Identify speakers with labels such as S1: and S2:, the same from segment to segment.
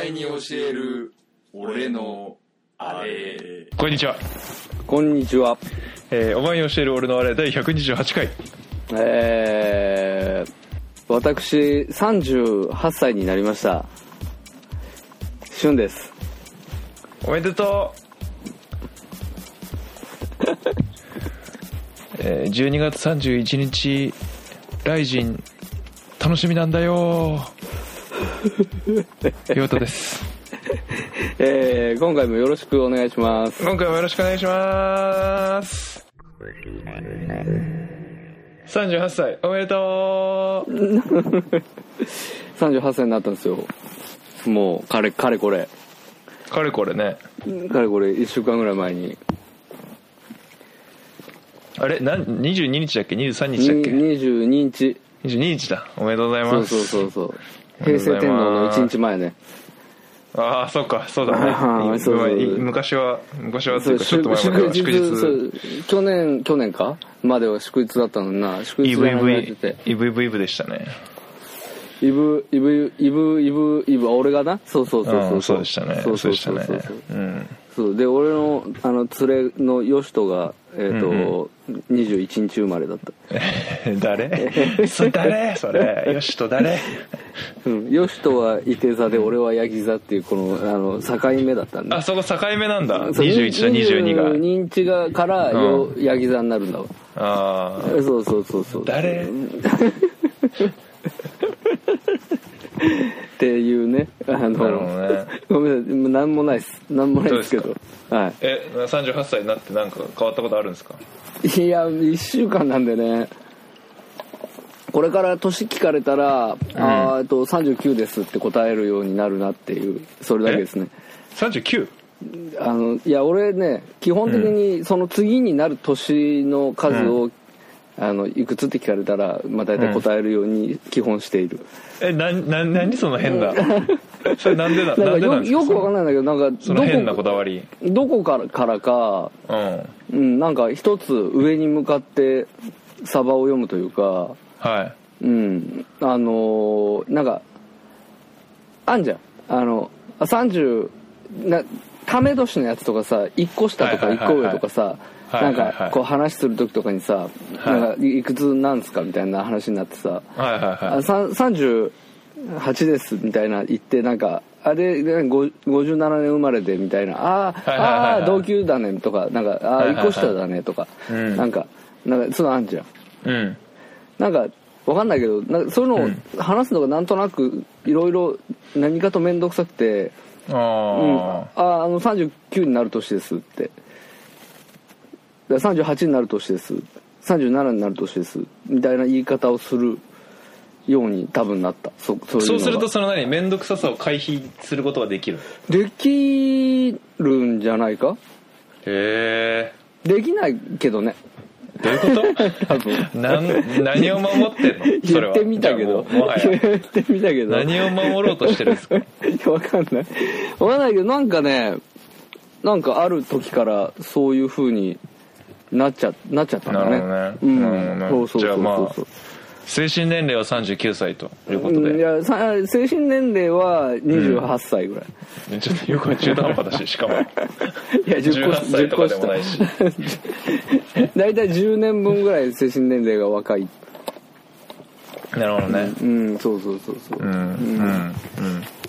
S1: える俺のあれ
S2: こんにちは、
S3: こんにちは。
S2: えー、お前に教える俺のあれ第128回
S3: えー、私、38歳になりました。しゅんです。
S2: おめでとう えー、12月31日ライジン楽しみなんだ よヨタです
S3: えー、今回もよろしくお願いします。
S2: 今回もよろしくお願いします38歳おめでとう
S3: 38歳になったんですよ。もう、かれ、かれこれ。
S2: かれこれね
S3: かれこれ、1週間ぐらい前に。
S2: あれなん22日だっけ23
S3: に
S2: 日だっけ
S3: 22日。
S2: 22日だおめでとうござい
S3: そ
S2: ま
S3: う
S2: す
S3: そうそうそう。
S2: あり
S3: 平
S2: がとうご
S3: 成
S2: ざい
S3: 天皇
S2: ま
S3: の
S2: す
S3: 1日前ね。
S2: ああそうかそうだ
S3: あ
S2: ね
S3: ーそうそう
S2: い昔は昔はって
S3: そ
S2: いううかちょっと前までは祝日
S3: そう去年、去年かまでは祝日だったのにな。祝日が始まってて
S2: EVV。EVV でしたね
S3: イブ、イブ、イブ、イブ、イブ、あ俺がなそうそうそうそ
S2: うんそ
S3: う。
S2: うでしたね
S3: そう
S2: そ
S3: そうう
S2: でした
S3: そう
S2: ね
S3: そう。
S2: うん
S3: そうで、俺の、あの、連れのヨシトが、えっ、と、21日生まれだった。
S2: 誰 それ誰それよしと誰
S3: うん。ヨシトは伊手座で、俺はヤギ座っていう、この、あの、境目だったんだ
S2: あ。そこ境目なんだ
S3: そう
S2: 21と22が
S3: 22日がから、よ
S2: う
S3: ヤギ座になるんだわ。
S2: ああ
S3: そうそうそうそう。
S2: 誰
S3: っていうね、あの、
S2: なるほどね
S3: ごめんなさい、もうなんもないです。なんもないですけ
S2: どう
S3: ど。はい。
S2: え38歳になってなんか変わったことあるんですか
S3: いや1週間なんでねこれから年聞かれたら、あーえっと39ですって答えるようになるなっていうそれだけですね
S2: 39?
S3: あのいや俺ね基本的にその次になる年の数を、あのいくつって聞かれたら、まあ、大体答えるように基本している、
S2: えなな何その変 なそれなんでな
S3: な
S2: なんんで
S3: か
S2: な
S3: よ
S2: んですか
S3: よくわかんないんだけどなんか
S2: その変なこ
S3: どこ
S2: だわり
S3: どこからからか、
S2: うん
S3: うん、なんか一つ上に向かってサバを読むというか
S2: はい
S3: うんあのーなんかあんじゃんあのあ30なため年のやつとかさ1個下とか
S2: はいはい
S3: 1
S2: は
S3: 個
S2: いはい
S3: 上とかさ
S2: はいは
S3: ないん
S2: はい
S3: かこう話する時とかにさ「
S2: はい
S3: なんかいいくつなんすか?」みたいな話になってさ
S2: はいはい
S3: あ
S2: はい
S3: さん38ですみたいな言ってなんかあれなんかご57年生まれでみたいな
S2: はいは
S3: あー、
S2: いはいはい
S3: あー同級だねとかなんかあ
S2: いはいは
S3: ー
S2: い
S3: 1個下だねとか、
S2: うん
S3: なんかなんかそういうのあんじゃん
S2: うん
S3: なんかわかんないけどなんかそういうのを話すのがなんとなくいろいろ何かと面倒くさくて
S2: あ
S3: 「うん、あ
S2: あ
S3: あの39になる年です」って「だから38になる年です」「37になる年です」みたいな言い方をするように多分なったそそういうの
S2: そ
S3: が
S2: うするとその何面倒くささを回避することができる
S3: できるんじゃないか
S2: へえ
S3: できないけどね
S2: どういうこ
S3: 多分
S2: となん何を守ってんのそれ
S3: 言
S2: は
S3: ってみたけど
S2: じゃあもうもはや
S3: 言ってみたけど
S2: 何を守ろうとしてるんですか
S3: い やわかんないわかんないけどなんかねなんかある時からそういう風になっちゃ なっちゃったんだね
S2: なるほど
S3: う
S2: ね
S3: ん
S2: なるほどね
S3: そうそう
S2: じゃ
S3: そ
S2: あ
S3: う
S2: まあ
S3: そうそう
S2: 精神年齢は39歳というこ
S3: う
S2: と
S3: んい
S2: で
S3: やさ精神年齢は28歳ぐらい、
S2: ちょっとよく中途半端だししか も
S3: いや10個
S2: 18歳とかでもないし
S3: 大体10年分ぐらい精神年齢が若い
S2: なるほどね
S3: うんそうそうそうそう、
S2: うんうんうん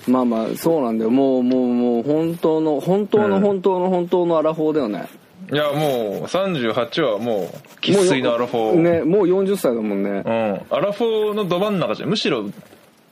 S3: まあまあそうなんだよもうもうもう本当の本当の本当の本当のアラフォーだよね、
S2: いやもう38はもう生
S3: もうよ
S2: 粋のアラフォー
S3: ねもう40歳だもんね、
S2: うん、アラフォーのど真ん中じゃんむしろ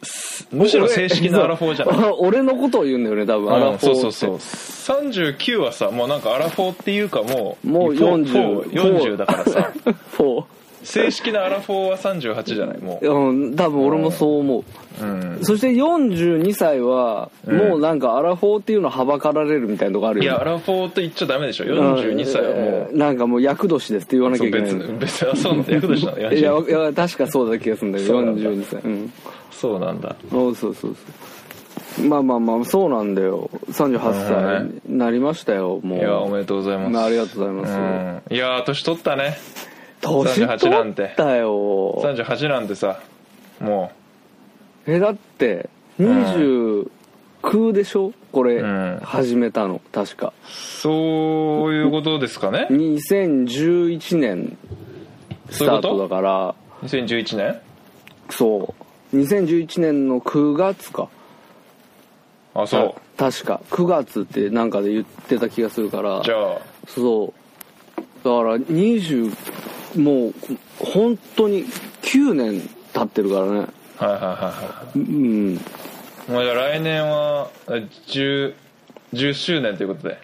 S2: すむしろ正式なアラフ ォーじゃない、
S3: い俺のことを言うんだよね多分ア
S2: う
S3: ラ
S2: ん、
S3: フ
S2: そ
S3: ォー
S2: う
S3: って
S2: そうそう39はさもうなんかアラフォーっていうかもう
S3: もう
S2: フォー
S3: 40
S2: フォー40だからさ
S3: フォ
S2: 正式なアラフォーは38じゃないもう
S3: ーうん多分俺も そう思
S2: うん
S3: うそして42歳はもうなんかアラフォーっていうのはばかられるみたいなとこある
S2: い
S3: よ
S2: や
S3: ね
S2: アラフォーと言っちゃダメでしょ42歳はも
S3: うんなんかもう厄年ですって言わ
S2: う
S3: なきゃ
S2: そう
S3: いけな
S2: 別
S3: い
S2: に別にそうなんだ役としたの
S3: いや
S2: 42
S3: いや確かそうだ気がするんだけど
S2: そうなんだ
S3: 42歳うん
S2: そうなんだ
S3: そうそうそうそうまあまあまあそうなんだよ
S2: なるほ
S3: 38
S2: ど
S3: 歳になりましたよもう
S2: いやおめでとうございます、
S3: まあありがとうございます
S2: うん、いやー年取ったね
S3: 年
S2: 38なん
S3: 取
S2: て
S3: ったよ
S2: 38なんてさもう
S3: えだって20空でしょこれ、
S2: うん
S3: 始めたの確か
S2: そういうことですかね
S3: 2011年スター
S2: そういう
S3: ト
S2: こ
S3: だから
S2: 2011年
S3: そう2011年の9月か
S2: あそ
S3: た確か9月ってなんかで言ってた気がするから
S2: うじゃあ
S3: そうだから20もう本当に9年経ってるからね
S2: はいはいはいはい
S3: うん
S2: まあ、じゃあ来年はえ 10, 10周年ということで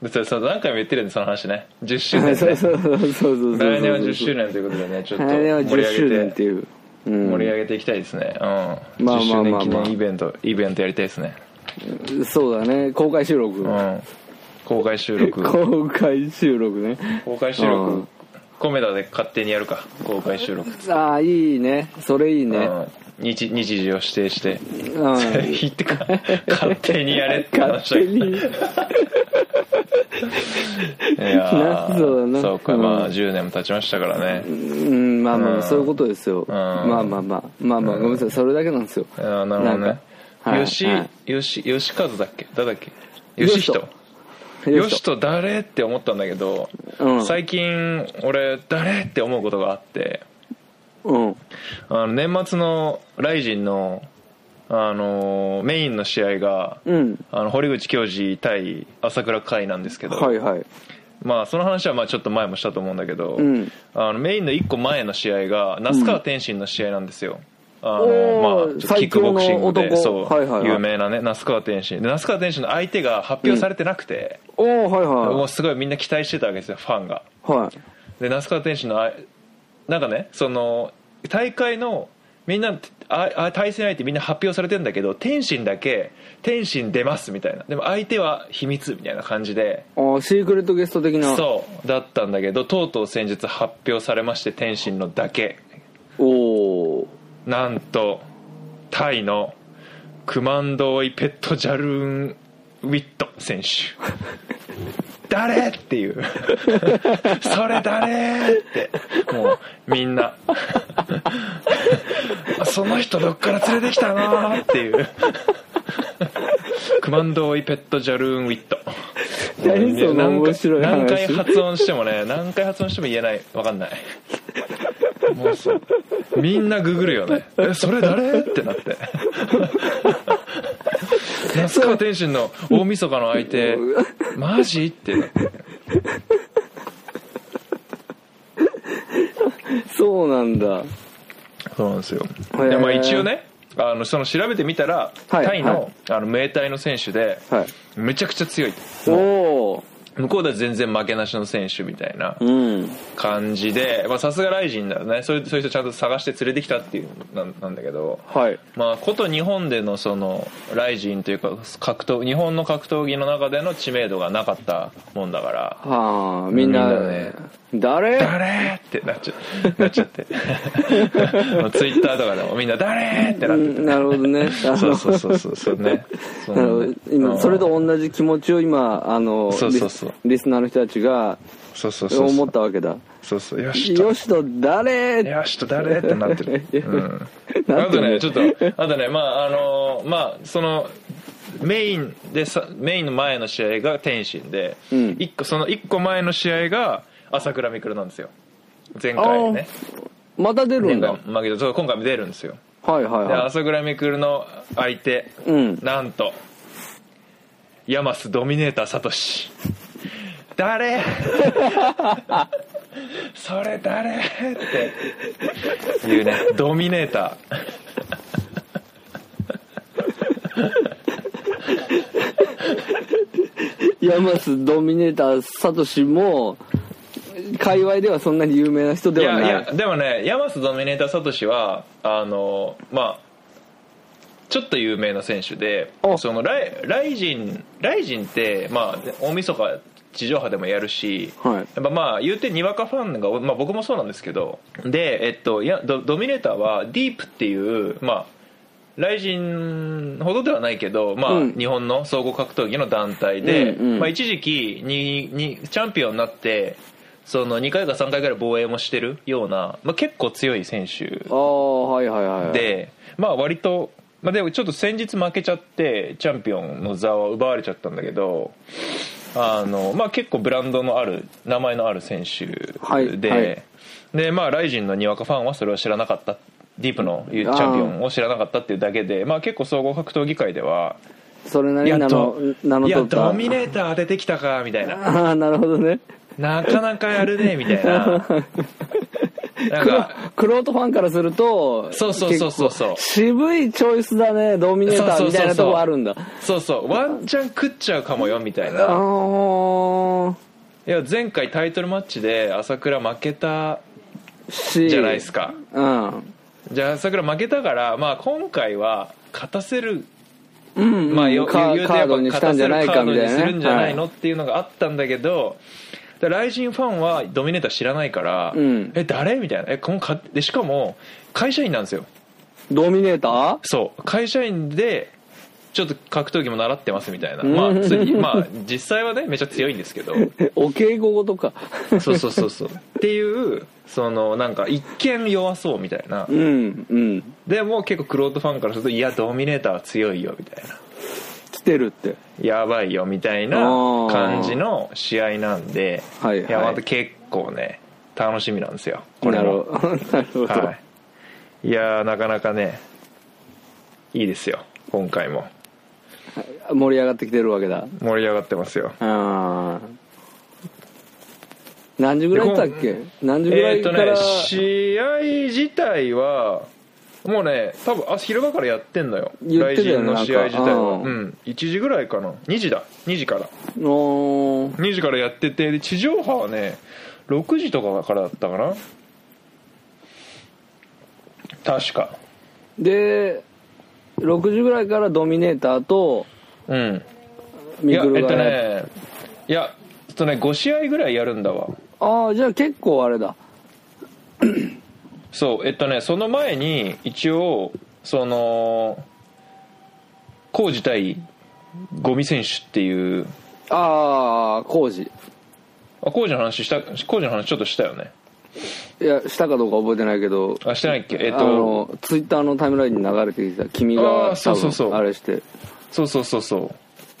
S2: でそれそれ何回も言ってるんでその話ね10周年
S3: そう
S2: ね
S3: そうそうそうそう
S2: 来年は10周年ということでねちょっと
S3: 来年は
S2: 盛り
S3: 10
S2: 上
S3: 周年
S2: げ
S3: って
S2: て
S3: いう、うん、
S2: 盛り上げていきたいですねうん、
S3: まあまあまあまあ
S2: 10周年記念イベントイベントやりたいですね
S3: そうだね公開収録、
S2: うん公開収 録
S3: 公開収録ね
S2: 公開収
S3: う
S2: 録
S3: ん
S2: コメダで勝手にやるか公開収録、
S3: ああいいねそれいいね
S2: うん日日時を指定して
S3: うん
S2: 言ってか勝手にやれって
S3: 勝
S2: 話だ
S3: 手
S2: けど
S3: に
S2: いやー
S3: そうだな
S2: そうか、
S3: うん
S2: まあ10年も経ちましたからね、
S3: うんまあま
S2: う
S3: あ
S2: ん
S3: そういうことですよ、
S2: ん
S3: まあまあまあまあまあごめんなさいそれだけなんですよ
S2: あーなるほど
S3: なん
S2: ね
S3: かはい
S2: 吉、
S3: は
S2: 吉吉和だっけ誰だっけ
S3: 吉
S2: 吉
S3: 人
S2: 人
S3: よ
S2: 吉
S3: し
S2: 人誰って思ったんだけど、
S3: うん
S2: 最近俺誰って思うことがあって
S3: うん
S2: あの年末のライジンの、あのーメインの試合が、
S3: うん
S2: あの堀口教授対朝倉海なんですけど、
S3: はいはい
S2: まあ、その話はまあちょっと前もしたと思うんだけど、
S3: うん
S2: あのメインの1個前の試合が那須川天心の試合なんですよ、あ
S3: お
S2: の
S3: ー
S2: まあ、ちょっとキックボクシングで
S3: 最強の男
S2: そう、
S3: はいはいはい
S2: 有名なね那須川天心で那須川天心の相手が発表されてなくて、
S3: おおはい
S2: も
S3: は
S2: うすごいみんな期待してたわけですよファンが
S3: いはい
S2: で那須川天心のあなんかねその大会のみんなああ対戦相手みんな発表されてんだけど天心だけ天心出ますみたいなでも相手は秘密みたいな感じで
S3: あーシークレットゲスト的な
S2: そうだったんだけどとうとう先日発表されまして天心のだけ
S3: おお
S2: なんとタイのクマンドーイペットジャルーンウィット選手誰っていう それ誰ってもうみんな その人どっから連れてきたのっていう クマンドーイペットジャルーンウィット
S3: 何その面白い話
S2: 何回発音してもね何回発音しても言えないわかんないもうそうみんなググるよねえそれ誰ってな って那須川天心の大晦日の相手マジってなって
S3: そうなんだ
S2: そうなんですよ
S3: ー
S2: で、まあ、一応ねあのその調べてみたら、
S3: はい
S2: タイの,、
S3: はい
S2: あの名隊の選手で、
S3: はい
S2: めちゃくちゃ強い
S3: おお
S2: 向こうでは全然負けなしの選手みたいな
S3: ーうん
S2: 感じでまあさすがライジンだよねそういうそういう人ちゃんと探して連れてきたっていうなんなんだけど
S3: はい
S2: まあ、こと日本でのそのライジンというか格闘日本の格闘技の中での知名度がなかったもんだから
S3: はあみんな
S2: みんなね「
S3: 誰
S2: 誰?」ってなっちゃなっちゃって もうツイッターとかでもみんな「誰?」ってな
S3: う
S2: ってて
S3: んなるほどねあの
S2: そうそうそうそうそうねそう
S3: なるほど
S2: う
S3: 今
S2: ん
S3: それと同じ気持ちを今あの
S2: そうそうそう
S3: リスリスナーの人たちが
S2: そうそうそうそ
S3: 思
S2: う
S3: ったわけだ
S2: そうそうよしと
S3: よしと誰
S2: よしと誰ってな ってる、うん、
S3: な
S2: あ
S3: って
S2: と
S3: る
S2: ねちょっとあとねまああのまあそのメインでさメインの前の試合が天心で、
S3: うん
S2: 一個その1個前の試合が朝倉未来なんですよ前回ね
S3: また出るん
S2: 前
S3: だ
S2: 回負けたそう今回も出るんですよ
S3: はいはい
S2: で
S3: は
S2: 朝倉未来の相手、
S3: いうん
S2: なんとヤマスドミネーターサトシ 誰それ誰っていうねドミネータ
S3: ヤマスドミネーターサトシも界隈ではそんなに有名な人
S2: ーい
S3: で
S2: や
S3: は
S2: い
S3: ない
S2: やでもねヤマスドミネーターサトシはあのまあちょっと有名な選手で
S3: あ
S2: そのライライジンライジンってまあ大晦日地上波でもやるし、
S3: はい
S2: やっぱまあ言うてにわかファンが、まあ、僕もそうなんですけどで、えっと、いやドドミネーターはディープっていうまあライジンほどではないけど、まあ
S3: うん
S2: 日本の総合格闘技の団体で、
S3: うんうん
S2: まあ、一時期ににチャンピオンになってその2回か3回ぐらい防衛もしてるような、まあ、結構強い選手
S3: ああはいはいはい
S2: で、まあ、割とまあ、でもちょっと先日負けちゃってチャンピオンの座を奪われちゃったんだけどあの、まあ、結構ブランドのある名前のある選手で、
S3: はいはい
S2: でまあ、ライジンのにわかファンはそれは知らなかったディープの言うチャンピオンを知らなかったっていうだけで、まあ、結構総合格闘技界では
S3: それなり
S2: や
S3: に
S2: っ
S3: 名の
S2: と
S3: 名の
S2: いや
S3: 取った
S2: ドミネーター当ててきたかみたいな
S3: ああなるほどね
S2: なかなかやるねみたい ななんか
S3: クロートファンからすると
S2: そうそうそうそうそう
S3: 結構渋いチョイスだねドミネーターみたいなとこあるんだ
S2: そうそうワンチャン食っちゃうかもよみたい
S3: あ
S2: な
S3: の
S2: いや前回タイトルマッチで朝倉負けた
S3: ーし
S2: じゃないですか
S3: うん
S2: じゃあ朝倉負けたから、まあ、今回は勝たせる
S3: うん
S2: まあよ
S3: カ
S2: 言う
S3: カ
S2: てや
S3: ー
S2: っぱ
S3: ドにしたんじゃないかみたいな
S2: 勝たせるカードにす
S3: ね
S2: るんじゃないのっていうのがあったんだけどだからライジンファンはドミネーター知らないから、
S3: うん
S2: え誰みたいなえこのかでしかも会社員なんですよ
S3: ドミネーター
S2: そう会社員でちょっと格闘技も習ってますみたいな、
S3: ん
S2: まあ、ついまあ実際はねめちゃ強いんですけど
S3: お稽古事か
S2: そうそうそうそうっていうそのなんか一見弱そうみたいな
S3: うんうん
S2: でも結構クロートファンからするといやドミネーターは強いよみたいな
S3: 来てるって
S2: やばいよみたいな
S3: あー
S2: 感じの試合なんで、
S3: はいはい
S2: やまた結構ね楽しみなんですよこれ
S3: なる
S2: も、
S3: ほどなるほど、
S2: はい、いやーなかなかねいいですよ今回も
S3: 盛り上がってきてるわけだ
S2: 盛り上がってますよ
S3: あー何時ぐらいだったっけ何時ぐら
S2: えー
S3: い
S2: っ
S3: か
S2: と
S3: ら、
S2: ね試合自体はもうね多分あ昼間からやってんのよ
S3: 言ってたよね
S2: の試合自体は
S3: なんかう
S2: うんん1時ぐらいかな2時だ2時から
S3: おー
S2: 2時からやっててで地上波はね6時とかからだったかな確か
S3: で6時ぐらいからドミネーターと
S2: うんい
S3: ミ
S2: や
S3: ク
S2: え
S3: ル
S2: っ
S3: が
S2: と
S3: や
S2: ねいやえっとね5試合ぐらいやるんだわ
S3: ああじゃあ結構あれだ
S2: そうえっとねその前に一応その浩二対五味選手っていう
S3: ああ工事
S2: あ浩二の話した浩二の話ちょっとしたよね
S3: いやしたかどうか覚えてないけど
S2: あしてないっけえっ
S3: あ
S2: と
S3: のツイッターのタイムラインに流れてきた君が
S2: あーそうそうそう
S3: 多分あれして
S2: そうそうそうそう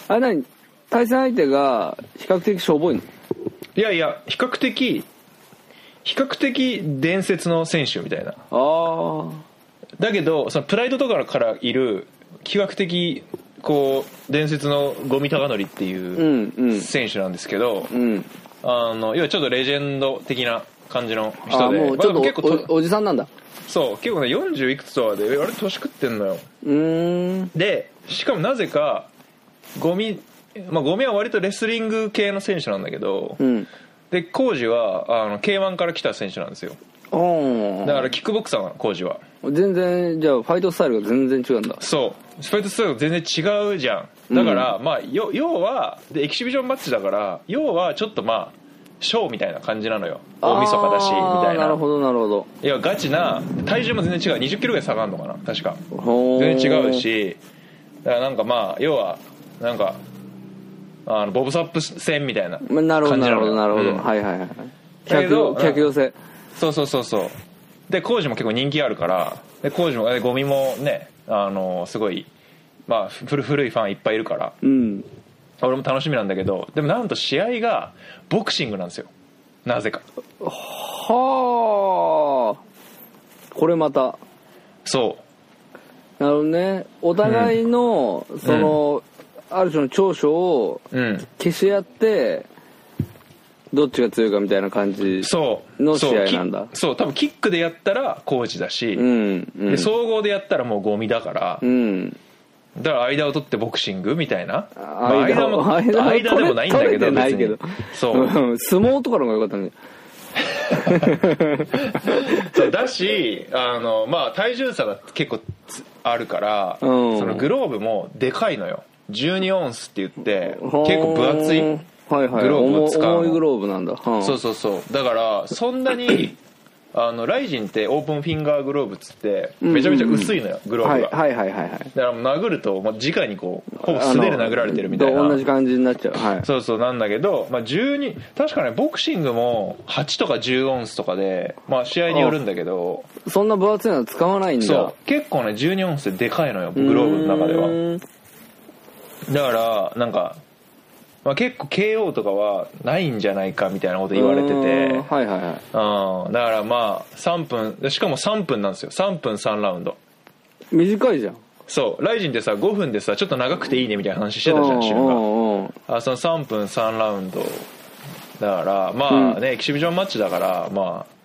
S3: あれ何対戦相手が比較的しょぼいの
S2: いやいや比較的比較的伝説の選手みたいな
S3: あ
S2: だけどそのプライドとかからいる比較的こう伝説の五味高則って
S3: あう
S2: いうん
S3: うん
S2: 選手なんですけど、
S3: うん
S2: あの要はちょっとレジェンド的な感じの
S3: あ
S2: 人
S3: あ
S2: で
S3: もうちょ
S2: まあ
S3: っ
S2: 結
S3: と
S2: 構
S3: お
S2: と
S3: おおじさんなんだ
S2: そう結構ね40いくつとかでえあれ年食ってんのよ
S3: うーん
S2: でしかもなぜかゴミまあゴミは割とレスリング系の選手なんだけど、
S3: うん
S2: で浩二はあの k 1から来た選手なんですよ
S3: あ
S2: だからキックボクサーなの浩二は
S3: あ全然じゃあファイトスタイルが全然違うんだ
S2: そうスパイトスタイルと全然違うじゃんだから、まあよ要はでエキシビジョンマッチだから要はちょっとまあショーみたいな感じなのよ大晦日だしみ
S3: あー
S2: たいな
S3: なるほどなるほど
S2: いやガチな体重も全然違う2 0キロぐらい下がるのかな確か
S3: ほ
S2: 全
S3: ー
S2: 然違うしだからなんかまあ要はなんかあのボブサップ戦みたいな感じ
S3: まあなるほどなるほどなるほど、
S2: うん
S3: はいはいはい
S2: だけ
S3: 客
S2: ど
S3: 寄客寄せ
S2: そうそうそうそうで工事も結構人気あるからで工事もえゴミもねあのすごい、まあ、古古いファンいっぱいいるから
S3: うん
S2: 俺も楽しみなんだけどでもなんと試合がボクシングなんですよなぜか
S3: はあこれまた
S2: そ
S3: なるほどねお互いの、その、ある種の長所を
S2: ううん
S3: 消し合ってどっちが強いかみたいな感じ
S2: そう
S3: の
S2: そう
S3: 試合なんだ
S2: キそう多分キックでやったら工事だし、
S3: うんうん
S2: で総合でやったらもうゴミだから、
S3: うん
S2: だから間を取ってボクシングみたいな、
S3: 間
S2: まあ間も
S3: 間を
S2: 間でもないんだけ
S3: 取れ
S2: ど
S3: てないけど
S2: 別に そう
S3: うん相撲とかの方が良かったね
S2: そうだしあの、まあ、体重差が結構つあるから、
S3: うん
S2: そのグローブもでかいのよ12オンスって言って結構分厚い、
S3: ほーはいはい
S2: グローブを使うの
S3: 重い重いグローブなんだ、はあ
S2: そうそうそうだからそんなにあのライジンってオープンフィンガーグローブっつってめちゃめちゃ薄いのよ、グローブ
S3: は
S2: が、
S3: いはいはいはいはい
S2: だからもう殴ると、まあ、直にこうほぼ素手で殴られてるみたい
S3: あ
S2: な
S3: の同じ感じになっちゃうはい
S2: そうそうなんだけど、まあ、12確かねボクシングも8とか10オンスとかで、まあ、試合によるんだけど
S3: そんな分厚いのは使わないんだ
S2: そう結構ね12オンスってでかいのよグローブの中では
S3: は
S2: だからなんか、まあ、結構 KO とかはないんじゃないかみたいなこと言われてて
S3: はいはいはい
S2: うん、だからまあ3分でしかも3分なんですよ3分3ラウンド
S3: 短いじゃん
S2: そうライジンってさ5分でさちょっと長くていいねみたいな話してたじゃんシル
S3: う
S2: が
S3: んうんうん
S2: あその3分3ラウンドだからまあね、エキシビジョンマッチだからまあ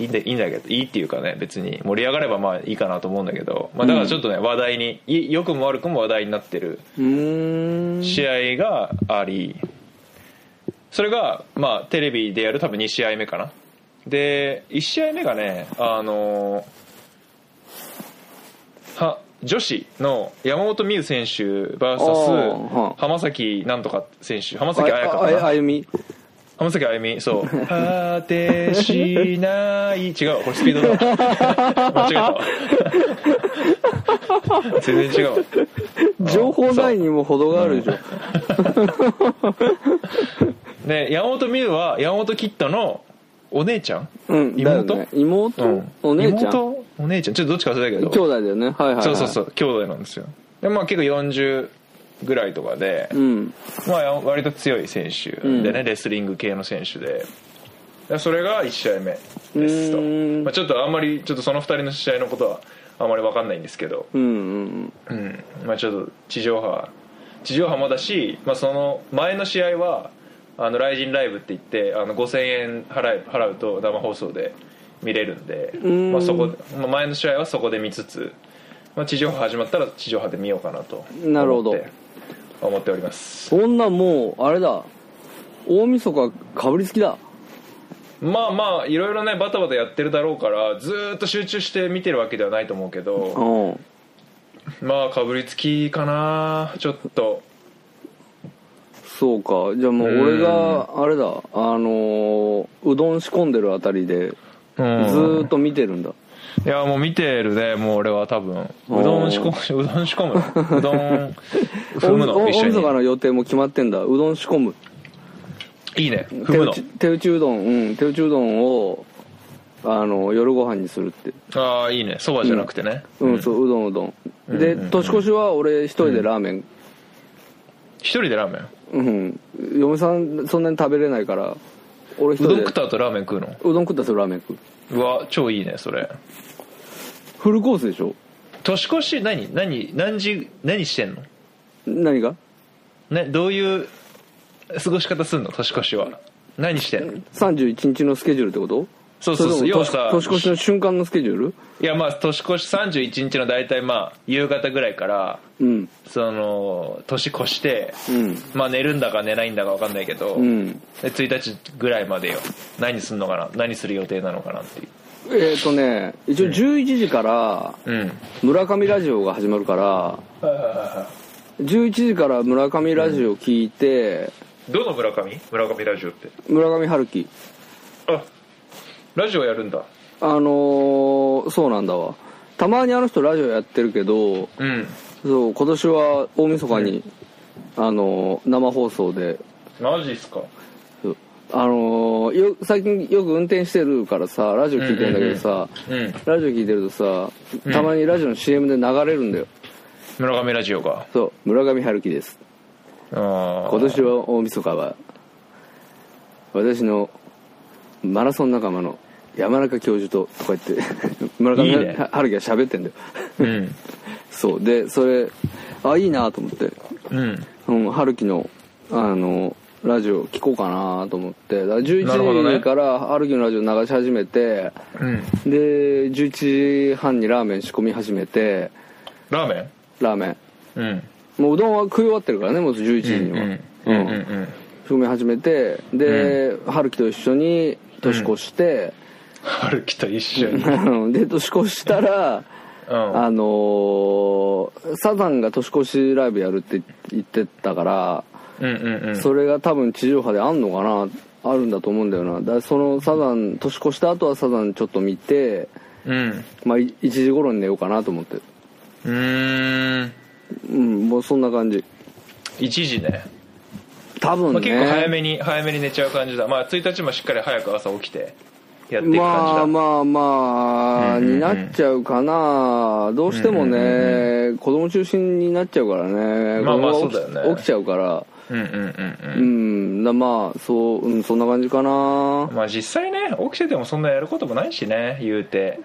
S2: いいんだいいんだけどいいっていうかね別に盛り上がればまあいいかなと思うんだけど、まあ、だからちょっとね、話題にい良くも悪くも話題になってる
S3: うーん
S2: 試合がありそれがまあテレビでやる多分2試合目かなで1試合目がねあのは女子の山本美宇選手
S3: おーは
S2: VS
S3: い
S2: 浜崎なんとか選手浜崎彩香か
S3: あああ
S2: な
S3: あゆみ
S2: 浜崎あゆみそう「果てしない」 違うこれスピード だ間違えたわ 全然違うわ
S3: 情報ないにも程があるでしょ
S2: ね山本美優は山本キッドのお姉ちゃん、
S3: うんだよ
S2: 妹、
S3: ね妹、
S2: うん、
S3: お姉ちゃん兄
S2: 妹お姉ちゃんちょっとどっちか忘れたけど
S3: 弟だよねはいはい、はい、
S2: そうそうそう兄弟なんですよでまあ結構40ぐらいとかで、
S3: うん
S2: まあ、割と強い選手でね、レスリング系の選手ででそれが1試合目ですと、
S3: うーん
S2: まあ、ちょっとあんまりちょっとその2人の試合のことはあんまり分かんないんですけど、
S3: うんうん
S2: うんまあ、ちょっと地上波地上波もだし、まあ、その前の試合はあのライジンライブって言ってあの5000円払え払うと生放送で見れるんで
S3: ん
S2: まあ、そこまあ前の試合はそこで見つつ、まあ、地上波始まったら地上波で見ようかなと思って
S3: なるほど
S2: 思っております
S3: そんなもうあれだ大晦日かぶりつきだ
S2: まあまあいろいろねバタバタやってるだろうからずーっと集中して見てるわけではないと思うけ
S3: う
S2: ど
S3: ん
S2: まあかぶりつきかなちょっと
S3: そうかじゃあもう俺があれだあのーうどん仕込んでるあたりで
S2: う
S3: ず
S2: ん
S3: ーっと見てるんだ
S2: いやもう見てるねもう俺は多分うどん仕込む うどん仕込むう どん踏む
S3: お
S2: の
S3: お
S2: 一緒
S3: 大晦日
S2: に
S3: の予定も決まってんだうどん仕込む
S2: いいね
S3: 手
S2: 踏む
S3: 打
S2: の
S3: ち手打ちうどんうん手打ちうどんをあの夜ご飯にするって
S2: ああいいねそばじゃなくてね
S3: うん、そううどんうどん、で年越しは俺一人でラーメン
S2: 一人でラーメン
S3: うん、嫁さんそんなに食べれないから俺一
S2: う
S3: 人
S2: どん
S3: で
S2: 食った後ラーメン食うの
S3: うどん食ったらそれラーメン食う
S2: うわ超いいねそれ
S3: フルコースでしょ
S2: 年越し何何何時何してんの
S3: 何が
S2: ねどういう過ごし方すんの年越しは何してんの
S3: 31日のスケジュールってこと
S2: そうそうそう
S3: れ
S2: 要
S3: とも
S2: は
S3: 年
S2: さ
S3: 年越しの瞬間のスケジュール
S2: いやまあ年越し31日の大体まあ夕方ぐらいから
S3: うん
S2: その年越して
S3: うん
S2: まあ寝るんだか寝ないんだか分かんないけど、
S3: うん
S2: で1日ぐらいまでよ何すんのかな何する予定なのかなっていう
S3: えっ、とね一応11時から
S2: うん
S3: 村上ラジオが始まるから11時から村上ラジオ聞いて、
S2: どの村上村上ラジオって
S3: 村上春樹
S2: あラジオやるんだ
S3: あのーそうなんだわたまにあの人ラジオやってるけど
S2: うん
S3: そう今年は大晦日に、あの生放送で
S2: マジっすか
S3: そうあのよ最近よく運転してるからさラジオ聞いてるんだけどさ、
S2: うん
S3: ラジオ聞いてるとさたまにラジオの CM で流れるんだよ、
S2: 村上ラジオが
S3: そう村上春樹です
S2: あ
S3: 今年は大晦日は私のマラソン仲間の山中教授とこうやって村上
S2: いいね
S3: 春樹が喋ってんだよ
S2: うん
S3: そうでそれあいいなと思って
S2: うん
S3: うん、春樹のあのラジオ聞こうかなと思って
S2: な
S3: だから
S2: るほど
S3: 11
S2: ね
S3: 時から春樹のラジオ流し始めて、
S2: うん
S3: で11時半にラーメン仕込み始めて
S2: ラーメ
S3: ラーメ
S2: ンうん
S3: ンもううどんは食い終わってるからねもう11時には、
S2: うんうん
S3: う
S2: うんんうん
S3: 仕込み始めてで、春樹と一緒に年越して、
S2: 春樹と一緒に
S3: で年越したら
S2: うん
S3: あのーサザンが年越しライブやるって言ってたから
S2: うんうんうん
S3: それが多分地上波であんのかなあるんだと思うんだよなだからそのサザン年越した後はサザンちょっと見て、
S2: うん
S3: まあ、い1時頃に寝ようかなと思って
S2: うーん
S3: うんもうそんな感じ
S2: 一時ね、
S3: 多分
S2: ま
S3: ね、
S2: あ、結構早めに早めに寝ちゃう感じだまあ1日もしっかり早く朝起きてやっていく感じだ、
S3: まあまあまあ
S2: うんうんうん
S3: になっちゃうかなどうしても
S2: うん
S3: ね子供中心になっちゃうからね
S2: まあまあ
S3: 子供が起き
S2: そうだよね
S3: 起きちゃうから
S2: うんうんうん
S3: う
S2: うん
S3: んだまあそううんそんな感じかな
S2: まあ実際ね起きててもそんなやることもないしね言うて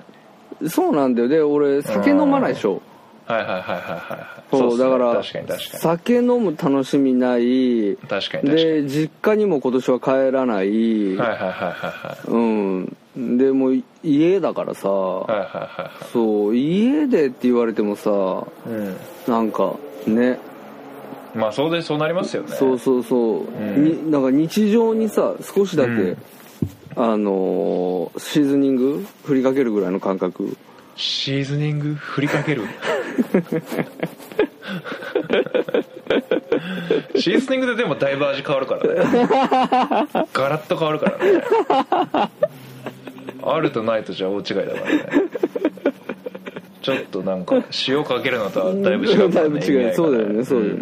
S3: そうなんだよで俺酒飲まないでしょ
S2: はいはいはいはいはい
S3: そう
S2: っすね
S3: だから
S2: 確かに確か
S3: 酒飲む楽しみない
S2: に確かに確かに
S3: で実家にも今年は帰
S2: はいはい
S3: らない、
S2: はいはい
S3: うんでもう家だからさ、
S2: はいはいは
S3: そう家でって言われてもさ
S2: いはいうん
S3: なんかね
S2: まあそうでそうなりますよね
S3: そうそうそう、
S2: ん
S3: になんか日常にさ少しだけ、
S2: うん
S3: あのーシーズニング振りかけるぐらいの感覚
S2: シーズニング振りかけるシーズニングででもだいぶ味変わるからねガラッと変わるからねあるとないとじゃ大違いだからねちょっとなんか塩かけるのとはだいぶ違うか
S3: だ
S2: ら
S3: い
S2: ね
S3: ぶ
S2: 意味合いが
S3: 違う
S2: ね
S3: そうだよねそうだよね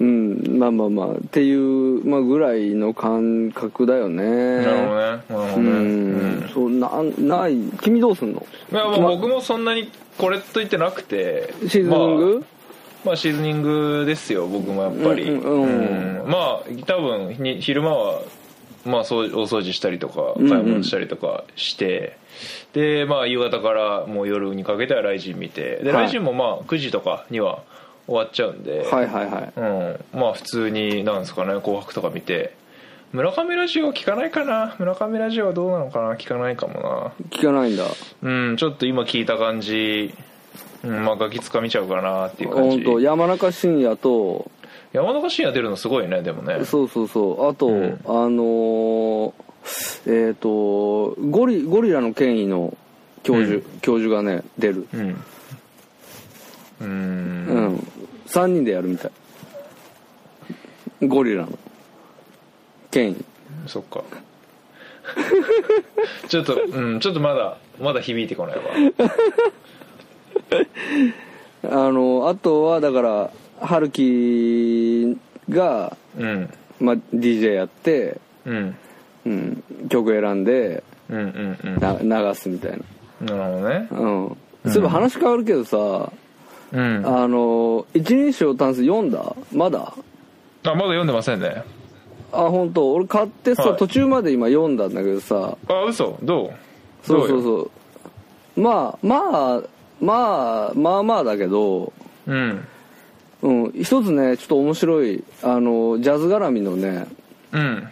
S3: うん、まあまあまあっていう、まあ、ぐらいの感覚だよね
S2: うんなるほどねなるほど
S3: う
S2: ね
S3: ん、そうなんない君どうすんの
S2: いやまあ僕もそんなにこれと言ってなくて
S3: シーズニン
S2: まあ
S3: グ、
S2: まあ、シーズニングですよ僕もやっぱり、
S3: うんうん
S2: うんまあ多分に昼間は、まあ、そうお掃除したりとか
S3: んうん
S2: 買い物したりとかして、で、まあ、夕方からもう夜にかけてはライジン見てで、
S3: はい
S2: ライジンもまあ9時とかには終わっちゃうんで、
S3: はいはいはい
S2: うん、まあ普通になんですかね「紅白」とか見て村上ラジオは聞かないかな村上ラジオはどうなのかな聞かないかもな
S3: 聞かないんだ
S2: うんちょっと今聞いた感じ、うん、まあガキつかみちゃうかなっていう感じ
S3: 本当山中伸也と
S2: 山中伸也出るのすごいねでもね
S3: そうそうそうあと、
S2: うん
S3: あのーえっ、とゴリゴリラの権威の教授、教授がね出る
S2: うんうー
S3: うんん、3人でやるみたいゴリラの権威
S2: そっか ちょっとうんちょっとまだまだ響いてこないわ
S3: あのあとはだから春樹が、
S2: うん
S3: まあ、DJ やって、
S2: うん
S3: うん、曲選んで
S2: うんうんうんな
S3: な流すみたいな
S2: るほどね
S3: うんそういえば話変わるけどさ、
S2: うんあ
S3: あの一人称単数読んだまだ
S2: まだ読んでませんね
S3: あ本当俺買ってさ、
S2: はい
S3: 途中まで今読んだんだけどさ
S2: あ嘘どう
S3: そうそう
S2: うよ
S3: そうまあまあまあまあまあだけど、
S2: うん
S3: うん、一つねちょっと面白いあのジャズ絡みのね
S2: うん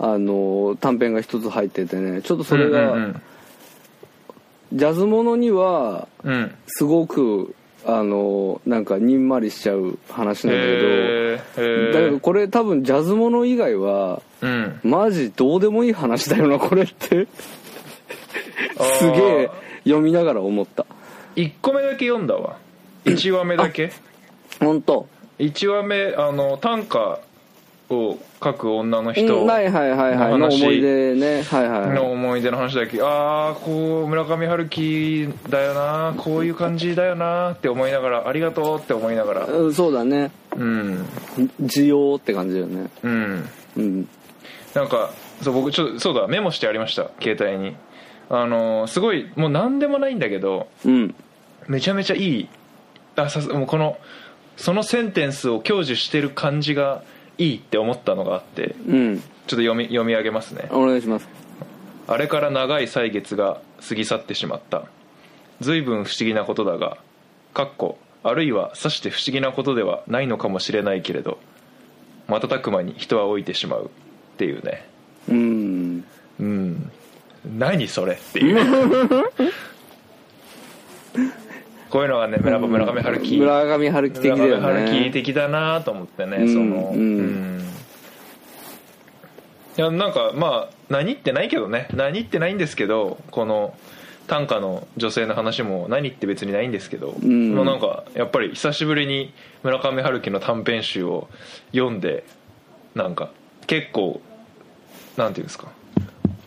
S3: あの短編が一つ入っててねちょっとそれが、
S2: うんうん
S3: ジャズものには
S2: うんうん
S3: すごくあのなんかにんまりしちゃう話なんだけど、
S2: えーえー
S3: だけどこれ多分ジャズもの以外は
S2: うん
S3: マジどうでもいい話だよなこれってすげえ
S2: あ
S3: 読みながら思った
S2: 1個目だけ読んだわ1話目だけ
S3: 本当
S2: 1話目あの短歌を書く女の人
S3: うんはいはいはいはいの
S2: の話
S3: 思い出ねはいはい
S2: の思い出の話だけどああこう村上春樹だよなこういう感じだよなって思いながらありがとうって思いながら
S3: うんそうだね
S2: うん
S3: 需要って感じだよね
S2: うん
S3: うん
S2: なんかそう僕ちょっとそうだメモしてありました携帯にあのすごいもう何でもないんだけど
S3: うん
S2: めちゃめちゃいいあさすもうこのそのセンテンスを享受してる感じがいいって思ったのがあって
S3: う
S2: ち
S3: ん
S2: ょっと読み読み上げますね
S3: お願いします
S2: あれから長い歳月が過ぎ去ってしまった随分不思議なことだがかっこあるいはさして不思議なことではないのかもしれないけれど瞬く間に人は老いてしまうっていうね
S3: うん
S2: うん何それっていうこういうのはね村村上春樹
S3: 村上春樹的だよね
S2: 村上春樹的だなと思ってね、
S3: うん
S2: その
S3: うん
S2: いやなんかまあ何言ってないけどね何言ってないんですけどこの短歌の女性の話も何言って別にないんですけど、
S3: ん
S2: もうなんかやっぱり久しぶりに村上春樹の短編集を読んでなんか結構なんていうんですか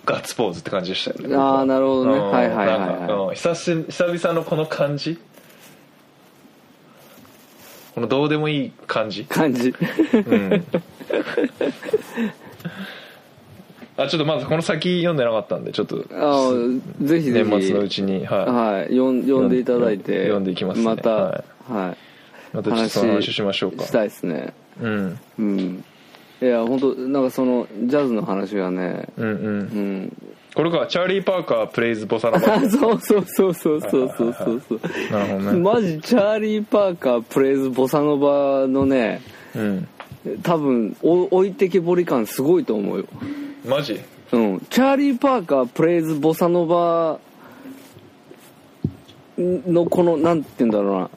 S2: ガッツポーズって感じでしたよね僕
S3: ああなるほどね
S2: うん
S3: はいはいはいはい
S2: なんかうん久し久々のこの感じこのどうでもいい感じ
S3: 感じ
S2: うんあちょっとまだこの先読んでなかったんでちょっと
S3: ああぜひぜ
S2: 年
S3: ひ
S2: 末のうちには
S3: はい読ん読んでいただいて
S2: 読んでいきますね
S3: また
S2: は
S3: はい
S2: いまたちょっとその話しましょうか
S3: したいですね
S2: うん
S3: うんいや本当なんかそのジャズの話がね
S2: うんう
S3: うんん
S2: これかチャーリー・パーカープレイズ・ボサノバ
S3: あそうそうそうそうそうそうそうそう
S2: なるほどね
S3: マジチャーリー・パーカープレイズ・ボサノバのね
S2: うん
S3: 多分お置いてけぼり感すごいと思うよ、
S2: マジ
S3: うん、チャーリー・パーカープレイズ・ボサノバのこのなんて言うんだろうな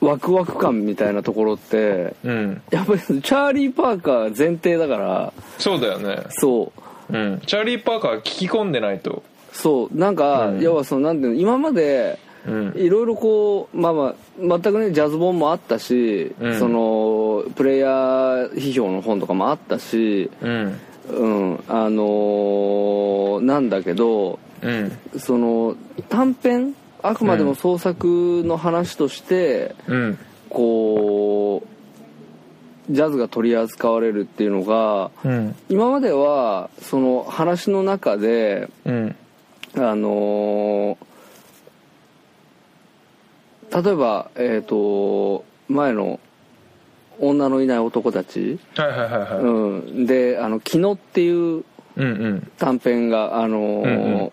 S3: ワクワク感みたいなところって
S2: うん
S3: やっぱりチャーリー・パーカー前提だから
S2: そうだよね
S3: そう
S2: うんチャーリー・パーカー聞き込んでないと
S3: そうなんか、
S2: うん
S3: 要はそのなんていうの今まで
S2: うん
S3: いろいろこうまあまあ全くねジャズ本もあったし、
S2: うん
S3: そのプレイヤー批評の本とかもあったし
S2: うん
S3: うんあのーなんだけど
S2: うん
S3: その短編あくまでも創作の話として、
S2: うん
S3: こうジャズが取り扱われるっていうのが
S2: うん
S3: 今まではその話の中で
S2: うん
S3: あのー例えば、えっと前の「女のいない男たち
S2: はいはいはい」はい
S3: うん、で「あの昨日」っていう
S2: うんうん
S3: 短編が、あのー
S2: うんうん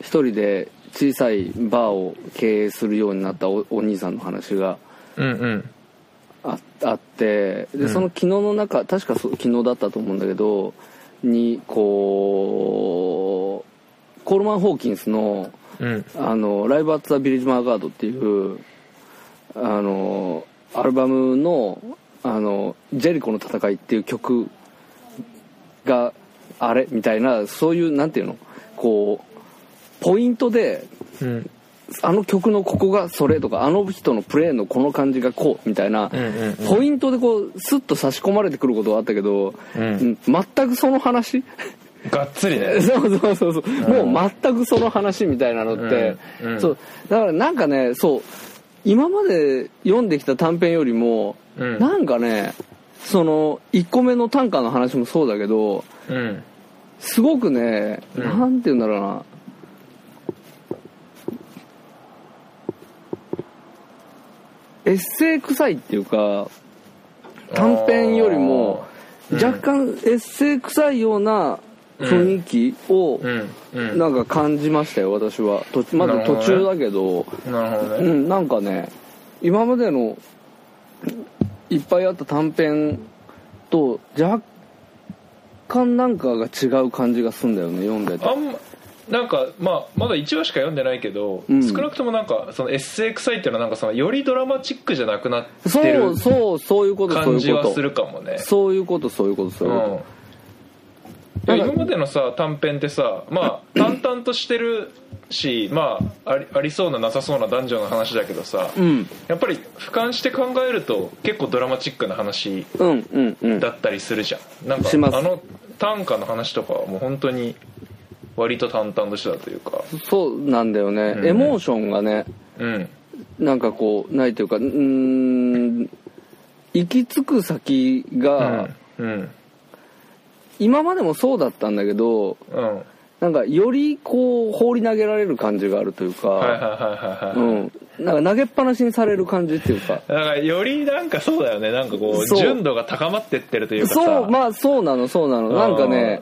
S3: 一人で小さいバーを経営するようになったおお兄さんの話が
S2: うんうん
S3: ああってで
S2: ん
S3: その昨日の中確かそう昨日だったと思うんだけどにこうコールマン・ホーキンスの
S2: うん
S3: あの「ライブ・アッツ・ザ・ビリッジ・マーガード」っていうあのアルバムのあの「ジェリコの戦い」っていう曲があれみたいなそういうなんていうのこうポイントで
S2: うん
S3: あの曲のここがそれとかあの人のプレーのこの感じがこうみたいな、
S2: うんうんうん
S3: ポイントでこうスッと差し込まれてくることはあったけど、
S2: うん
S3: うん全くその話
S2: がっつりね
S3: そうそうそうそう、もう全くその話みたいなのって、
S2: うんうん
S3: そうだからなんかねそう今まで読んできた短編よりも、
S2: うん
S3: なんかねその1個目の短歌の話もそうだけど
S2: うん
S3: すごくね、
S2: うん
S3: なんて言うんだろうなエッセイ臭いっていうか短編より
S2: あ
S3: も
S2: ーうん
S3: 若干エッセイ臭いような雰囲気を
S2: うんうん
S3: なんか感じましたよ私はとまだ途中だけど
S2: なるほど
S3: う
S2: ね
S3: んなんかね今までのいっぱいあった短編と若干なんかが違う感じがすんだよね読んでて
S2: あんまなんかまあまだ1話しか読んでないけど、
S3: うん
S2: 少なくともなんかそのエッセイ臭いっていうのはなんかそのよりドラマチックじゃなくなっ
S3: そ
S2: てる
S3: うそうそういうことそう
S2: 感
S3: い
S2: じ
S3: うこ
S2: は
S3: と
S2: するかもね
S3: そういうことそういうことそういうこ
S2: うん、いや
S3: なんか
S2: 今までのさ短編ってさまあ淡々としてるしまあありありそうななさそうな男女の話だけどさ、
S3: とうん
S2: やっぱり俯瞰して考えると結構ドラマチックな話
S3: うんうんうん
S2: だったりするじゃんなんか
S3: します
S2: あの短歌の話とかはもう本当に割と淡々としてたというか
S3: そうなんだよね、
S2: うん
S3: エモーションがね
S2: うん
S3: なんかこうないというかうーん行き着く先が、
S2: うん
S3: 今までもそうだったんだけど
S2: うん
S3: なんかよりこう放り投げられる感じがあるというか、
S2: はいはいはいはいはい、
S3: うん、なんか投げっぱなしにされる感じっていうか
S2: だからよりなんかそうだよねなんかこう
S3: そう
S2: 純度が高まってってるというかさ
S3: そうまあそうなのそうなの
S2: ん
S3: なんかね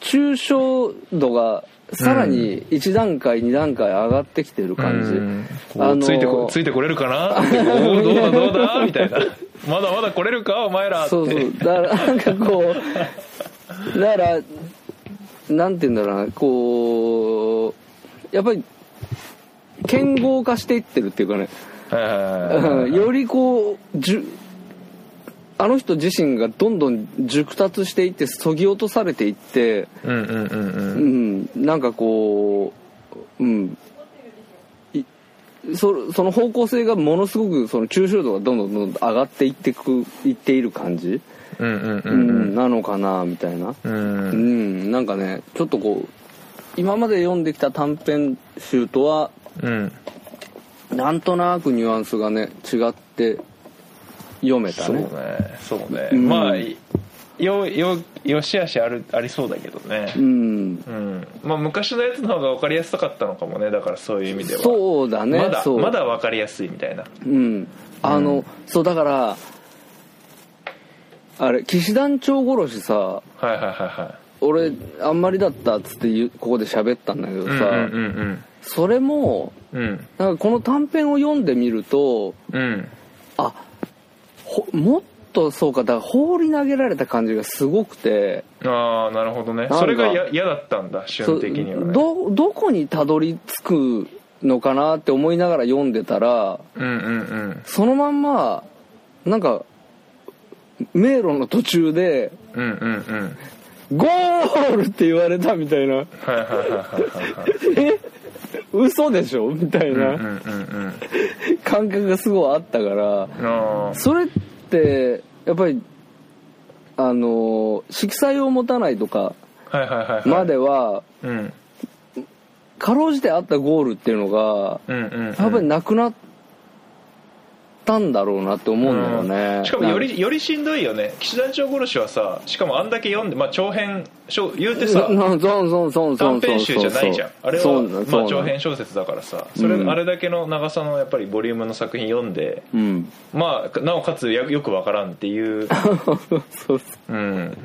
S3: 抽象度がさらに1段階、2段階上がってきてる感じ、
S2: うんこう
S3: あの
S2: ついてこついてこれるか なってこうどうだどうだみたいなまだまだ来れるかお前らって
S3: そうそうだからなんかこうだからなんて言うんだろうなこうやっぱり剣豪化していってるっていうかね
S2: はいはいはいはい
S3: うんよりこうじゅあの人自身がどんどん熟達していってそぎ落とされていって、
S2: うんうんうんう
S3: うんん、なんかこう、うん、いそその方向性がものすごくその抽象度がどんどんどんどん上がっていってくいっている感じ
S2: うんうんう
S3: うんん、なのかなみたいな、
S2: う
S3: うんん、なんかねちょっとこう今まで読んできた短編集とは
S2: うん
S3: なんとなくニュアンスがね違って読めた
S2: そう
S3: ね
S2: ねそうね
S3: うん
S2: まあよよよしあしあるありそうだけどね
S3: うん
S2: うんまあ昔のやつの方が分かりやすかったのかもねだからそういう意味では
S3: そうだね
S2: まだ
S3: そう
S2: まだ分かりやすいみたいな
S3: うんあの、そうだからあれ騎士団長殺しさ
S2: はいはいは
S3: 俺あんまりだったっつって言うここで喋ったんだけどさ、
S2: いはいうんうん
S3: それも
S2: うんうん
S3: なんかこの短編を読んでみると
S2: うん
S3: あほもっとそうかだから放り投げられた感じがすごくて
S2: ああなるほどね
S3: んか
S2: それがや嫌だったんだ
S3: そ
S2: 瞬
S3: う
S2: 的にはね
S3: どどこにたどり着くのかなって思いながら読んでたら
S2: うんうんうん
S3: そのまんまなんか迷路の途中で
S2: うんうんうん
S3: 「ゴール!」って言われたみたいな
S2: はいはいはいはいはい
S3: 「え嘘でしょ?」みたい
S2: うん
S3: な
S2: うんうん
S3: 感覚がすごいあったから
S2: うんあ
S3: それってやっぱりあの色彩を持たないとか
S2: あはいはいはいはい
S3: までは
S2: うん
S3: かろうじてあったゴールっていうのが
S2: うんうんうん
S3: やっぱりなくなったんだろうなって思うんだよね、
S2: うんしかもよりよりしんどいよね岸団長殺しはさしかもあんだけ読んで、まあ、長編小言うてさ
S3: うんそうそうそうそうそうそ
S2: 短
S3: う
S2: 編集じゃないじゃんあれ
S3: そ
S2: は、
S3: うな
S2: まあ、
S3: そう
S2: 長
S3: な
S2: 編小説だからさそれ、
S3: うん
S2: あれだけの長さのやっぱりボリュームの作品読んで、
S3: うん
S2: まあ、なおかつやよくわからんっていう、
S3: そう そう
S2: うん、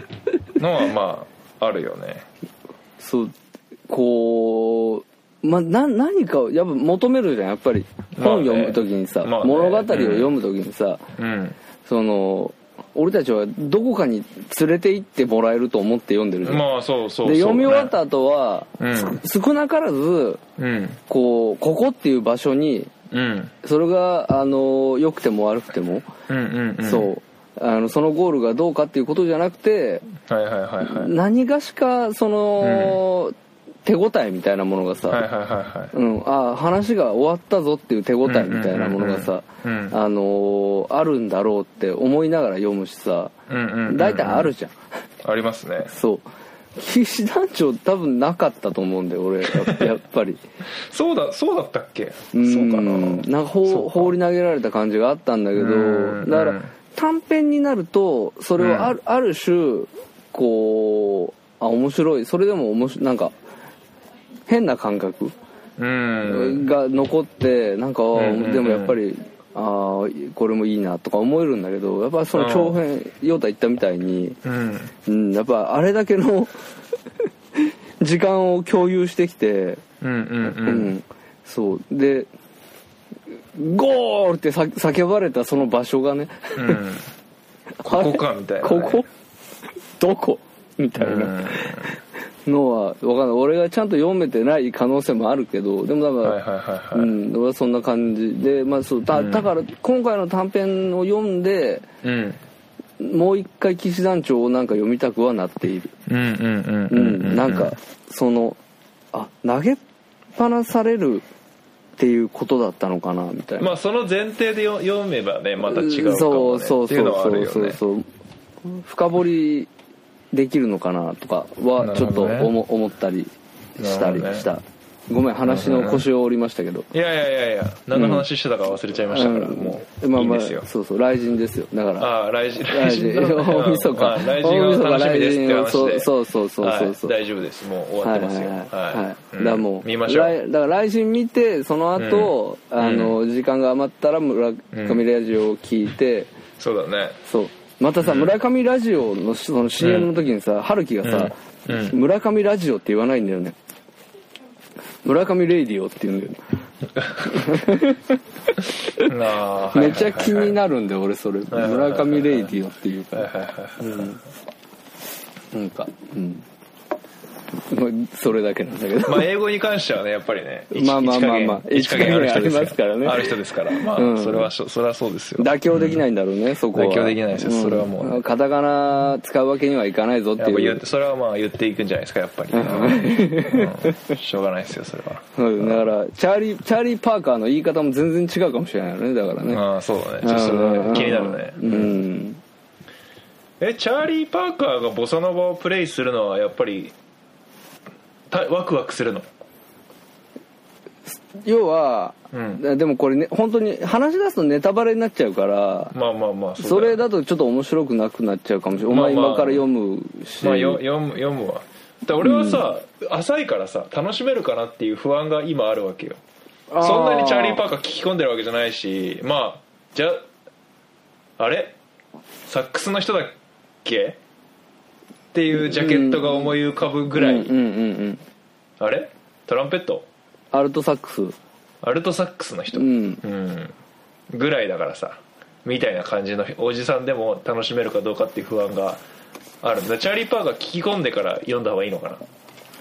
S2: のはまああるよね
S3: そうこうまあな何かをやっぱ求めるじゃんやっぱり
S2: まあ
S3: 本
S2: ね
S3: 読む時にさ、
S2: まあね
S3: 物語を読む時にさ、
S2: うん
S3: その俺たちはどこかに連れて行ってもらえると思って読んでるじゃん、
S2: まあそうそうそう、
S3: で読み終わった後は、
S2: うん
S3: す少なからず
S2: うん
S3: こうここっていう場所に
S2: うん
S3: それがあの良くても悪くても、
S2: うんうんうん
S3: そうあのそのゴールがどうかっていうことじゃなくて、
S2: はいはいはいはい
S3: 何がしかその、手応えみたいなものがさ、
S2: はいはいはいはい
S3: うん、あ話が終わったぞっていう手応えみたいなものがさ、
S2: うんうんうんうん
S3: あのーあるんだろうって思いながら読むしさ
S2: うんうんうんうん
S3: 大体あるじゃん、
S2: ありますね
S3: そう騎士団長多分なかったと思うんだよ俺やっぱやっぱり
S2: そうだそうだったっけそ
S3: ん
S2: うかな
S3: なんかほう
S2: そうか
S3: 放り投げられた感じがあったんだけ
S2: うん
S3: どだか
S2: う
S3: ら
S2: ん
S3: 短編になるとそれをある,、ある種こうあ面白いそれでも面白いなんか変な感覚
S2: うん
S3: が残ってなんか、あー
S2: うんうんうん
S3: でもやっぱりあーこれもいいなとか思えるんだけどやっぱその長編ヨタ言ったみたいに、
S2: うん
S3: うん、やっぱあれだけの 時間を共有してきて、
S2: うんうんう
S3: うんん、そうで「ゴール!」ってさ叫ばれたその場所がね
S2: うん
S3: こ
S2: こかみたいなね
S3: ここどこみたいなのは分かんない俺がちゃんと読めてない可能性もあるけどでもなんか、
S2: はいはいはいはい
S3: うん、俺はそんな感じで、まあ、そうだだから今回の短編を読んで
S2: うん
S3: もう一回騎士団長をなんか読みたくはなっている、
S2: うんうんうん
S3: う
S2: うんんうん
S3: なんかそのあ投げっぱなされるっていうことだったのかなみたいな、
S2: まあその前提でよ読めばねまた違うか
S3: そ
S2: も
S3: う
S2: ね
S3: そう
S2: ってい
S3: そうう
S2: のはあ
S3: そ
S2: る
S3: う
S2: よ
S3: そう
S2: ね
S3: そう深掘りできるのかなとかはちょっと
S2: なるほど
S3: 思,、思ったりした
S2: なる
S3: り
S2: ほどね
S3: した、ごめん話の腰を折りましたけど
S2: いやいやいやいや何の話してたか忘れちゃいましたからもう
S3: まあ
S2: いいん
S3: まあ
S2: ですよ
S3: そうそう雷神ですよだから
S2: ああ来週
S3: 大事大晦日
S2: まあ来週が楽しみですって話で
S3: そうそうそうそうそうそう
S2: はい大丈夫ですもう終わ
S3: は
S2: っ
S3: い
S2: て
S3: は
S2: ます
S3: い
S2: よ
S3: はいはい
S2: い
S3: だからもう
S2: 見ましょう
S3: 来だから来週見てその後、
S2: うん
S3: あの時間が余ったら村上ラジオを聞いて、
S2: そうだね
S3: そうまたさ、村上ラジオのその CM の時にさ春樹がさ、
S2: うんうん
S3: 村上ラジオ」って言わないんだよね村上レイディオって言うんだよね、
S2: あーはいはいはいはい
S3: めっちゃ気になるんだよ俺それ、
S2: いはいはいはい
S3: 村上レイディオっていうから、
S2: はいはいはい
S3: なんかうんまあそれだけなんだけど
S2: まあ英語に関してはねやっぱりね
S3: まあまあまあまあ
S2: 一加減ある人です
S3: 一加減ありますからね
S2: ある人ですからまあ
S3: うん
S2: それはしょそれはそうですよ
S3: 妥協できないんだろうね、そこは
S2: 妥協できないですよそれはもうん
S3: カタカナ使うわけにはいかないぞって
S2: やっぱ
S3: い
S2: 言
S3: う
S2: ってそれはまあ言っていくんじゃないですかやっぱり、うんしょうがないですよそれは
S3: うんだからチャーリーチャーリー・パーカーの言い方も全然違うかもしれないよねだからね
S2: ああそうだねちょっとそれは気になるね
S3: うん、
S2: ええチャーリー・パーカーがボサノバをプレイするのはやっぱりたワクワクするの
S3: 要は、
S2: うん
S3: でもこれね本当に話し出すとネタバレになっちゃうから、
S2: まあまあまあ
S3: それ
S2: だよ
S3: だとちょっと面白くなくなっちゃうかもしれない、
S2: まあまあ
S3: お前今から読むし、
S2: まあよ読む読むわだから俺はさ、浅いからさ楽しめるかなっていう不安が今あるわけよ
S3: あー
S2: そんなにチャーリー・パーカー聞き込んでるわけじゃないしまあじゃあれサックスの人だっけっていうジャケットが思い浮かぶぐらい、
S3: うんうんうんうん
S2: あれトランペット
S3: アルトサックス
S2: アルトサックスの人、
S3: うん
S2: うんぐらいだからさみたいな感じのおじさんでも楽しめるかどうかっていう不安があるんだチャーリー・パーカー聞き込んでから読んだ方がいいのか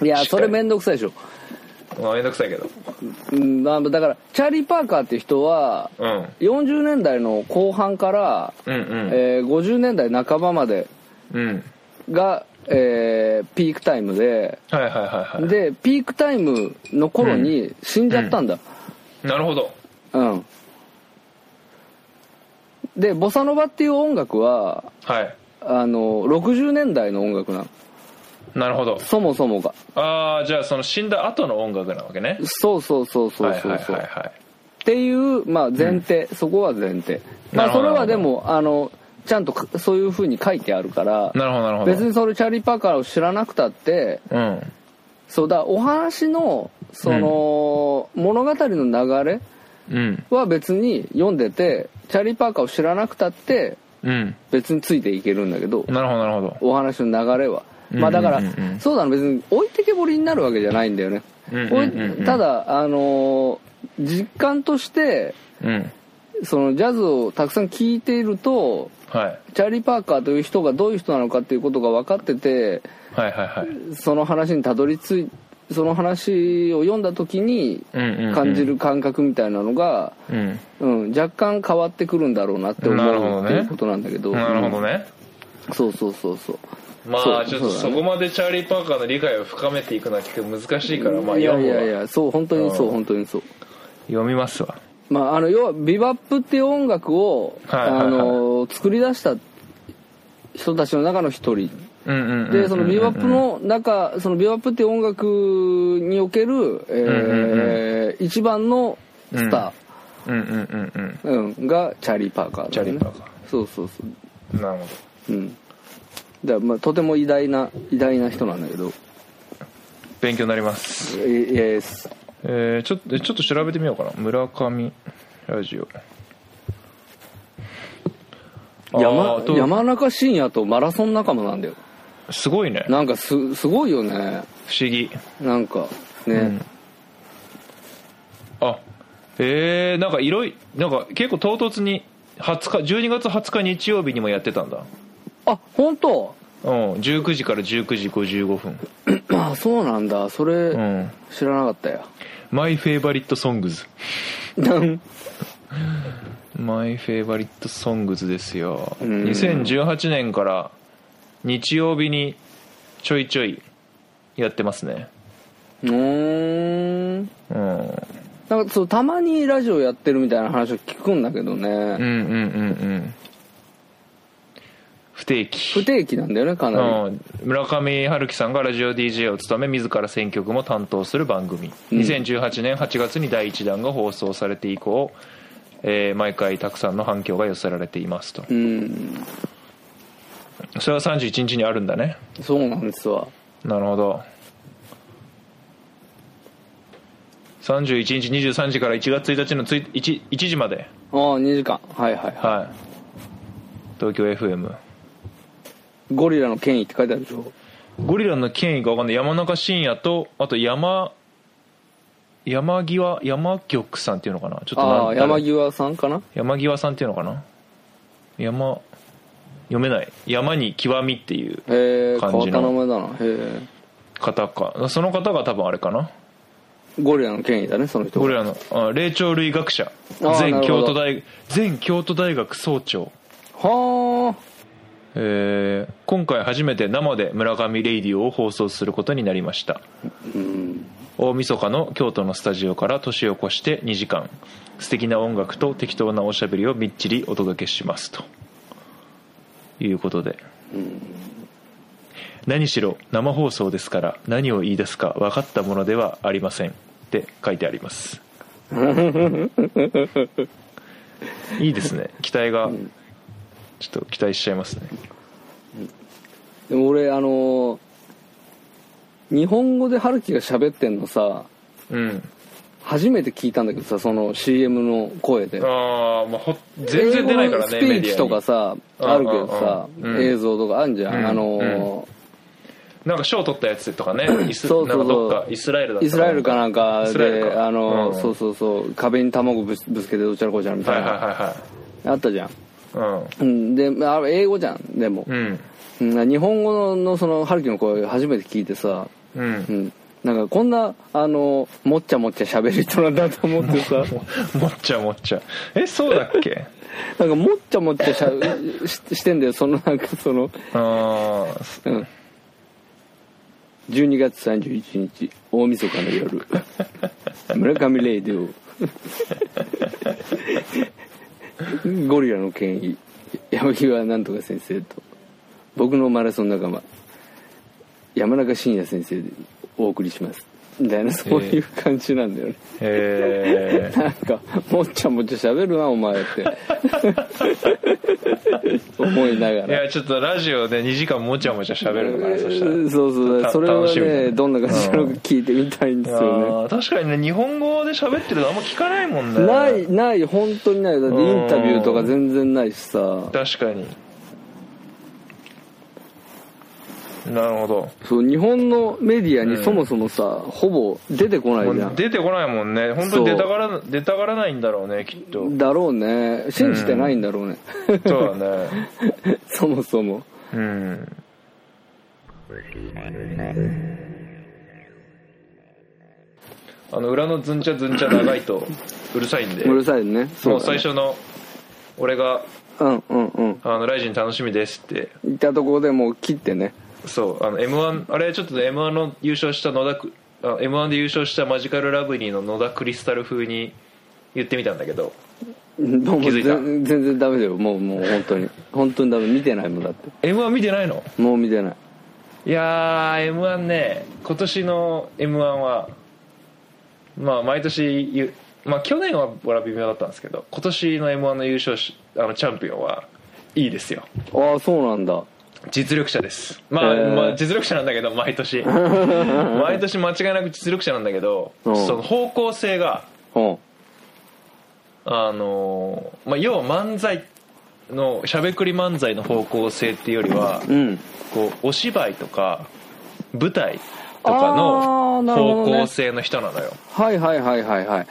S3: いや
S2: しっかり
S3: それ面倒くさいでしょ、
S2: なまあめんどくさいけど
S3: うん、まあだからチャーリー・パーカーっていう人は
S2: うん
S3: 40年代の後半から、
S2: うんうん
S3: えー50年代半ばまで
S2: うん
S3: が、えーピークタイムで
S2: はいはいはいは
S3: でピークタイムの頃に死んじゃったんだ、
S2: いなるほど
S3: うん。で、ボサノバっていう音楽は、
S2: はい
S3: あの、60年代の音楽なの。
S2: なるほど
S3: そもそもが。
S2: ああじゃあその死んだ後の音楽なわけね
S3: そうそうそうそうそうそう。
S2: はいはいはい、はい、
S3: っていう、まあ前提、そこは前提。ま
S2: なる
S3: あ
S2: ほ
S3: そ
S2: ど
S3: れはでも、あの、ちゃんとかそういう風に書いてあるから、
S2: なるほどなるほど
S3: 別にそれチャーリー・パーカーを知らなくたって、
S2: うん
S3: そうだ、お話の、その、物語の流れ
S2: うん
S3: は別に読んでて、チャーリー・パーカーを知らなくたって、
S2: うん
S3: 別についていけるんだけど、
S2: なるほどなるほど
S3: お話の流れは。
S2: うん
S3: まあだから、
S2: うんうんうん
S3: そうだな、別に置いてけぼりになるわけじゃないんだよね。
S2: うんうん
S3: おい
S2: うんうん
S3: ただ、あのー実感として、
S2: うん
S3: そのジャズをたくさん聴いていると、
S2: はい
S3: チャーリー・パーカーという人がどういう人なのかっていうことが分かってて、
S2: はいはいはい
S3: その話にたどり着い、その話を読んだ時に
S2: うんうんうん
S3: 感じる感覚みたいなのが、
S2: うん
S3: うん、若干変わってくるんだろうなって思
S2: なるほど
S3: う
S2: ね
S3: っていうことなんだけど。
S2: なるほどね、
S3: うんそうそうそうそう。
S2: まあ
S3: そう
S2: ちょっと
S3: そうだ
S2: そ
S3: ね
S2: こまでチャーリー・パーカーの理解を深めていくのは結構難しいからまあ
S3: いや
S2: 読
S3: い
S2: むわ
S3: やいや、そう、本当にそうう、
S2: ん
S3: 本当にそう。
S2: 読みますわ
S3: まあ、あの要はビバップっていう音楽を、
S2: はいはいはい
S3: あの作り出した人たちの中の一人
S2: うんうんうんうん
S3: でそのビバップの中そのビバップっていう音楽における、えー一番のスタ
S2: うんうんうんうん
S3: ー、うんがチャーリー・パーカーだ、ね、
S2: チャーリー・パーカ
S3: そうそうそ
S2: ーなるほ
S3: ううんだからまあとても偉大な偉大な人なんだけど
S2: ど勉強になります
S3: えイエス
S2: えー、ちょっとちょっと調べてみようかな村上ラジオあ
S3: 山
S2: ーと
S3: 山中伸也とマラソン仲間なんだよ
S2: すごいね
S3: なんかすすごいよね
S2: 不思議
S3: なんかね、
S2: うんあえー、なんかいろいなんか結構唐突に20日12月20日日曜日にもやってたんだ
S3: あ本当
S2: うん19時から19時55分
S3: あそうなんだそれ、
S2: うん
S3: 知らなかったよ
S2: マイフェイバリットソングズ
S3: うん
S2: マイフェイバリットソングズですよ
S3: うん
S2: 2018年から日曜日にちょいちょいやってますね
S3: うーん
S2: うんうん
S3: なんかそうたまにラジオやってるみたいな話を聞くんだけどね、
S2: うんうんうん不定期
S3: 不定期なんだよねかな
S2: うん、村上春樹さんがラジオ DJ を務め自ら選曲も担当する番組、2018年8月に第1弾が放送されて以降、えー毎回たくさんの反響が寄せられていますと
S3: りうん
S2: それは31日にあるんだね
S3: そうなんですわ
S2: なるほど31日23時から1月1日のつい 1, 1時まで
S3: ああ2時間はいはいは
S2: はい東京 FM
S3: いゴリラの権威って書いてあるでしょ
S2: ゴリラの権威が分かんない山中伸也とあと山山際山玉さんっていうのかなちょっと
S3: あ
S2: な
S3: あ
S2: ん誰
S3: 山際さんかな
S2: 山際さんっていうのかな山読めない山に極みっていう
S3: へえ変
S2: 感
S3: わっ
S2: じ
S3: た
S2: の
S3: 名前だなへえ
S2: 方かその方が多分あれかな
S3: ゴリラの権威だねその人
S2: ゴリラのあ霊長類学者
S3: あな
S2: 前
S3: るほ
S2: 京
S3: ど
S2: 都大前京都大学総長
S3: は
S2: えー今回初めて生で村上レイディオを放送することになりました、大晦日の京都のスタジオから年を越して2時間素敵な音楽と適当なおしゃべりをみっちりお届けしますということで
S3: あ
S2: 何しろ生放送ですから何を言い出すか分かったものではありませんって書いてありますいいですね期待がちょっと期待しちゃいますね
S3: でも俺あの日本語で春樹が喋ってんのさ
S2: うん
S3: 初めて聞いたんだけどさその CM の声で
S2: ああまあほ全然出ないからねメ
S3: 英語のスピ
S2: デ
S3: ー
S2: ィ
S3: チ
S2: ア
S3: と
S2: に
S3: かさ
S2: うん
S3: あるけどさ、
S2: うんうん
S3: 映像とかあんじゃん、
S2: うん
S3: あの
S2: なんか賞取ったやつとかねイス
S3: そうそう
S2: な
S3: そう
S2: んかどっかイスラエルだった
S3: イスラエルかなんか
S2: イスラエ
S3: で
S2: ルか
S3: あの、
S2: うん
S3: そうそうそう壁に卵ぶつぶつけてどちゃらこうちゃらみた
S2: はいい
S3: な、
S2: はいは
S3: あったじゃん、
S2: いは
S3: うん、でまああれ英語じゃんでも
S2: い、うん
S3: うん日本語のその春樹の声初めて聞いてさ、
S2: うんうん
S3: うん、なんかこんなあのもっちゃもっちゃ喋る人なんだと思って さ
S2: もっちゃもっちゃえそうだっ け
S3: なんかもっちゃもっちゃしゃししてんだよそのなんかその、
S2: ああ
S3: うん、12月31日大晦日の 夜村上レイディオゴリラの権威山際なんとか先生と僕のマラソン仲間山中伸也先生でお送りしますみたいなそういう感じなんだよね、
S2: えー
S3: なんかもっちゃもっちゃ喋るなお前って 思いなが
S2: い
S3: ら
S2: やちょっとラジオで2時間もちゃもちゃ喋るのかなそしたら
S3: う。んそうそう
S2: た
S3: それは
S2: 楽しみだね
S3: ねどんな感じなのか聞いてみたいんですよ
S2: あー確かにね日本語で喋ってるのあんま聞かないもんね
S3: ねないない本当にないだってインタビューとか全然ないしさ
S2: 確かになるほど
S3: そう日本のメディアにそもそもさ、ほぼ出てこないじゃ
S2: もうん出てこないもんね本当に
S3: そ
S2: 出
S3: う
S2: たがら出たがらないんだろうねきっと
S3: だろうね信じてないんだろうね、
S2: そうだ ね
S3: そもそも
S2: うんあの裏のズンチャズンチャ長いとうるさいんで
S3: うるさいね
S2: も
S3: そううだ
S2: 最
S3: ね
S2: 初の俺が
S3: うんうんうん
S2: あの「ライジン楽しみです」って
S3: 行ったところでもう切ってね
S2: そうあの m 1あれちょっと m 1の優勝した野田くあ m 1で優勝したマジカルラブリーの野田クリスタル風に言ってみたんだけど
S3: もう
S2: 気づいた
S3: 全全然ダメだよもうもう本当に本当にダメ見てないもんだって
S2: m 1見てないの
S3: もう見てない
S2: いやー m 1ね今年の m 1はまあ毎年ゆまあ去年は俺は微妙だったんですけど今年の m 1の優勝しあのチャンピオンはいいですよ
S3: ああそうなんだ
S2: 実力者です、まあ
S3: へー
S2: まあ実力者なんだけど毎 年毎年間違いなく実力者なんだけどそ
S3: うん
S2: の方向性が
S3: うん
S2: あのーまあ、要は漫才のしゃべくり漫才の方向性っていうよりは
S3: うん
S2: こうお芝居とか舞台とか
S3: あー
S2: の
S3: なる
S2: 方
S3: ほどね
S2: 向性の人なのよ、
S3: はいはいはいはいはい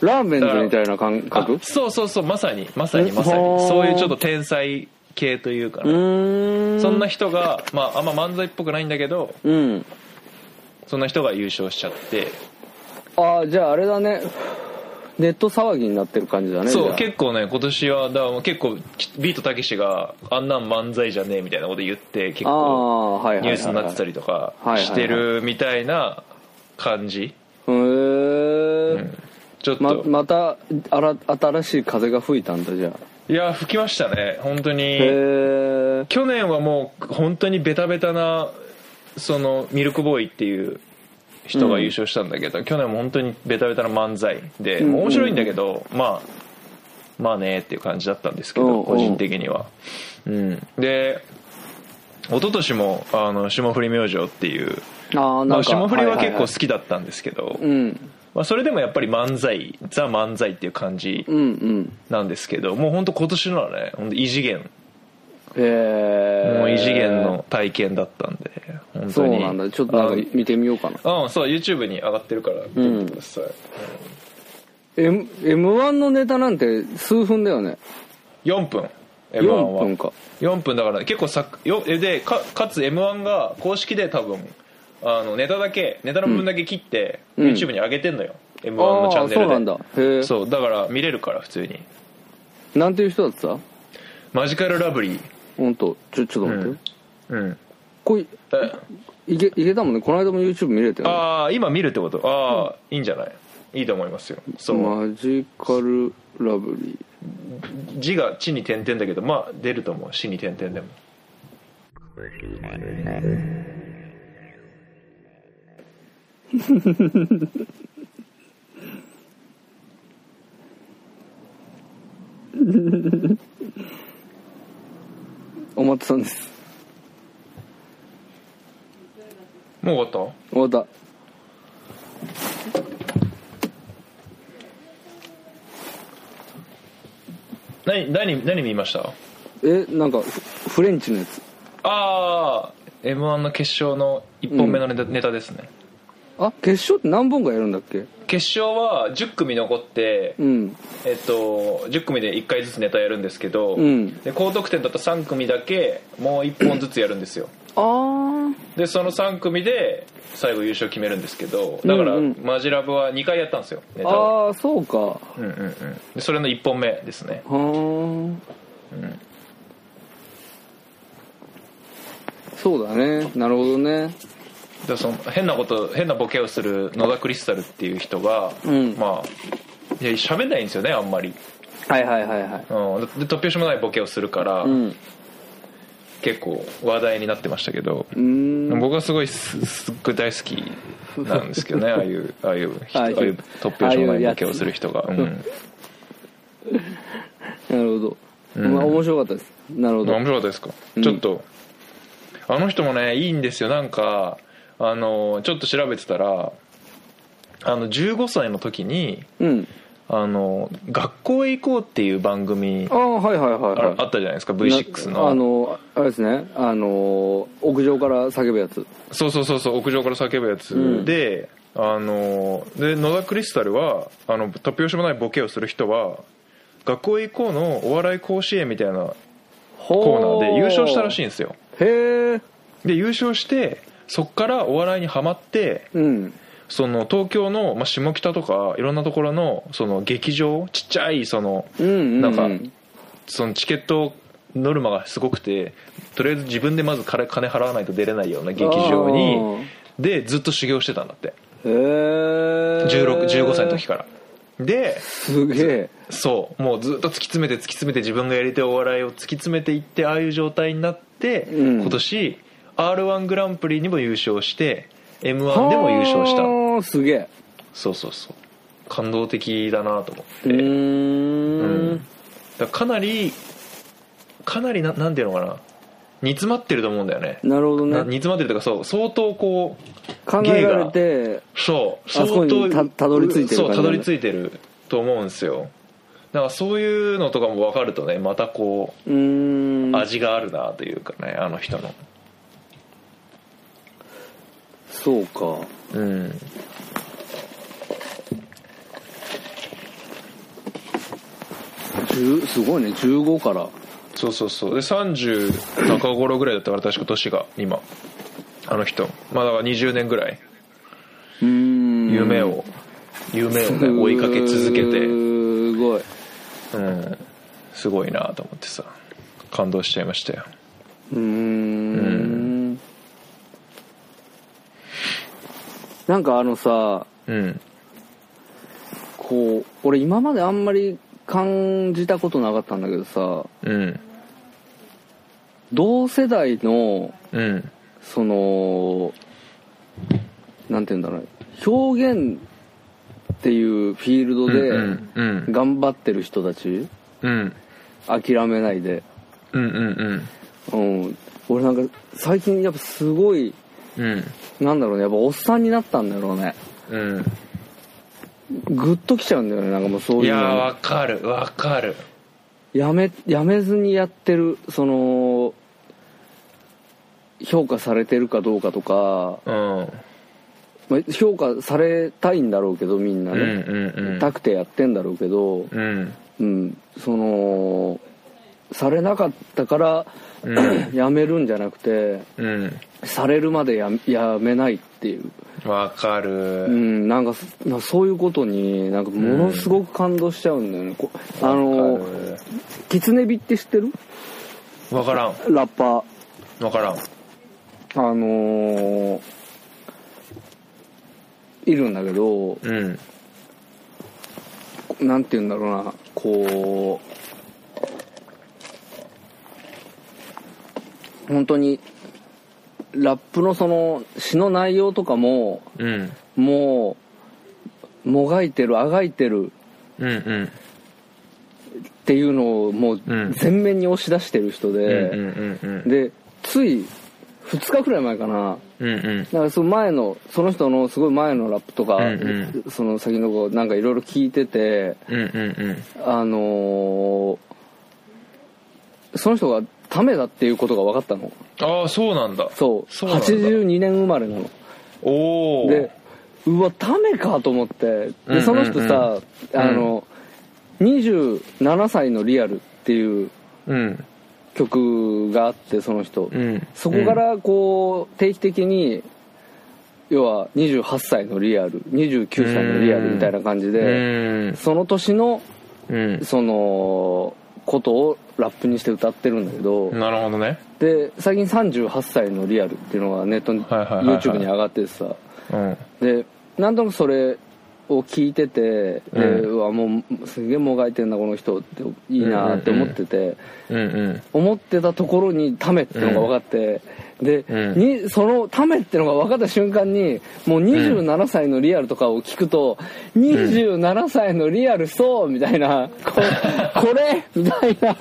S3: ラーメンズみたいな感
S2: あ
S3: 覚う
S2: そうそうそうまさにまさに
S3: え
S2: まさに
S3: ほー
S2: そういうちょっと天才系というかね、
S3: ーん
S2: そんな人が、まあ、あんま漫才っぽくないんだけど
S3: うん
S2: そんな人が優勝しちゃって
S3: ああじゃああれだねネット騒ぎになってる感じだね
S2: そ
S3: じゃ
S2: う
S3: あ
S2: 結構ね今年はだから結構ビートたけしがあんなん漫才じゃねえみたいなこと言って結
S3: あ
S2: 構
S3: あはいはいはい、はい、
S2: ニュースになってたりとか
S3: はいはいはい
S2: してるみたいな感じ
S3: へえ、
S2: ちょっと、
S3: ままたあら新しい風が吹いたんだじゃあ
S2: いや吹きましたね本当
S3: へ
S2: に
S3: え
S2: 去年はもう本当にベタベタなそのミルクボーイっていう人が優勝したんだけど、去年も本当にベタベタな漫才で、
S3: うんうん
S2: 面白いんだけどまあまあねっていう感じだったんですけど、
S3: うんうん
S2: 個人的には、うん、で一昨年もあの霜降り明星っていう
S3: あ
S2: ま
S3: あな
S2: あ、
S3: んか、
S2: 霜降りは結構好
S3: い
S2: きだったんですけど、
S3: いいうん
S2: まあ、それでもやっぱり漫才ザ漫才っていう感じ
S3: うんうん
S2: なんですけどもう本当今年のはね本当異次元
S3: へえ
S2: もう異次元の体験だったんで本
S3: そ
S2: 当
S3: う
S2: に
S3: なんだちょっとなんか見てみようかな
S2: あうんそう YouTube に上がってるから見てみてください、
S3: M M1 のネタなんて数分だよね
S2: 4分 M1
S3: 4
S2: は
S3: 分か
S2: 4分だから結構さよでかかつ m 1が公式で多分あのネタだけネタの部分だけ切って、
S3: うん
S2: YouTube に上げてんのよ m 1のチャンネルで
S3: あーそうなんだへえ
S2: そうだから見れるから普通に
S3: なんていう人だってさ
S2: マジカルラブリー
S3: 本当ちょちょっと待って、
S2: うんうん
S3: これ
S2: え
S3: いけいけたもんねこの間も YouTube 見れてよ
S2: ああ今見るってことああ、いいんじゃないいいと思いますよそう、
S3: マジカルラブリー
S2: 字が「地」に点々だけどまあ出ると思う「死」に点々でも
S3: お待さんです
S2: もう終わっ
S3: 終わった
S2: た何何何見ました
S3: えなんかフフレンチのやつ
S2: ああ m 1の決勝の1本目のネタ,、ネタですね
S3: あ決勝って何本かやるんだっけ
S2: 決勝は10組残って、
S3: うん
S2: えっと、10組で1回ずつネタやるんですけど、
S3: うん
S2: で高得点だった3組だけもう1本ずつやるんですよ
S3: ああ
S2: でその3組で最後優勝決めるんですけどだから、
S3: うんうん
S2: マジラブは2回やったんですよネタを、
S3: ああそうか
S2: うんうんうん、でそれの1本目ですね
S3: はあ、そうだねなるほどね
S2: でその変なこと変なボケをする野田クリスタルっていう人が、
S3: うん
S2: まあいや喋んないんですよねあんまり、
S3: はいはいはいはい
S2: うん、で突拍子もないボケをするから、
S3: うんう
S2: 結構話題になってましたけど、
S3: ーん
S2: 僕はすごいすすっごい大好きなんですけ どねああいうああいう人
S3: あ
S2: あ
S3: あ
S2: あ
S3: い
S2: いうう突拍子もないボケをする人がうん
S3: なるほど、まあ面白かったですなるほど
S2: 面白かったですか、ちょっとあの人もねいいんですよなんかあのちょっと調べてたらあの15歳の時に
S3: うん
S2: あの「学校へ行こう」っていう番組
S3: ああはいはいはい
S2: あ
S3: はい
S2: あったじゃないですか V6
S3: な
S2: の
S3: あのあれですねあの屋上から叫ぶやつ
S2: そうそうそうそう屋上から叫ぶやつ、
S3: うん
S2: であので野田クリスタルはあの突拍子もないボケをする人は「学校へ行こう」のお笑い甲子園みたいなコーナーで優勝したらしいん
S3: い
S2: ですよ
S3: へえ
S2: で優勝してそっからお笑いにはまって
S3: うん
S2: その東京の、まあ、下北とかいろんなところのその劇場ちっちゃいその
S3: うんうん
S2: なんか
S3: うん
S2: そのチケットノルマがすごくてとりあえず自分でまず金金払わないと出れないような劇場にでずっと修行してたんだって
S3: へえ
S2: 16 15歳の時からです
S3: げえ
S2: そうもうずっと突き詰めて突き詰めて自分がやりたいお笑いを突き詰めていってああいう状態になって、
S3: うん
S2: 今年 r 1グランプリにも優勝して m 1でも優勝した
S3: はあすげえ
S2: そうそうそう感動的だなと思って、
S3: う
S2: だ
S3: ーん
S2: からかなりかなりななんていうのかな煮詰まってると思うんだよね
S3: なるほど
S2: な煮
S3: ね
S2: 詰まってるというかそう相当こう
S3: 考えられて
S2: そう
S3: あそこにたたどり着いてる感じ
S2: そう
S3: なん
S2: た
S3: だ
S2: どり着いてると思うんですよだからそういうのとかも分かるとねまたこ
S3: うー
S2: うん味があるなというかねあの人の
S3: そうか
S2: うん
S3: 10すごいね15から
S2: そうそうそうで30中頃ぐらいだったから確か年が今あの人まあだから20年ぐらいう
S3: ーん
S2: 夢を夢をね追いかけ続けて
S3: すごい
S2: うんすごいなと思ってさ感動しちゃいましたよ
S3: うーんなんかあのさ
S2: うん
S3: こう俺今まであんまり感じたことなかったんだけどさ
S2: うん
S3: 同世代の
S2: うん
S3: そのなんて言うんだろう表現っていうフィールド
S2: う
S3: で
S2: んうん
S3: 頑張ってる人たち
S2: うん
S3: 諦めないで、
S2: うんうん
S3: うん、俺なんか最近やっぱすごい
S2: うん
S3: なんだろうねやっぱおっさんになったんだろうね
S2: うん
S3: グッときちゃうんだよねなんかもうそ
S2: い
S3: ういう
S2: やー
S3: の
S2: わかるわかる
S3: やめやめずにやってるその評価されてるかどうかとか、
S2: うん
S3: まあ、評価されたいんだろうけどみんな
S2: うん
S3: ね、
S2: うんうん
S3: たくてやってんだろうけど、
S2: うん
S3: うん、そのされなかったから、
S2: うん
S3: やめるんじゃなくて
S2: うん
S3: されるまでややめないっていう、
S2: わか
S3: う
S2: る
S3: ん、なんかそなんかそういうことになんかものすごく感動しちゃうんだよね、こあ
S2: わ
S3: の
S2: かる
S3: キツネビって知ってる
S2: わからん
S3: ラッパー
S2: わからん
S3: あのーいるんだけど
S2: うん
S3: なんて言うんだろうなこう本当にラップのその詩の内容とかも
S2: うん
S3: もうもがいてるあがいてる
S2: うんうん
S3: っていうのをもう
S2: うん
S3: 全面に押し出してる人
S2: うん
S3: で、
S2: うんうん
S3: でつい2日くらい前かな
S2: うんうん
S3: だからその前のその人のすごい前のラップとか、
S2: うん
S3: その先の子なんかいろいろ聞いてて
S2: うんうんうん
S3: あのーその人がためだっていうことが分かったの
S2: ああそうなんだ
S3: そう
S2: そうなんだ
S3: 82年生まれなの
S2: おお
S3: でうわためかと思って
S2: うんうんう
S3: で
S2: ん
S3: その人さ、
S2: うん
S3: あの27歳のリアルっていう
S2: うん
S3: 曲があってその人、
S2: うん
S3: そこからこう定期的に要は28歳のリアル29歳のリアルみたいな感じ
S2: う
S3: で
S2: ん
S3: その年の
S2: うん
S3: そのことをラップにして歌ってるんだけど
S2: なるほどね
S3: で最近38歳のリアルっていうのがネットに
S2: はいはいはいはい
S3: YouTube に上がっててさ
S2: うん
S3: でなんとなくそれを聞いててで
S2: うん
S3: うわもうすげえもがいてんなこの人っていいなって思ってて。
S2: うんうん
S3: 思ってたところにためってのが分かって、で、
S2: うん
S3: にそのためってのが分かった瞬間にもう27歳のリアルとかを聞くと、27歳のリアルそうみたいなこ これみたいな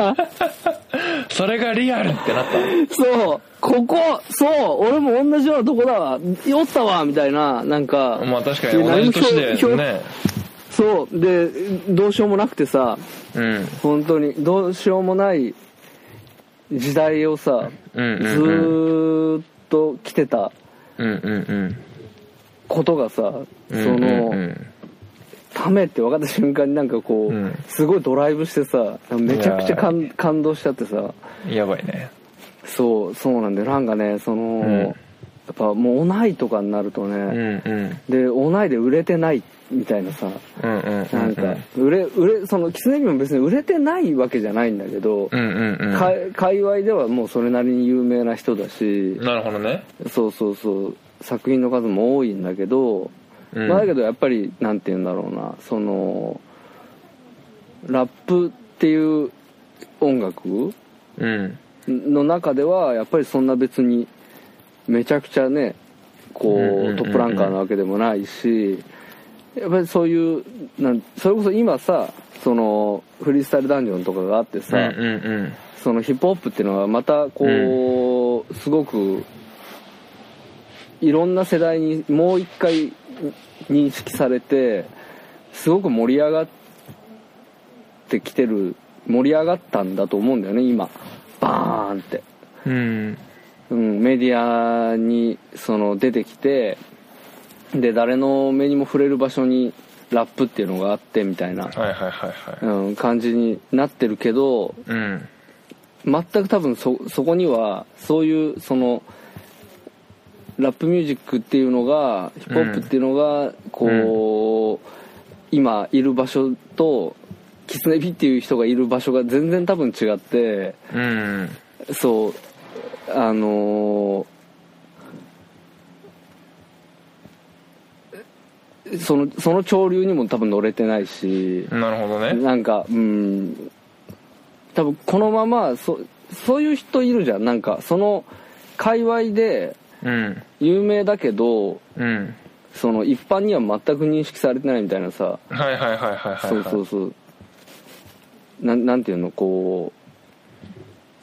S2: それがリアルってなった
S3: そうここそう俺も同じようなとこだわ酔ったわみたいななんか、
S2: まあ確かに同じ年だよね
S3: そうでどうしようもなくてさ
S2: うん
S3: 本当にどうしようもない時代をさ
S2: うん
S3: ず
S2: うん
S3: ーっと来てた
S2: うんうんうん
S3: ことがさ、
S2: うん
S3: その、
S2: うんうん
S3: ためって分かった瞬間になんかこう、
S2: うん
S3: すごいドライブしてさめちゃくちゃ感感動しちゃってさ
S2: やばいね
S3: そうそうなんだよなんかねその、
S2: ん
S3: やっぱもう同いとかになると
S2: うん
S3: ね、
S2: うん
S3: で同いで売れてないみたいなさ
S2: うんうんうん
S3: なんか売れ売れそのキツネも別に売れてないわけじゃないんだけど、
S2: うんうんうん
S3: か界隈ではもうそれなりに有名な人だし、
S2: なるほどね
S3: そうそうそう作品の数も多いんだけど、
S2: うん
S3: まあ、だけどやっぱりなんて言うんだろうなそのラップっていう音楽
S2: うん
S3: の中ではやっぱりそんな別にめちゃくちゃねこ
S2: うんうんうんう
S3: うんトップランカーなわけでもないしやっぱりそういうなんそれこそ今さそのフリースタイルダンジョンとかがあってさ、
S2: うんうん
S3: そのヒップホップっていうのはまたこう、すごくいろんな世代にもう一回認識されてすごく盛り上がってきてる盛り上がったんだと思うんだよね今バーンって、
S2: うんうん
S3: うん、メディアにその出てきてで誰の目にも触れる場所にラップっていうのがあってみたいな、
S2: はいはいはいはい
S3: うん、感じになってるけど
S2: うん
S3: 全く多分そそこにはそういうそのラップミュージックっていうのがヒップホップっていうのがこう、今いる場所とキツネビっていう人がいる場所が全然多分違って
S2: うん
S3: そうあのーそのその潮流にも多分乗れてないし、
S2: なるほどね
S3: なんかうん多分このままそそういう人いるじゃんなんかその界隈で
S2: うん
S3: 有名だけど
S2: うん
S3: その一般には全く認識されてないみたいなさ
S2: はいはいはいはいはい
S3: そうそうそうなんなんていうのこう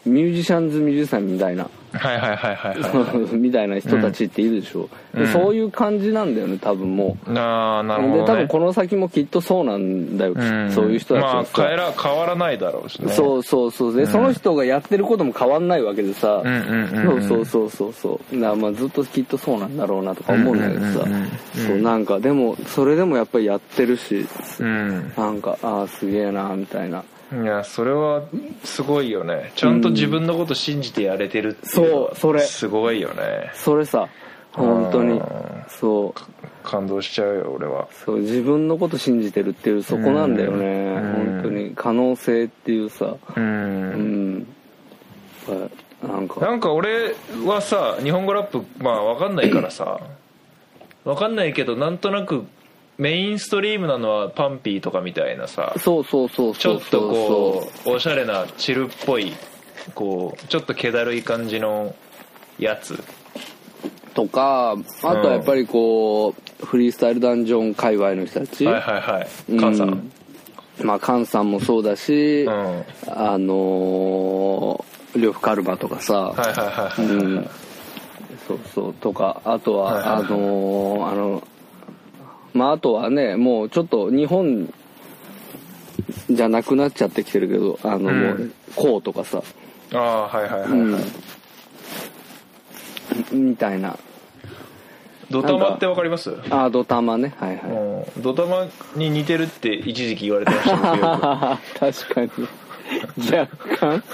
S3: ミュージシャンズ・ミュージシャンみたいな
S2: はいはいはいはいはい
S3: みたいな人たちっているでしょ、で
S2: うん
S3: そういう感じなんだよね多分もう。
S2: ああなるほど、ね、
S3: で多分この先もきっとそうなんだよ、き
S2: ん
S3: そういう人たち
S2: まあ
S3: はさ
S2: 変えら変わらないだろうしね
S3: そうそうそうで、その人がやってることも変わんないわけでさ、
S2: うんうんうんうん
S3: そうそうそうそうそうなまあずっときっとそうなんだろうなとか思うんだけどさ、
S2: うんうんうんうん
S3: そうなんかでもそれでもやっぱりやってるし
S2: うん
S3: なんかああすげえなみたいない
S2: やそれはすごいよねちゃんと自分のこと信じてやれてるっていうのは
S3: そうそれ
S2: すごいよね
S3: それさ本当に
S2: うん
S3: そう
S2: 感動しちゃうよ俺は
S3: そう自分のこと信じてるっていうそこなんだよね、
S2: うん
S3: 本当に可能性っていうさ
S2: う
S3: うんん、やっぱなんか
S2: なんか俺はさ日本語ラップまあわかんないからさわかんないけどなんとなくメインストリームなのはパンピーとかみたいなさ
S3: そうそうそう
S2: ちょ
S3: そう
S2: っと
S3: そう
S2: こうおしゃれなチルっぽいこうちょっと気だるい感じのやつ
S3: とかあとはやっぱりこうフリースタイルダンジョン界隈の人たち、
S2: はいはいはい菅さん、
S3: うんまあ菅さんもそうだし、
S2: うん
S3: あのー、呂布カルマとかさ、
S2: はいはいは
S3: う
S2: い、
S3: ん、そうそうとかあと
S2: は
S3: は、
S2: いはいはい
S3: あのーあのまああとはねもうちょっと日本じゃなくなっちゃってきてるけどあの、
S2: うん
S3: もうこうとかさ、
S2: ああはいはいはい、
S3: うん、みたいな
S2: ドタマってわかります
S3: あードタマねはいはい
S2: うんドタマに似てるって一時期言われて ましたけど
S3: 確かに若干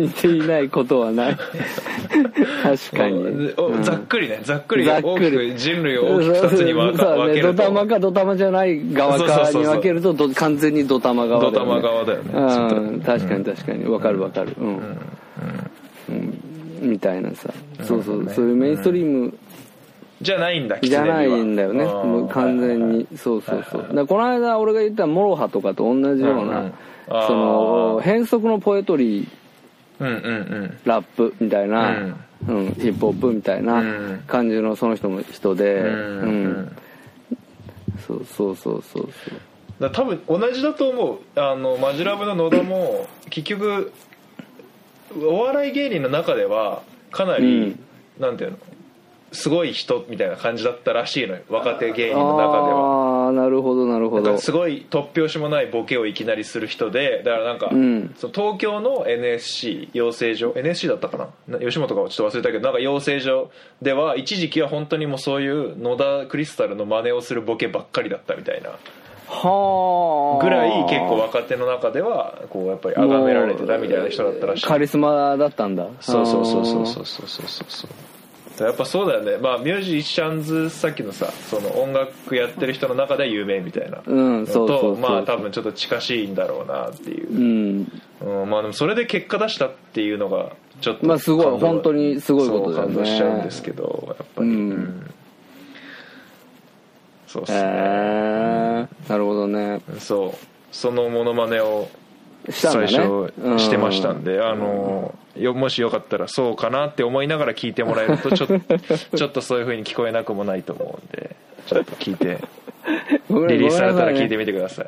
S3: 似ていないことはない確かに、
S2: お
S3: うん
S2: ざっくりねざっくり
S3: ざっ
S2: 大
S3: く
S2: き
S3: り
S2: く人類を大きく2つに分か分け
S3: そう
S2: る
S3: ねドタマ
S2: と
S3: かドタマじゃない側
S2: そうそう
S3: か
S2: そう
S3: に
S2: そう
S3: 分けるとど完全にドタマ側
S2: ド
S3: だ
S2: タ
S3: よね
S2: マ側だよね
S3: うん確かに確かに分かる分かるうん、うんみたいなさそうそう、
S2: ね
S3: そういうメインストリーム
S2: じゃないんだ
S3: じゃないんだよね、
S2: 狐には
S3: もう完全に、そうそうそう、だからこの間俺が言ったモロハとかと同じような、
S2: うんうんあー
S3: その変則のポエトリー
S2: うんうんうん
S3: ラップみたいな、うんヒップホップみたいな
S2: うん
S3: 感じのその人も人で、
S2: う
S3: うんん
S2: うん
S3: そうそうそうそうそう
S2: だから多分同じだと思うあのマジラブの野田も結局お笑い芸人の中ではかなり、なんていうのすごい人みたいな感じだったらしいのよ若手芸人の中では
S3: ああなるほどなるほ
S2: だか
S3: ど
S2: らすごい突拍子もないボケをいきなりする人でだからなんか、
S3: うん
S2: その東京の NSC 養成所 NSC だったかなな吉本かはちょっと忘れたけどなんか養成所では一時期は本当にもうそういう野田クリスタルの真似をするボケばっかりだったみたいな
S3: はあ
S2: ぐらい結構若手の中ではこうやっぱり崇められてたみたいな人だったらしい
S3: カリスマだったんだ
S2: そうそうそうそうそうそうそうそうやっぱそうだよねまあミュージシャンズさっきのさその音楽やってる人の中では有名みたいな
S3: うんそうそうそう
S2: とまあ多分ちょっと近しいんだろうなっていう
S3: う、ん
S2: うん、まあでもそれで結果出したっていうのがちょっと
S3: まあすごい
S2: 感動
S3: 本当にすごいことだよね
S2: そう感動しちゃうんですけどやっぱり、
S3: うん
S2: そうっす
S3: へえ
S2: ね、
S3: なるほどね
S2: そうそのモノマネを
S3: したんだ
S2: 最
S3: ね
S2: 初してましたんで、
S3: う
S2: あのよもしよかったらそうかなって思いながら聞いてもらえるとちょっ とちょっとそういう風に聞こえなくもないと思うんでちょっと聞いて
S3: ごめん
S2: リリースされたら
S3: ごめんなさ
S2: 聞いてみてください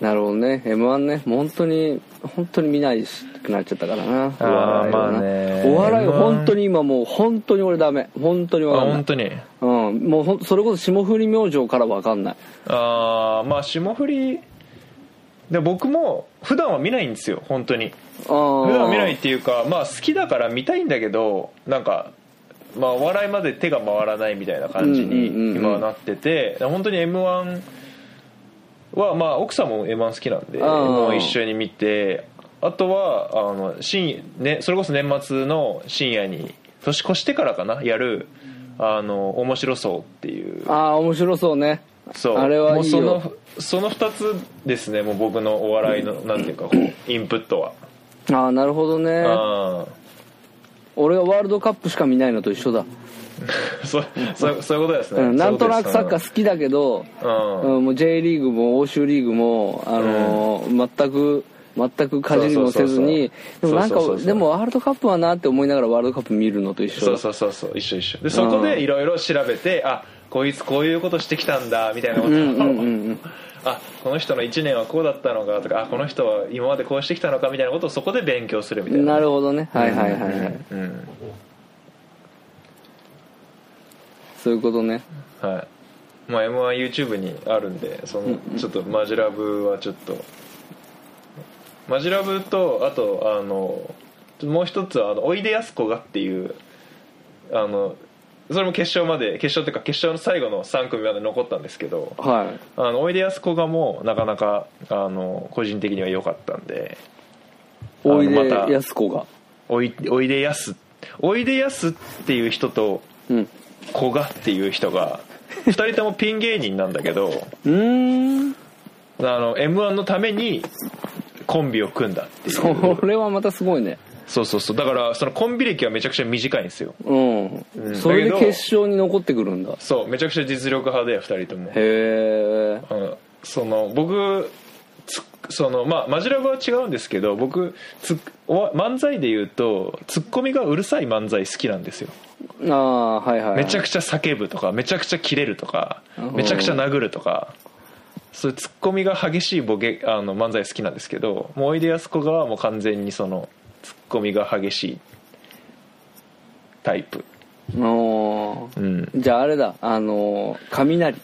S3: なるほどね m 1ね本当に本当に見ないしくなっちゃったからな
S2: あー
S3: お笑いはな
S2: まあね
S3: お笑い
S2: M1
S3: 本当に今もう本当に俺ダメ本当に
S2: あ
S3: 分かんない
S2: 本当に
S3: うん、もうほんそれこそ霜降り明星から分かんない
S2: あーまあ霜降りで僕も普段は見ないんですよ本当に
S3: ああ
S2: 普段は見ないっていうかまあ好きだから見たいんだけどなんかまあお笑いまで手が回らないみたいな感じに
S3: うんうんうんうん
S2: 今はなってて本当に m 1はまあ奥さんも m 1好きなんで
S3: あー
S2: m 1一緒に見てあとはあの深夜、ね、それこそ年末の深夜に年越してからかなやるあの面白そうっていう
S3: ああ面白そうね
S2: そう
S3: あれはいいよ
S2: もうそのその2つですねもう僕のお笑いのなんていうかこうインプットは
S3: ああなるほどね
S2: ああ
S3: 俺がワールドカップしか見ないのと一緒だ、
S2: そうそうそういうことですね、
S3: うん、なんとなくサッカ
S2: そ
S3: ー好きだけ
S2: う
S3: ど、
S2: いうことですうん
S3: うん、もう J リーグも欧州リーグも、あのー全く全くかじりもせずに
S2: そ
S3: で
S2: う
S3: も
S2: そう
S3: な
S2: そうんそうそうそう
S3: か
S2: そう
S3: でもワールドカップはなって思いながらワールドカップ見るのと一緒だ
S2: そうそうそうそう一緒一緒でそこでいろいろ調べてあこいつこういうことしてきたんだみたいなことを、
S3: うんうんうんうん
S2: あこの人の1年はこうだったのかとかあこの人は今までこうしてきたのかみたいなことをそこで勉強するみたいな
S3: なるほどねはいはいはいはい、
S2: うん
S3: そういうことね
S2: はいまあ m 1 YouTube にあるんでそのちょっとマジラブはちょっとマジラブとあとあのもう一つはあのおいでやすこがっていうあのそれも決勝まで決勝っていうか決勝の最後の3組まで残ったんですけど
S3: はい
S2: あのおいでやすこがもうなかなかあの個人的には良かったんであの
S3: おいで
S2: また
S3: やす子が
S2: おいおいでやすおいでやすっていう人と
S3: うんう
S2: 古賀っていう人が2人ともピン芸人なんだけど
S3: ーん
S2: あの m 1のためにコンビを組んだっていう
S3: それはまたすごいね
S2: そうそうそうだからそのコンビ歴はめちゃくちゃ短いんですよ
S3: うん、
S2: ん
S3: それで
S2: だけど
S3: 決勝に残ってくるんだへ
S2: そうめちゃくちゃ実力派で2人とも
S3: え
S2: うんその僕つそのまあマジラブは違うんですけど僕つお漫才で言うとツッコミがうるさい漫才好きなんですよ
S3: うああはいはい、は
S2: め
S3: い、
S2: ちゃくちゃ叫ぶとかめちゃくちゃ切れるとか
S3: うん
S2: めちゃくちゃ殴るとかそういうツッコミが激しいボケあの漫才好きなんですけどもうおいでやすこがはもう完全にそのツッコミが激しいタイプ
S3: お
S2: う
S3: ー
S2: ん
S3: じゃああれだあのー雷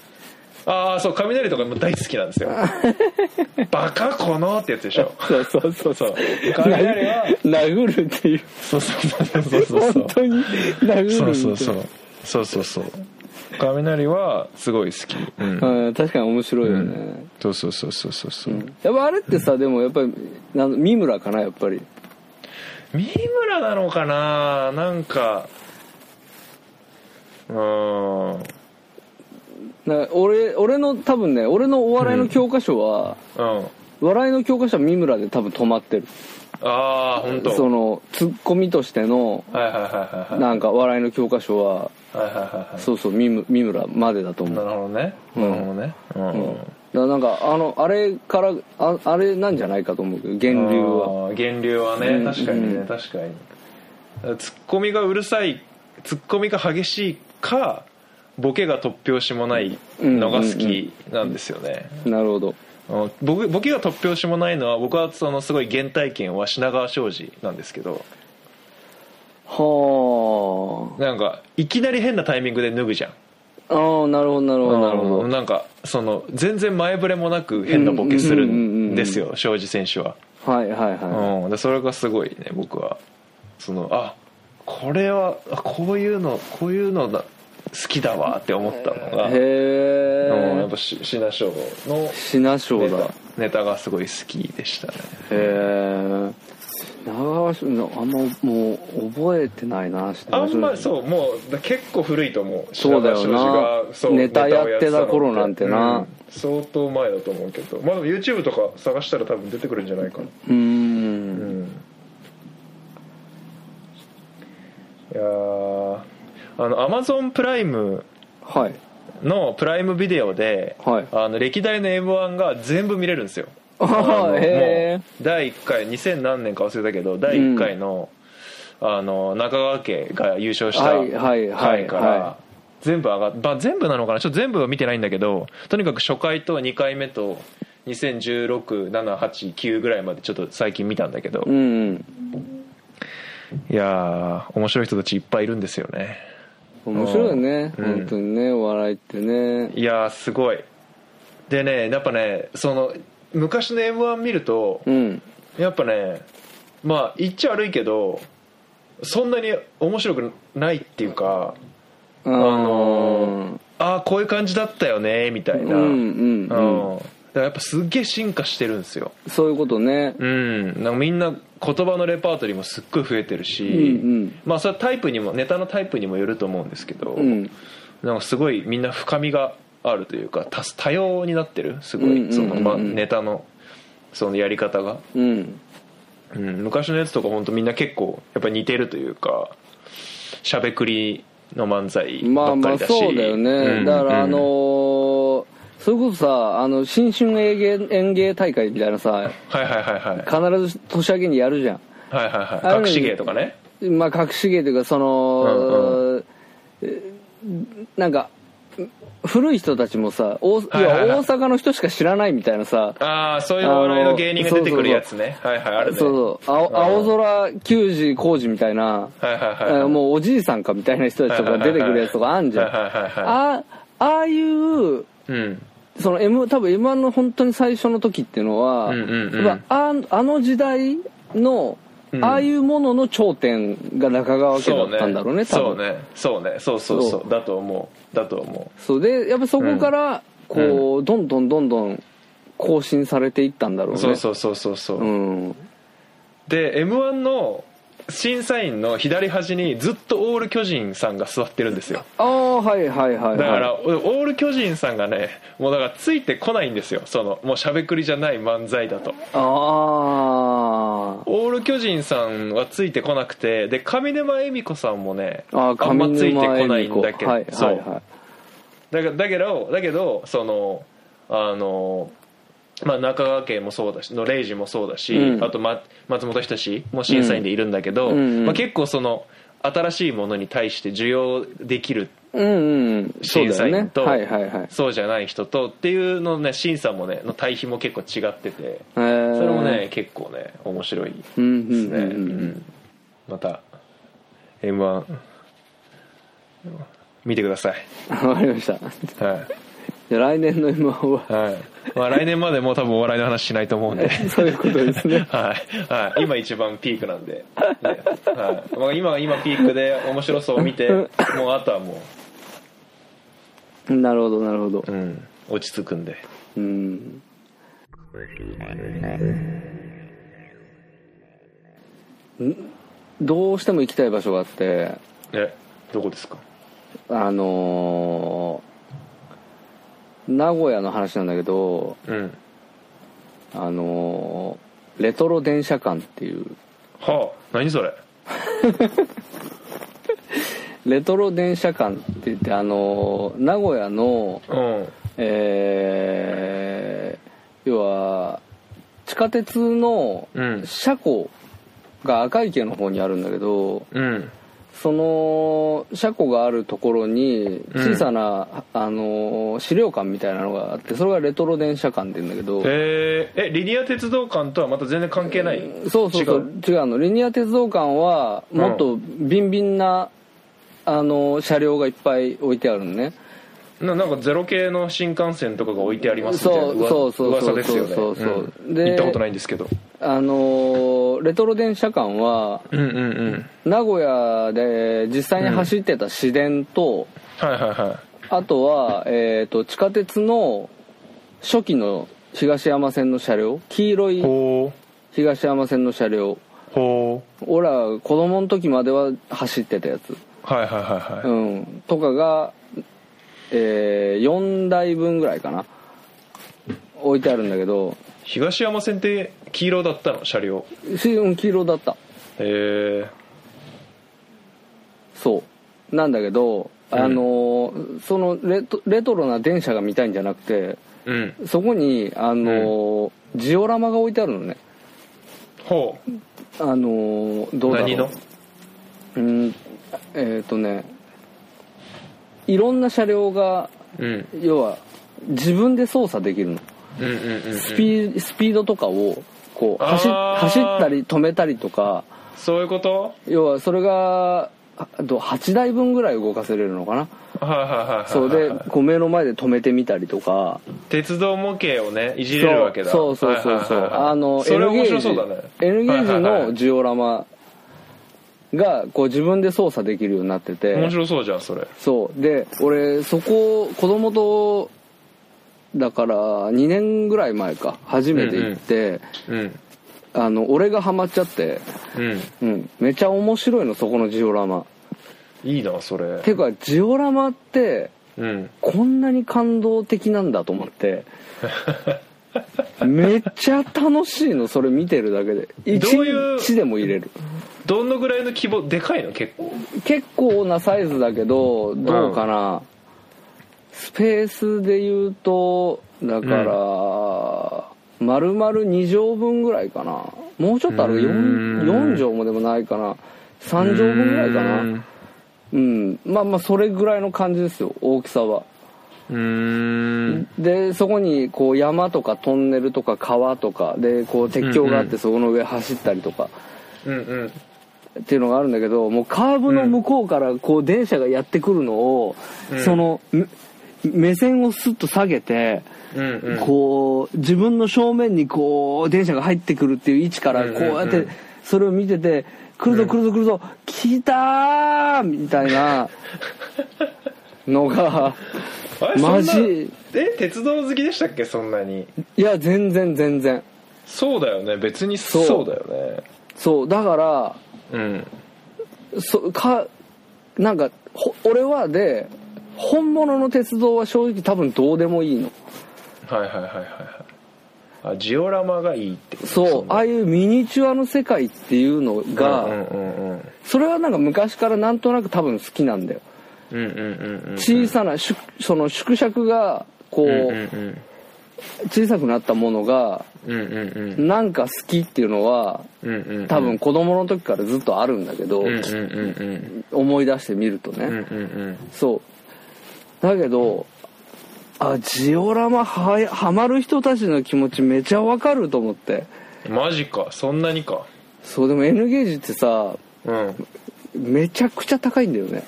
S2: ああそう雷とかも大好きなん ですよバカこのってやつでしょ
S3: そうそうそう
S2: そう雷は
S3: 殴るっていう
S2: そうそうそうそうそうそう
S3: 本当に殴るみたい
S2: そう
S3: な
S2: そうそうそうそうそう雷はすごい好き、うん
S3: うん確かに面白いよね、
S2: そうそうそうそうそうそう、
S3: やっぱあれってさ、でもやっぱりなん三村かなやっぱり
S2: 三村なのかななんかうーん
S3: なんか俺俺の多分ね俺のお笑いの教科書は、
S2: うん
S3: 笑いの教科書は三村で多分止まってる
S2: ああ本当
S3: そのツッコミとしての
S2: はいはいはいはいはい
S3: なんか笑いの教科書は
S2: はいはいはい
S3: そうそう三村三村までだと思
S2: な
S3: う、
S2: るほどね
S3: うん
S2: なるほどねう
S3: うん
S2: ん
S3: だからなんかあのあれからああれなんじゃないかと思うけど源流は
S2: あー源流はね
S3: うん
S2: 確かに
S3: う
S2: ね
S3: ん
S2: 確かにツッコミがうるさいツッコミが激しいかボケが突拍子もないのが好きなんですよね、
S3: なるほど
S2: あの僕僕が突拍子もないのは僕はそのすごい原体験は品川庄司なんですけど
S3: は
S2: なんかいきなり変なタイミングで脱ぐじゃん
S3: あああなるほどなるほどなるほ
S2: う
S3: ど
S2: んなんかその全然前触れもなく変なボケする
S3: うんうんうんうんん
S2: ですよ庄司選手は、
S3: はいはいは
S2: うん、でそれがすごいね僕はそのあこれはあこういうのこういうのだ好きだわって思ったのが、うん、や
S3: いへ
S2: っ
S3: え
S2: ぱし品庄の
S3: 品
S2: ネ
S3: 賞だ
S2: タネタがすごい好きでしたね
S3: へえ品川庄司のあんまもう覚えてないな品
S2: あん
S3: 川庄司
S2: まりそうもうだ結構古いと思う
S3: そうだよな
S2: 品川庄司がそう
S3: ネタやってた
S2: ネタを
S3: 頃なんてな
S2: うん相当前だと思うけどまあでも YouTube とか探したら多分出てくるんじゃないかな
S3: うーん
S2: うんいやーあの Amazon プライム
S3: はい
S2: のプライムビデオで、
S3: はい
S2: あの歴代の m 1が全部見れるんですよ
S3: あ
S2: あの
S3: ーへえ
S2: もう第1回2000何年か忘れたけど第1回の,、あの中川家が優勝した
S3: はいはいは
S2: 回
S3: い
S2: から、
S3: は
S2: 全部上がっ、まあ、全部なのかなちょっと全部は見てないんだけどとにかく初回と2回目と2016789ぐらいまでちょっと最近見たんだけど、
S3: うんうん
S2: いやー面白い人たちいっぱいいるんですよね
S3: 面白いよね、
S2: うん
S3: 本当にねお笑いってね
S2: いやーすごいでねやっぱねその昔の m 1見ると
S3: うん
S2: やっぱねまあ言っちゃ悪いけどそんなに面白くないっていうか
S3: あ
S2: あ
S3: の
S2: のああこういう感じだったよねみたいな
S3: うん
S2: うん
S3: うんうん
S2: だからやっぱすっげえ進化してるんですよ
S3: そういうことね
S2: うんなんかみんな言葉のレパートリーもすっごい増えてるし、
S3: うんうん
S2: まあそれはタイプにもネタのタイプにもよると思うんですけど、
S3: うん
S2: なんかすごいみんな深みがあるというか多多様になってるすご
S3: うんうんうん
S2: い
S3: うん
S2: そのまあネタのそのやり方が、
S3: うん
S2: うん、昔のやつとか本当みんな結構やっぱり似てるというかしゃべくりの漫才
S3: ま
S2: ば
S3: あ
S2: っか
S3: まあ
S2: りだし
S3: そうだよね、だからあの
S2: うん
S3: ーそれこそさあの新春演芸演芸大会みたいなさ
S2: はいはいはいはい
S3: 必ず年明けにやるじゃん
S2: はいはい
S3: あ
S2: は
S3: る
S2: い
S3: 意味
S2: 隠し芸とかね
S3: まあ隠し芸というかその、えなんか古い人たちもさ大い
S2: はいはいはい
S3: や大阪の人しか知らないみたいなさ
S2: ああそういうお笑いの芸人が出てくるやつねはいはいあるね
S3: そうそう青青空球児工事みたい
S2: は
S3: な、
S2: いはいはい
S3: あもうおじいさんかみたいな人たちとか出てくるやつとかあんじゃん、
S2: はいはいはいは
S3: あああいう
S2: いうん
S3: その M 多分 M1 の本当に最初の時っていうのは、
S2: うんうんうん
S3: やっぱああの時代の
S2: うん
S3: ああいうものの頂点が中川家だったんだろうね多
S2: そ
S3: 分
S2: うねそうねそうそうそう
S3: そ
S2: だと思うだと思
S3: そうでやっぱそこからこう、どんどんどんどん更新されていったんだろう
S2: う
S3: ね
S2: そうそうそうそうそう、
S3: うん
S2: で m 1の審査員の左端にずっとオール巨人さんが座ってるんですよ
S3: ああはいはいはいはい
S2: だからオール巨人さんがねもうだからついてこないんですよそのもうしゃべくりじゃない漫才だと
S3: あ
S2: オール巨人さんはついてこなくてで上沼恵美子さんもね
S3: あああ
S2: んまついてこないんだけど、
S3: はい
S2: そ
S3: は
S2: う
S3: いはい
S2: だけどだけどだけどそのあの、まあ、中川家もそうだしのレイジもそうだし、
S3: うん
S2: あと、ま、松本人志も審査員でいるんだけど、
S3: うんうん
S2: まあ、結構その新しいものに対して需要できる
S3: うんうんうんそう
S2: 審
S3: だ
S2: 査
S3: よ
S2: 員
S3: ね
S2: と
S3: はいはいはい
S2: そうじゃない人とっていうのね審査もねの対比も結構違ってて
S3: それ
S2: それもね結構ね面白いで
S3: うん
S2: す
S3: うん
S2: ね、
S3: うん
S2: う
S3: うん
S2: んまた m 1見てください
S3: わかりました
S2: はい
S3: じゃあ来年の m 1は
S2: はいまあ、来年までもう多分お笑いの話しないと思うん で
S3: そういうことですね
S2: はい、はい、今一番ピークなんで、ねはいまあ、今今ピークで面白そうを見てもうあとはも
S3: なるほどなるほど
S2: う、うん、落ち着くんで
S3: うんんどうしても行きたい場所があって
S2: えどこですか
S3: あのー名古屋の話なんだけど
S2: うん
S3: あのーレトロ電車館っていう
S2: はあ何それ
S3: レトロ電車館って言ってあのー名古屋の
S2: うん
S3: えー要は地下鉄の
S2: うん
S3: 車庫が赤池の方にあるんだけど
S2: うん
S3: その車庫があるところに小さな、あの資料館みたいなのがあってそれがレトロ電車館って言うんだけど
S2: えー、えリニア鉄道館とはまた全然関係ない、
S3: そうそうそう違うのリニア鉄道館はもっとビンビンな、あの車両がいっぱい置いてあるのね
S2: ななんかゼロ系の新幹線とかが置いてありますみたいな
S3: そうそうそう
S2: 噂
S3: そう
S2: ですよね
S3: そうそう
S2: うん
S3: で
S2: 行ったことないんですけど
S3: あのレトロ電車館は
S2: うんうんうん
S3: 名古屋で実際に走ってた市電と、
S2: はいはいは
S3: あとは、えー、と地下鉄の初期の東山線の車両黄色
S2: い
S3: い
S2: ほ
S3: 東山線の車両
S2: うほう
S3: 俺ら子供の時までは走ってたやつ、
S2: はいはいはいは
S3: う
S2: い
S3: ん、とかが、えー、4台分ぐらいかな置いてあるんだけど
S2: 東山線って黄色だったの車両
S3: しうん黄色だった
S2: え
S3: そうなんだけど、
S2: うん
S3: あのーそのレトレトロな電車が見たいんじゃなくて
S2: ー、うん
S3: そこに、あのージオラマが置いてあるのね。
S2: ほう
S3: あのーどうだろう
S2: 何の
S3: うんえっ、とねいろんな車両が
S2: うん
S3: 要は自分で操作できるの
S2: うんうんうん、うん、
S3: スピースピードとかをこう走っ
S2: あー
S3: 走ったり止めたりとか
S2: そういうこと
S3: 要はそれがああと8台分ぐらい動かせれるのかな
S2: はいはいはいはいはい
S3: そうでこう目の前で止めてみたりとか
S2: 鉄道模型をねいじれるわけだ
S3: そうそうそうそう
S2: はいはいはいはい
S3: あの
S2: それ
S3: N ゲ
S2: 面
S3: ー
S2: 白
S3: ジ
S2: そうだね
S3: N ゲージ
S2: はいはいは
S3: の
S2: い
S3: ジオラマがこう自分で操作できるようになってて
S2: 面白そうじゃんそれ
S3: そうで俺そこ子供とだから2年ぐらい前か初めて行って、
S2: うん
S3: あの俺がハマっちゃって、
S2: うん
S3: うん、めちゃ面白いのそこのジオラマ
S2: いいなそれ
S3: てかジオラマって
S2: うん
S3: こんなに感動的なんだと思って めっちゃ楽しいのそれ見てるだけで
S2: どういう
S3: 1日でも入れる
S2: どのぐらいの規模でかいの結構
S3: 結構なサイズだけどどうかな、スペースで言うとだから、丸々2畳分ぐらいかなもうちょっとある
S2: うー
S3: 4,
S2: ん
S3: 4畳もでもないかな3畳分ぐらいかなうんまあまあそれぐらいの感じですよ大きさは
S2: うーん
S3: でそこにこう山とかトンネルとか川とかでこう鉄橋があっ
S2: うんう
S3: てそこの上走ったりとか、
S2: うんうん
S3: っていうのがあるんだけどもうカーブの向こうからこう電車がやってくるのを、
S2: うん
S3: そのめ目線をスッと下げて、
S2: うんうん
S3: こう自分の正面にこう電車が入ってくるっていう位置から
S2: うんうん
S3: こうやっ
S2: う
S3: て
S2: ん
S3: それを見てて「来るぞ来るぞ来るぞ来たー!」みたいなのが
S2: あれそんな
S3: マジ
S2: え鉄道好きでしたっけそんなに
S3: いや全然全然
S2: そうだよね別に
S3: そう
S2: そうだよ
S3: そうだから
S2: ね
S3: そかなんかほ俺はで本物の鉄道は正直多分どうでもいいの
S2: うんはいはいはいはいはいあジオラマがいいってこと
S3: そうああ
S2: い
S3: いうミニチュアの世界っていうのが、
S2: うんうんうん
S3: それはなんか昔からなんとなく多分好きなんだよ
S2: うんうんうんうん
S3: 小さな、縮その縮尺がこう、
S2: うんうんうん
S3: 小さくなったものが
S2: うんうん
S3: なんか好きっていうのは
S2: うんうんうん
S3: 多分子供の時からずっとあるんだけど、
S2: うんうんうんうん
S3: 思い出してみるとね、
S2: うんうんうん
S3: そうだけどあジオラマはハマる人たちの気持ちめちゃわかると思って
S2: マジかそんなにか
S3: そうでも N ゲージってさ
S2: うん
S3: めちゃくちゃ高いんだよね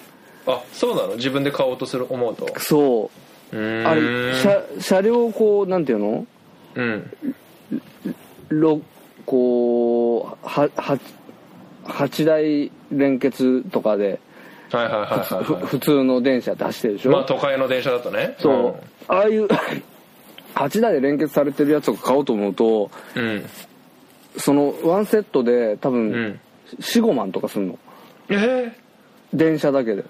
S2: あそうなの自分で買おうとする思うと
S3: そう
S2: うーん
S3: あれ車車両をこうなんていうの
S2: うん
S3: ろこうはは8台連結とかで
S2: はいはいはいはい
S3: ふ
S2: は
S3: 普通の電車出してるでし
S2: い
S3: ょ、
S2: まあ都会の電車だとね
S3: そう、ああいう 8台で連結されてるやつを買おうと思うと
S2: うんうん
S3: そのワンセットで多
S2: う
S3: 分
S2: ん
S3: 45万とかすんの
S2: えー
S3: 電車だけで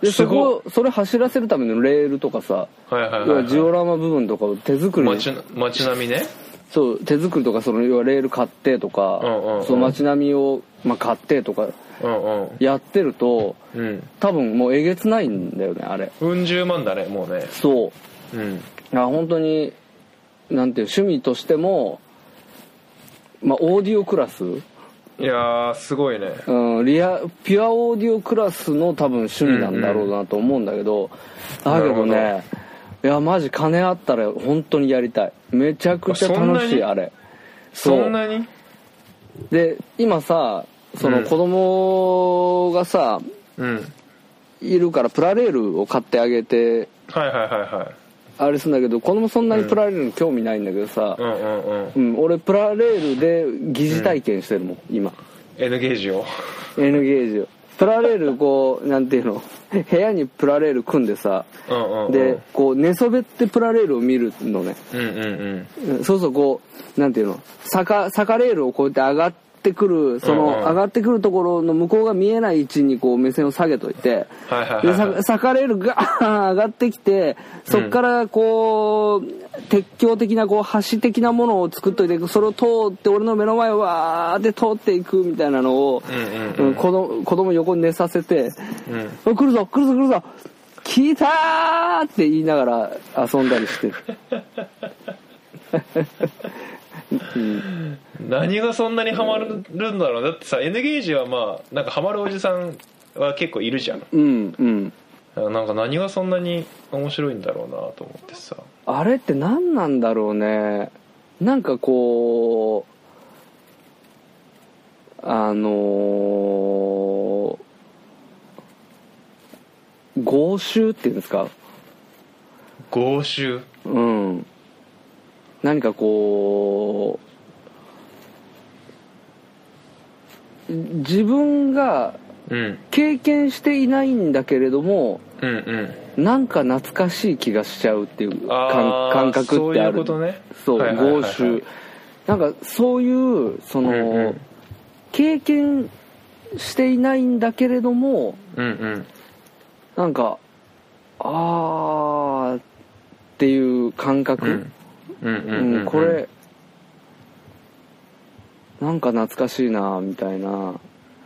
S3: ですそ
S2: ごい
S3: こそれ走らせるためのレールとかさ
S2: はいはいはいは
S3: 要はいジオラマ部分とかを手作りに
S2: 街街並みね
S3: そう手作りとかその要はレール買ってとか、
S2: うんうんうん
S3: その街並みを、まあ、買ってとか
S2: うんうん
S3: やってると
S2: うん
S3: 多分もうえげつないんだよねあれ
S2: うん十万だねもうね
S3: そう
S2: うん
S3: いや本当になんていう趣味としても、まあ、オーディオクラス、
S2: いやーすごいね
S3: うん、リアピュアオーディオクラスの多分趣味なんだろうなと思うんだけど、だけど
S2: な
S3: ねいやマジ金あったら本当にやりたいめちゃくちゃ
S2: あ
S3: 楽しい
S2: そんなに
S3: あれ
S2: そ
S3: うん
S2: なに
S3: で今さその
S2: うん
S3: 子供がさ、
S2: うん
S3: いるからプラレールを買ってあげて
S2: はいはいはいはい
S3: あれするんだけど子供そんなにプラレールに興味ないんだけどさ、
S2: うんうんうん
S3: うん俺プラレールで疑似体験してるもん、今
S2: N ゲージを
S3: N ゲージをプラレールこうなんていうの部屋にプラレール組んでさ
S2: うんうんうん
S3: でこう寝そべってプラレールを見るのね
S2: うんうん
S3: うんそうそうこうなんていうの坂坂レールをこうやって上がってくるその
S2: うんうん
S3: 上がってくるところの向こうが見えない位置にこう目線を下げといて
S2: はいはい
S3: で
S2: はいはい
S3: さ坂レールが上がってきてそこからこう、鉄橋的なこう橋的なものを作っといてそれを通って俺の目の前をわーって通っていくみたいなのを、
S2: うんうんうん
S3: 子供子供横に寝させて
S2: うんうん
S3: 「おい来るぞ来るぞ来るぞ来たー!」って言いながら遊んだりしてる
S2: 何がそんなにハマるんだろうだってさ N ゲージはまあなんかハマるおじさんは結構いるじゃん
S3: うんうん
S2: なんか何がそんなに面白いんだろうなと思ってさ
S3: あれって何なんだろうねなんかこうあのー合衆っていうんですか
S2: 豪州
S3: うん何かこう自分が
S2: うん
S3: 経験していないんだけれども
S2: うんうん
S3: なんか懐かしい気がしちゃうっていう
S2: あ
S3: 感
S2: ー
S3: 感覚って
S2: そうい
S3: ある
S2: うことね
S3: そう
S2: はいはいはいはい
S3: 豪州なんかそういうその、
S2: うんうん
S3: 経験していないんだけれども
S2: うんうん
S3: なんかあーっていう感
S2: う
S3: 覚
S2: ん、うん
S3: う
S2: うんうん
S3: んこれなんか懐かしいなみたいな、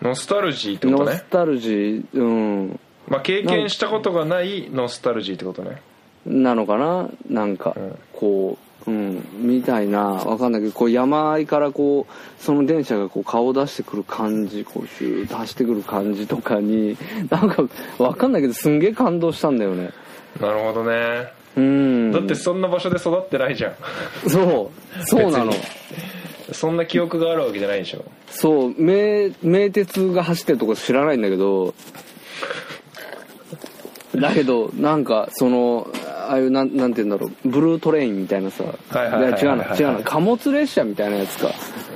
S2: ノスタルジーってこと
S3: ノ
S2: ね
S3: ス、タルジー、うん、
S2: まあ、経験したことがないノスタルジーってことね
S3: なのかななんか、
S2: うん
S3: こう、うん、みたいなわかんないけどこう山あいからこうその電車がこう顔を出してくる感じこうシューッと走ってくる感じとかに なんかわかんないけどすんげえ感動したんだよね
S2: なるほどね
S3: うん
S2: だってそんな場所で育ってないじゃん
S3: そうそうなの
S2: 別そんな記憶があるわけじゃないでしょ
S3: そう名名鉄が走ってるとこ知らないんだけどだけどなんかそのああいうなんなんて言うんだろうブルートレインみたいなさ
S2: はいはいはいはい
S3: や違うな違うな貨物列車みたいなやつか
S2: う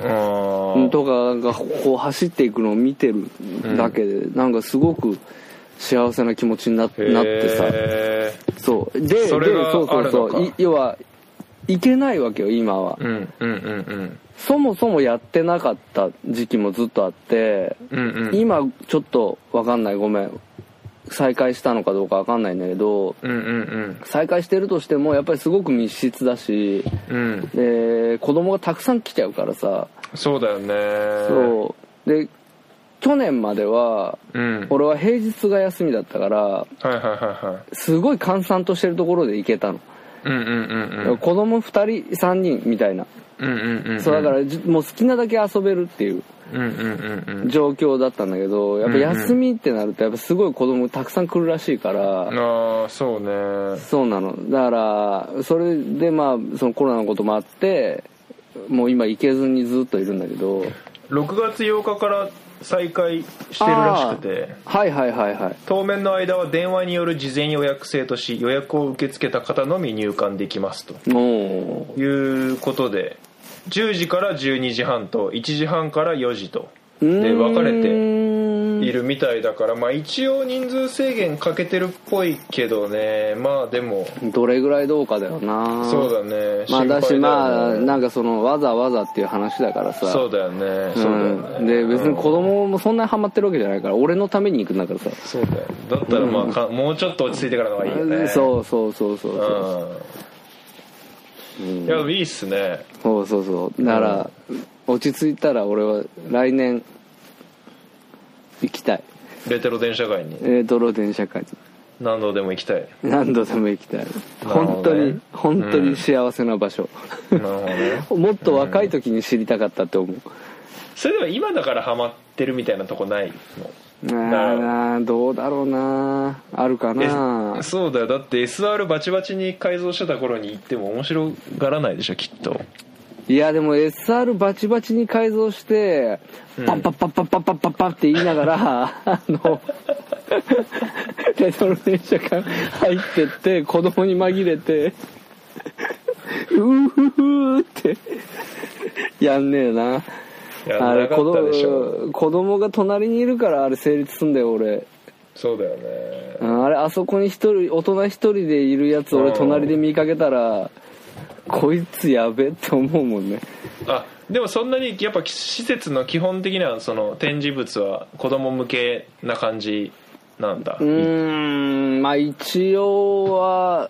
S2: ーん
S3: とかがこう走っていくのを見てるだけで、なんかすごく幸せな気持ちにな
S2: へー
S3: なってさそうで
S2: それが
S3: でそうそうそ
S2: あるの
S3: う
S2: か
S3: い要はいけないわけよ今は、
S2: うんうんうん
S3: そもそもやってなかった時期もずっとあって、
S2: うんうんうん
S3: 今ちょっとわかんないごめん再開したのかどうかわかんないんだけど
S2: うんうん
S3: 再開してるとしてもやっぱりすごく密室だし
S2: うんうん
S3: で子供がたくさん来ちゃうからさ
S2: そうだよね
S3: そうで去年までは
S2: うん
S3: 俺は平日が休みだったから
S2: はいはいはいは
S3: すごい閑散としてるところで行けた
S2: い
S3: の
S2: うんうんうん
S3: 子供2人3人みたい
S2: う
S3: な、
S2: んうんうんうん
S3: そうだからじもう好きなだけ遊べるっていう
S2: うんうんうんうん
S3: 状況だったんだけどやっぱ休みってなるとやっぱすごい子供たくさん来るらしいから、
S2: ああそうね
S3: そうなのだからそれでまあそのコロナのこともあってもう今行けずにずっといるんだけど
S2: 6月8日から再開してるらしくて
S3: はいはいはいはい
S2: 当面の間は電話による事前予約制とし予約を受け付けた方のみ入館できますと
S3: おー
S2: いうことで10時から12時半と1時半から4時と
S3: うーん
S2: で分かれているみたいだからまあ一応人数制限かけてるっぽいけどねまあでも
S3: どれぐらいどうかだよな
S2: そうだね
S3: まあだし
S2: 心配
S3: まあ
S2: だよね
S3: なんかそのわざわざっていう話だからさ
S2: そうだよねそううだよね
S3: んで別に子供もそんなにハマってるわけじゃないから俺のために行くんだからさ
S2: そうだよだったらまあかもうちょっと落ち着いてからの方がいいよね
S3: そうそうそうそう
S2: う
S3: そ
S2: んいやいいっすね
S3: うそうそうそうだから落ち着いたら俺は来年行きたい
S2: レトロ電車会に
S3: えー、泥電車会
S2: 何度でも行きたい
S3: 何度でも行きたい、
S2: ほどね
S3: 本当に本当
S2: う
S3: に
S2: ん
S3: 幸せな場所、
S2: なるほどね
S3: もっと若い時に知りたかったって思う、
S2: それでは今だからハマってるみたいなとこない
S3: ああどうだろうなあるかな
S2: のそうだよだって SR バチバチに改造してた頃に行っても面白がらないでしょきっと
S3: いやでも SR バチバチに改造してパンパッパッパッパッパッパッパッって言いながらあのレトロ電車が入ってって子供に紛れてうーふふーってやんねえな
S2: やらなかったでしょ
S3: 子供子供が隣にいるからあれ成立すんだよ俺
S2: そうだよね
S3: うんあれあそこに一人大人一人でいるやつ俺隣で見かけたらこいつやべって思うもんね
S2: あでもそんなにやっぱ施設の基本的なその展示物は子供向けな感じなんだ
S3: うーんまあ一応は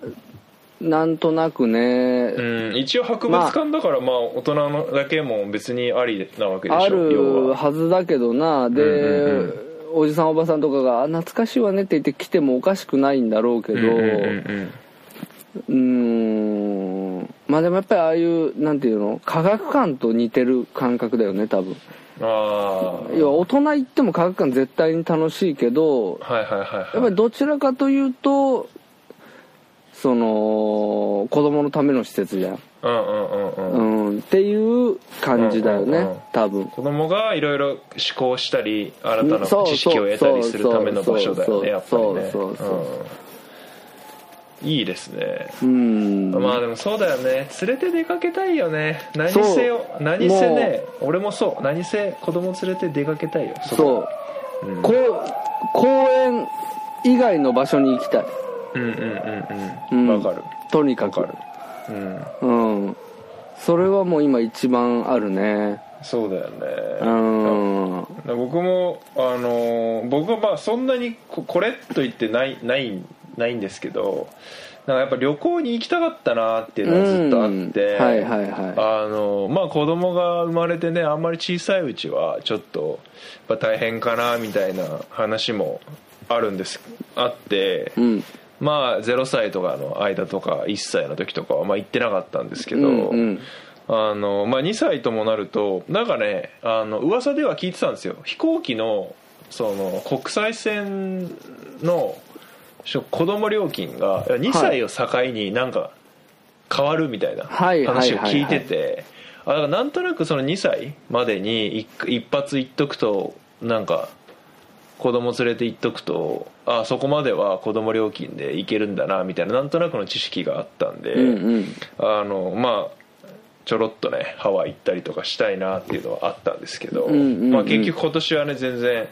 S3: なんとなくね、
S2: うん一応博物館だからまあ大人のだけも別にありなわけでしょ
S3: あ
S2: 要
S3: る
S2: は
S3: はずだけどなで、
S2: うんうん
S3: おじさんおばさんとかがあ「懐かしいわね」って言って来てもおかしくないんだろうけど、
S2: うんうんうん
S3: うーんまあでもやっぱりああいうなんていうの科学館と似てる感覚だよね多分
S2: うんあー
S3: 要は大人行っても科学館絶対に楽しいけど
S2: はいはいはいはい
S3: やっぱりどちらかというとその子供のための施設じゃん、
S2: うんうんうん
S3: う
S2: うん
S3: ん、っていう感じだよ
S2: うんうんうん
S3: ね多分
S2: 子供がいろいろ思考したり新たな知識を得たりするための場所だよねやっぱりね
S3: そうそうそう
S2: うんいいですね
S3: うん
S2: まあでもそうだよね連れて出かけたいよね何せよ
S3: そう
S2: 何せね俺もそう何せ子供連れて出かけたいよ
S3: そう
S2: こ、うん
S3: こう公園以外の場所に行きたい
S2: うんうんう
S3: うんん
S2: うんわかる
S3: とにか
S2: わ
S3: く
S2: かるうん
S3: うんそれはもう今一番あるね
S2: そうだよね
S3: うん
S2: 僕もあのー僕はまあそんなにここれと言ってないないないんですけどなんかやっぱ旅行に行きたかったなっていうのがずっとあって、
S3: うんはいはいは
S2: あのまあ子供が生まれてねあんまり小さいうちはちょっとやっぱ大変かなみたいな話もあるんですあって、
S3: いうん
S2: まあ0歳とかの間とか1歳の時とかはまあ行ってなかったんですけど、
S3: うんうん
S2: あのまあ、2歳ともなるとなんかねあの噂では聞いてたんですよ飛行機のその国際線のしょ子供料金が2歳を境になんか変わるみたいな
S3: はい
S2: 話を聞いて
S3: はいはい
S2: てあだからなんとなくその2歳までに一一発行っとくとなんか子供連れて行っとくとあそこまでは子供料金で行けるんだなみたいななんとなくの知識があったんで、
S3: うんうん
S2: あのまあちょろっとねハワイ行ったりとかしたいなっていうのはあったんですけど、
S3: んうんうん
S2: まあ、結局今年はね全然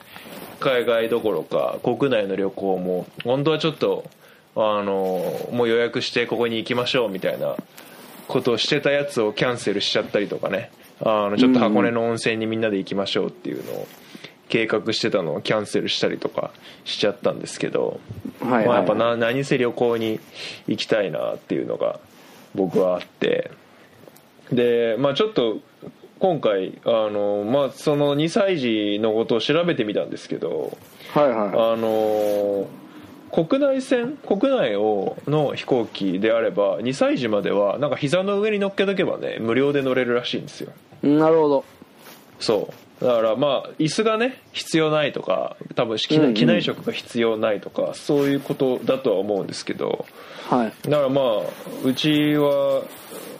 S2: 海外どころか国内の旅行も本当はちょっとあのもう予約してここに行きましょうみたいなことをしてたやつをキャンセルしちゃったりとかねあのちょっと箱根の温泉にみんなで行きましょうっていうのを計画してたのをキャンセルしたりとかしちゃったんですけど、
S3: はいはい
S2: まあ、やっぱな何せ旅行に行きたいなっていうのが僕はあってで、まあ、ちょっと今回あの、まあ、その2歳児のことを調べてみたんですけど
S3: はいはい
S2: あのー国内線国内をの飛行機であれば2歳児まではなんか膝の上に乗っけとけばね無料で乗れるらしいんですよ
S3: なるほど
S2: そうだからまあ椅子がね必要ないとか多分機
S3: うんう
S2: 内
S3: ん
S2: 機内食が必要ないとかそういうことだとは思うんですけど
S3: はい
S2: だからまあうちは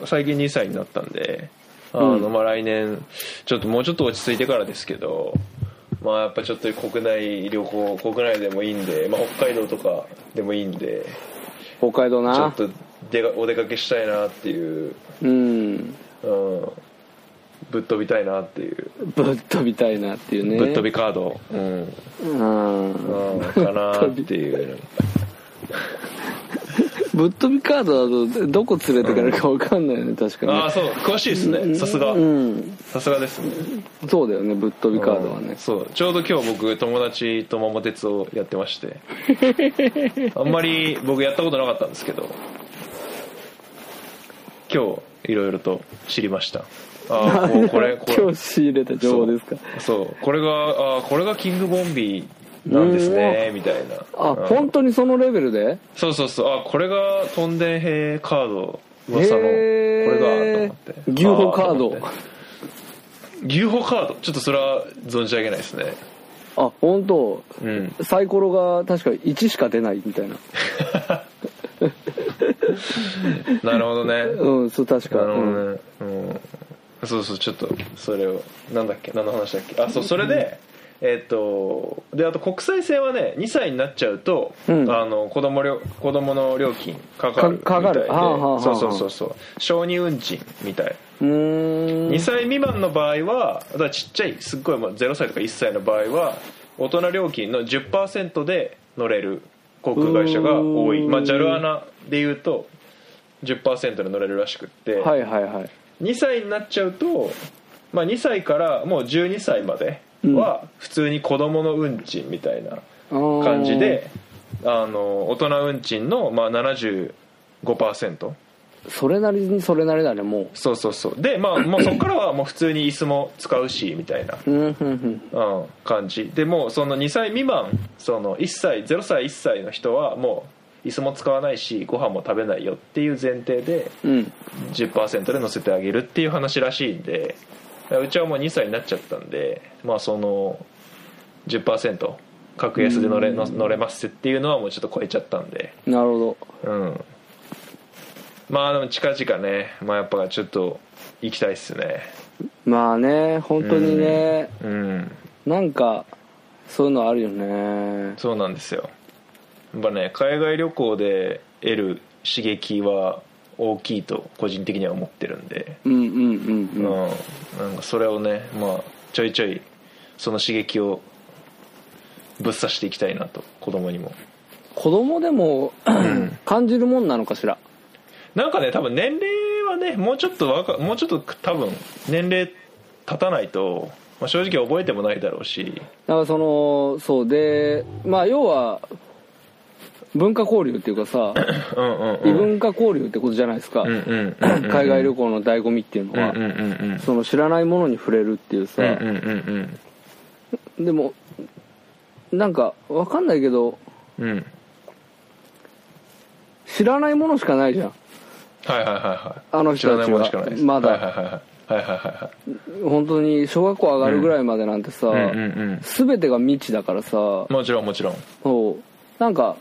S2: 最近2歳になったんであの、
S3: うん
S2: まあ、来年ちょっともうちょっと落ち着いてからですけど、まあ、やっぱちょっと国内旅行国内でもいいんで、まあ、北海道とかでもいいんで
S3: 北海道
S2: ちょっ
S3: な
S2: と出かお出かけしたいなっていう、
S3: うん
S2: うん、ぶっ飛びたいなっていう、
S3: ぶっ飛びたいなっていうね
S2: ぶっ飛びカード、うん、
S3: う
S2: う
S3: ん
S2: んかなっていう
S3: ぶっ飛びカードだとどこ連れてかれるか分かんないよね確かにね
S2: ああそう詳しいですねさすが
S3: うん
S2: さすがですね
S3: そうだよねぶっ飛びカードはね
S2: そうちょうど今日僕友達と桃鉄をやってまして あんまり僕やったことなかったんですけど今日いろいろと知りましたああこうこれこれ
S3: 今日仕入れた情報ですか
S2: そうそうこれがあーこれがキングボンビーなんですねみたいな
S3: あ
S2: うん
S3: 本当にそのレベルで
S2: そうそうそうあこれがトンデン兵カード噂のこ
S3: へー
S2: れだと思って
S3: 牛歩カード
S2: あと思って牛歩カードちょっとそれは存じ上げないですね
S3: あ本当
S2: うん
S3: サイコロが確か1しか出ないみたいな
S2: なるほどね
S3: うんそう確か
S2: なるほ
S3: うん
S2: どねうんそうそうちょっとそれをなんだっけ何の話だっけあそうそれでえっとであと国際線はね2歳になっちゃうと、
S3: うん
S2: あの子供料子供の料金かかるみたいで
S3: かかかるはあはあはあ
S2: そうそうそうそう小児運賃みたいう
S3: ーん
S2: 2歳未満の場合はだからちっちゃいすっごいもう0歳とか1歳の場合は大人料金の10%で乗れる航空会社が多い、
S3: うーん
S2: まあ、JAL アナでいうと10%で乗れるらしくって、
S3: はいはいはい
S2: 2歳になっちゃうと、まあ、2歳からもう12歳までは普通に子どもの運賃みたいな感じで、あの大人運賃のまあ75%。
S3: あーそれなりにそれなりだねも
S2: そうそうそうでまあもうそこからはもう普通に椅子も使うしみたいな、
S3: ううんうんうん
S2: うん、感じでもうその2歳未満その1歳0歳1歳の人はもう椅子も使わないしご飯も食べないよっていう前提で
S3: うん
S2: 10%で乗せてあげるっていう話らしいんでうちはもう2歳になっちゃったんでまあその10%格安で乗れの乗れますっていうのはもうちょっと超えちゃったんで
S3: なるほど
S2: うんまあでも近々ねまあやっぱちょっと行きたいっすね
S3: まあね本当にね
S2: うん
S3: なんかそういうのあるよね
S2: そうなんですよやっぱね海外旅行で得る刺激は大きいと個人的には思ってるんで、
S3: うんうんう
S2: うん
S3: んうん
S2: なんかそれをね、まあ、ちょいちょいその刺激をぶっ刺していきたいなと子供にも
S3: 子供でも 感じるもんなのかしら
S2: なんかね多分年齢はねもうちょっと若もうちょっと多分年齢経たないと、まあ、正直覚えてもないだろうし
S3: だからそのそうでまあ要は文化交流っていうかさ
S2: うんうんう
S3: 異
S2: ん
S3: 文化交流ってことじゃないですか、
S2: うんうんうんうん
S3: 海外旅行の醍醐味っていうのは、
S2: うんうんうんうん
S3: その知らないものに触れるっていうさ、
S2: うんうんうん
S3: でもなんかわかんないけど
S2: うんうん
S3: 知らないものしかないじゃん
S2: はいはいはいはい
S3: あの
S2: 知らない
S3: 人たち
S2: ものしかない
S3: は
S2: です
S3: ま
S2: はいは
S3: だ
S2: いはいはいはいは
S3: 本当に小学校上がるぐらいまでなんてさ、
S2: いはいうんうんうん
S3: 全てが未知だからさ、
S2: もちろんもちろん
S3: そうなんか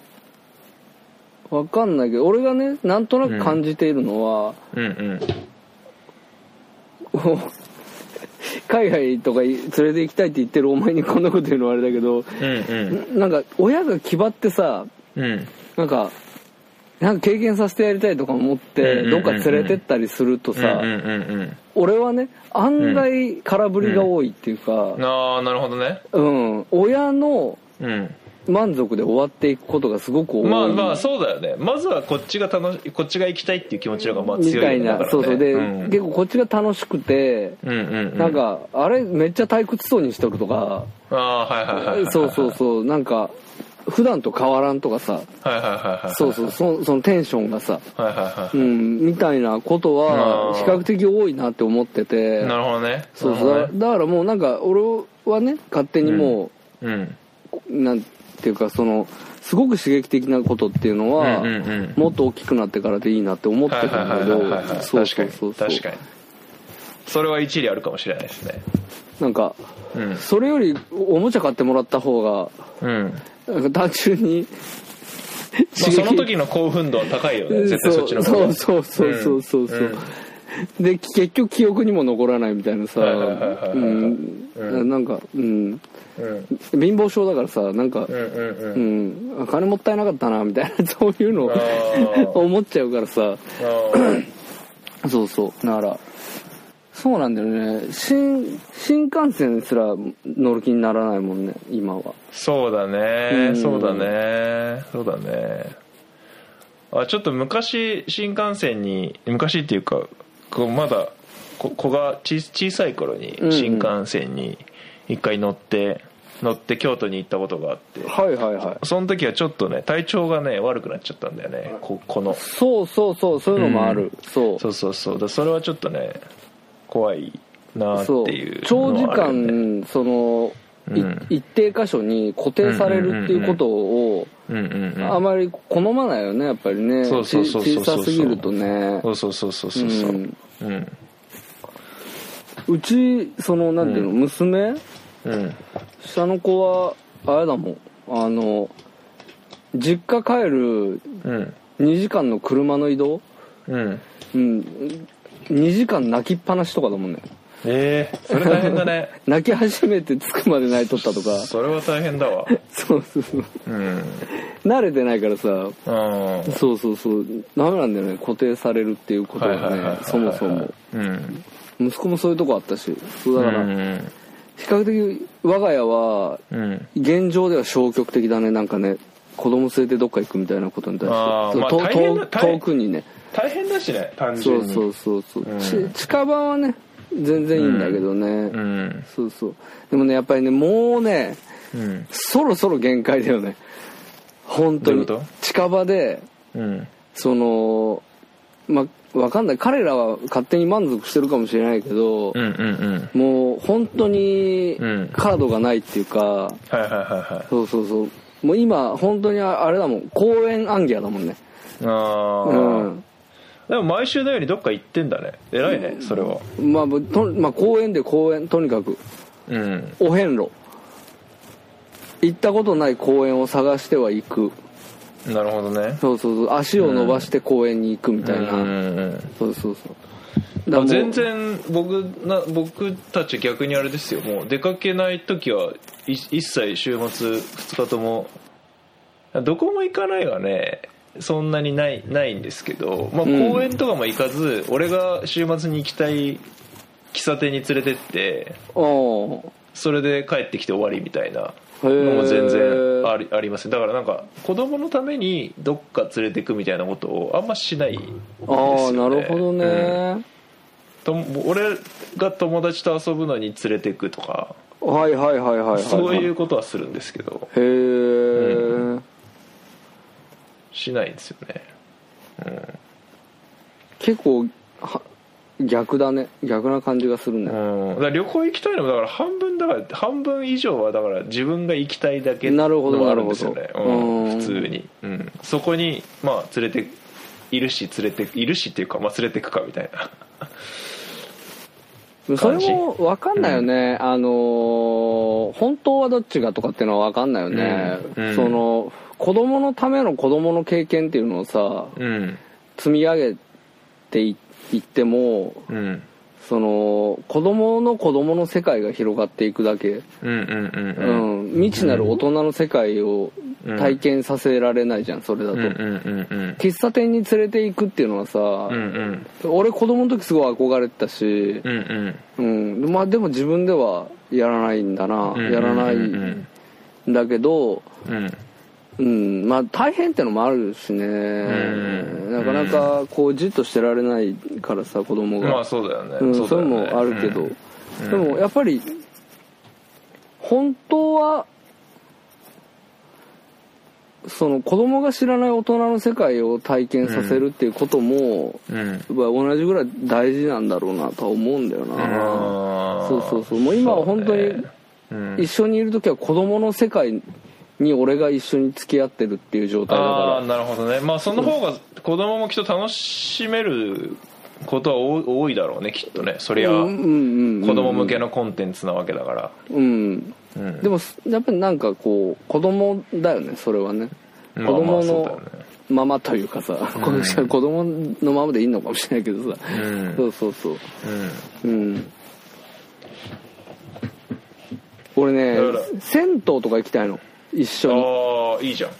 S3: わかんないけど俺がねなんとなく感じているのは、
S2: うんうん
S3: こう海外とかい連れて行きたいって言ってるお前にこんなこと言うのはあれだけど
S2: うん
S3: なんか親が気張ってさ
S2: うんうん
S3: なんかなんか経験させてやりたいとか思って
S2: うんうんうん
S3: ど
S2: うん
S3: っか連れてったりするとさ
S2: うんうんうん
S3: 俺はね案外空振りが多いっていうか
S2: うんああなるほどね
S3: うん親の
S2: うん
S3: 満足で終わっていくことがすごく多い
S2: まあまあそうだよねまずはこっちが楽しこっちが行きたいっていう気持ちの方がまあ強
S3: み
S2: いよ
S3: た
S2: ね
S3: い
S2: だ
S3: な、
S2: からね
S3: そうそうで、
S2: うん
S3: 結構こっちが楽しくて、
S2: うんうんうん
S3: なんかあれめっちゃ退屈そうにしとるとか、
S2: ああはいはいはいはい
S3: そうそうそうなんか普段と変わらんとかさ、
S2: はいはいはいはい
S3: そうそうそそのテンションがさ、
S2: はいはいは
S3: う
S2: い
S3: ん、みたいなこと
S2: あ
S3: は
S2: ー
S3: 比較的多いなって思ってて
S2: なるほどね
S3: そう
S2: な
S3: そう
S2: るほどね
S3: だだからもうなんか俺はね勝手にも
S2: うん
S3: う、なんっていうかそのすごく刺激的なことっていうのは、
S2: うんうんうん
S3: もっと大きくなってからでいいなって思って
S2: はいは
S3: た
S2: い
S3: ん
S2: は
S3: だ
S2: い
S3: け
S2: は
S3: ど
S2: いはいはい
S3: そう
S2: 確か
S3: そう
S2: に
S3: そう
S2: 確
S3: そう
S2: かにそれは一理あるかもしれないですね
S3: なんか
S2: うん
S3: それよりおもちゃ買ってもらった方が
S2: うん、ま
S3: なんか単純に
S2: あ、その時の興奮度は高いよね絶対そっちの方が
S3: そうそうそうそうそうそう、で結局記憶にも残らないみたいなさ
S2: はいはいはいはいはい
S3: うんなんかうん
S2: うんうん
S3: 貧乏症だからさなんか
S2: うんうん
S3: う
S2: うん
S3: ん、あ金もったいなかったなみたいなそういうのを
S2: あー
S3: 思っちゃうからさ
S2: あー
S3: そうそうだからそうなんだよね新新幹線すら乗る気にならないもんね今は
S2: そうだね、
S3: うん
S2: そうだねそうだねあちょっと昔新幹線に昔っていうかこうまだこ子がち小さい頃に
S3: うんうん
S2: 新幹線に一回乗って乗って京都に行ったことがあって
S3: はいはいはい
S2: その時はちょっとね体調がね悪くなっちゃったんだよねここの
S3: そうそうそうそういうのもある、
S2: うん
S3: そう
S2: そうそうそうだそれはちょっとね怖いなって
S3: そう
S2: いう
S3: 長時
S2: のはあるよね
S3: 間その、い
S2: うん
S3: 一定箇所に固定されるっていうことを
S2: うんうんうん
S3: あまり好まないよねやっぱりね
S2: そうそうそうそう
S3: ち
S2: そう
S3: 小さすぎるとね
S2: そうそうそうそうそうそううんうん
S3: うちそのなんていうの、娘
S2: うん
S3: 下の子はあれだもんあの実家帰る
S2: うん
S3: 2時間の車の移動
S2: うん
S3: うん2時間泣きっぱなしとかだもんね
S2: ええそれ大変だね
S3: 泣き始めて着くまで泣いとったとか
S2: それは大変だわ
S3: そうそうそう
S2: うん
S3: 慣れてないからさ
S2: うんはい
S3: そうそうそうダメなんだよね固定されるっていうこと
S2: はい
S3: が
S2: はいはい
S3: ねそもそも
S2: うん
S3: 息子もそういうとこあったしそう
S2: う
S3: だ
S2: ん
S3: から、比較的我が家は
S2: うん
S3: 現状では消極的だねなんかね子供連れてどっか行くみたいなことに対して
S2: あー
S3: そう
S2: まあ
S3: と
S2: 大変だ
S3: 遠
S2: 大変
S3: 遠くにね
S2: 大変だしね単
S3: そ
S2: 純
S3: う
S2: に
S3: そうそうそう、
S2: うん
S3: ち近場はね全然いいんだけどね、
S2: うん
S3: そうそうでもねやっぱりねもうね
S2: うん
S3: そろそろ限界だよね本当に
S2: どういうこ
S3: 近場で
S2: うん
S3: そのまあわかんない彼らは勝手に満足してるかもしれないけど、
S2: うんうんうん
S3: もう本当に
S2: うん
S3: カードがないっていうか、
S2: はいはいはいはい
S3: そうそうそうもう今本当にあれだもん公園暗ギアだもんね
S2: あ
S3: う
S2: あ
S3: ん
S2: でも毎週のようにどっか行ってんだね偉いねそれは
S3: まあとまあ公園で公園とにかく
S2: うん
S3: お遍路行ったことない公園を探しては行く
S2: なるほどね
S3: そうそうそう足を伸ばして公園に行くみたいな、
S2: うんうん
S3: そうそうそう
S2: ま
S3: だからも
S2: あ
S3: う
S2: 全然僕な僕たち逆にあれですよもう出かけない時はい一切週末2日ともどこも行かないはねそんなにないないんですけど、まあ、
S3: うん
S2: 公園とかも行かず、俺が週末に行きたい喫茶店に連れてって
S3: おー
S2: それで帰ってきて終わりみたいな
S3: へ
S2: の
S3: ー
S2: も全然ありありますだからなんか子供のためにどっか連れてくみたいなことをあんましないです
S3: あ
S2: よ
S3: あ
S2: ね
S3: なるほどね、
S2: うんと俺が友達と遊ぶのに連れてくとか、
S3: はいはいはいはいはい、はい、
S2: そういう
S3: へ
S2: ことはするんですけど
S3: え、
S2: しないんですよね
S3: 結構は逆だね逆な感じがする
S2: う
S3: ね、
S2: んだから旅行行きたいのもだから半分だから半分以上はだから自分が行きたいだけ
S3: なるほど
S2: のがあるんですよ
S3: な
S2: ね
S3: る、
S2: う
S3: ほど
S2: ん
S3: うん
S2: 普通に、うん、そこにまあ連れているし連れているしっていうか、まあ、連れてくかみたいな
S3: それ
S2: 感じ
S3: も分かんないよね、あのー本当はどっちがとかっていうのは分かんないよね、
S2: うんうん
S3: その子供のための子供の経験っていうのをさ
S2: うん
S3: 積み上げていいっても
S2: うん
S3: その子供の子供の世界が広がっていくだけ、
S2: うんうんうん
S3: う
S2: うん
S3: ん未知なる大人の世界を
S2: うん
S3: 体験させられないじゃんそれだと、
S2: うんうんうんうん
S3: 喫茶店に連れていくっていうのはさ、
S2: うんうん
S3: 俺子供の時すごい憧れてたし、
S2: うんうん
S3: うんまあでも自分ではやらないんだな、
S2: うん
S3: やらない
S2: うんうん
S3: んだけど、
S2: うん
S3: うん、まあ大変ってのもあるしね、
S2: ん
S3: なかなかこうじっとしてられないからさ子供が、
S2: まあそうだよね,、
S3: うん
S2: そう
S3: そ
S2: だ
S3: れ
S2: よね
S3: もあるけど、
S2: うんうん
S3: でもやっぱり本当はその子供が知らない大人の世界を体験させるっていうことも、
S2: うん
S3: やっぱ同じぐらい大事なんだろうなとは思うんだよな、
S2: あー
S3: そうそうそうもう今は本当に
S2: うん
S3: 一緒にいる時は子供の世界に俺が一緒に付き合ってるっていう状態だ
S2: ああ
S3: か
S2: なるほどねまあその方が子供もきっと楽しめることは多多いだろうねきっとねそりゃ
S3: ら
S2: 子供向け
S3: の
S2: のコンテンツなわけだから
S3: うん
S2: うん
S3: でもやっぱりなんかこう子供だよねそれはね子
S2: まあまあ
S3: 供
S2: そうだよ
S3: の
S2: ね
S3: ままというかさ、この人は子供のままでいいのかもしれないけどさ、
S2: うん
S3: そうそうそう
S2: うん
S3: うん俺ね
S2: だか
S3: 銭湯とか行きたいの一緒に
S2: ああいいじゃん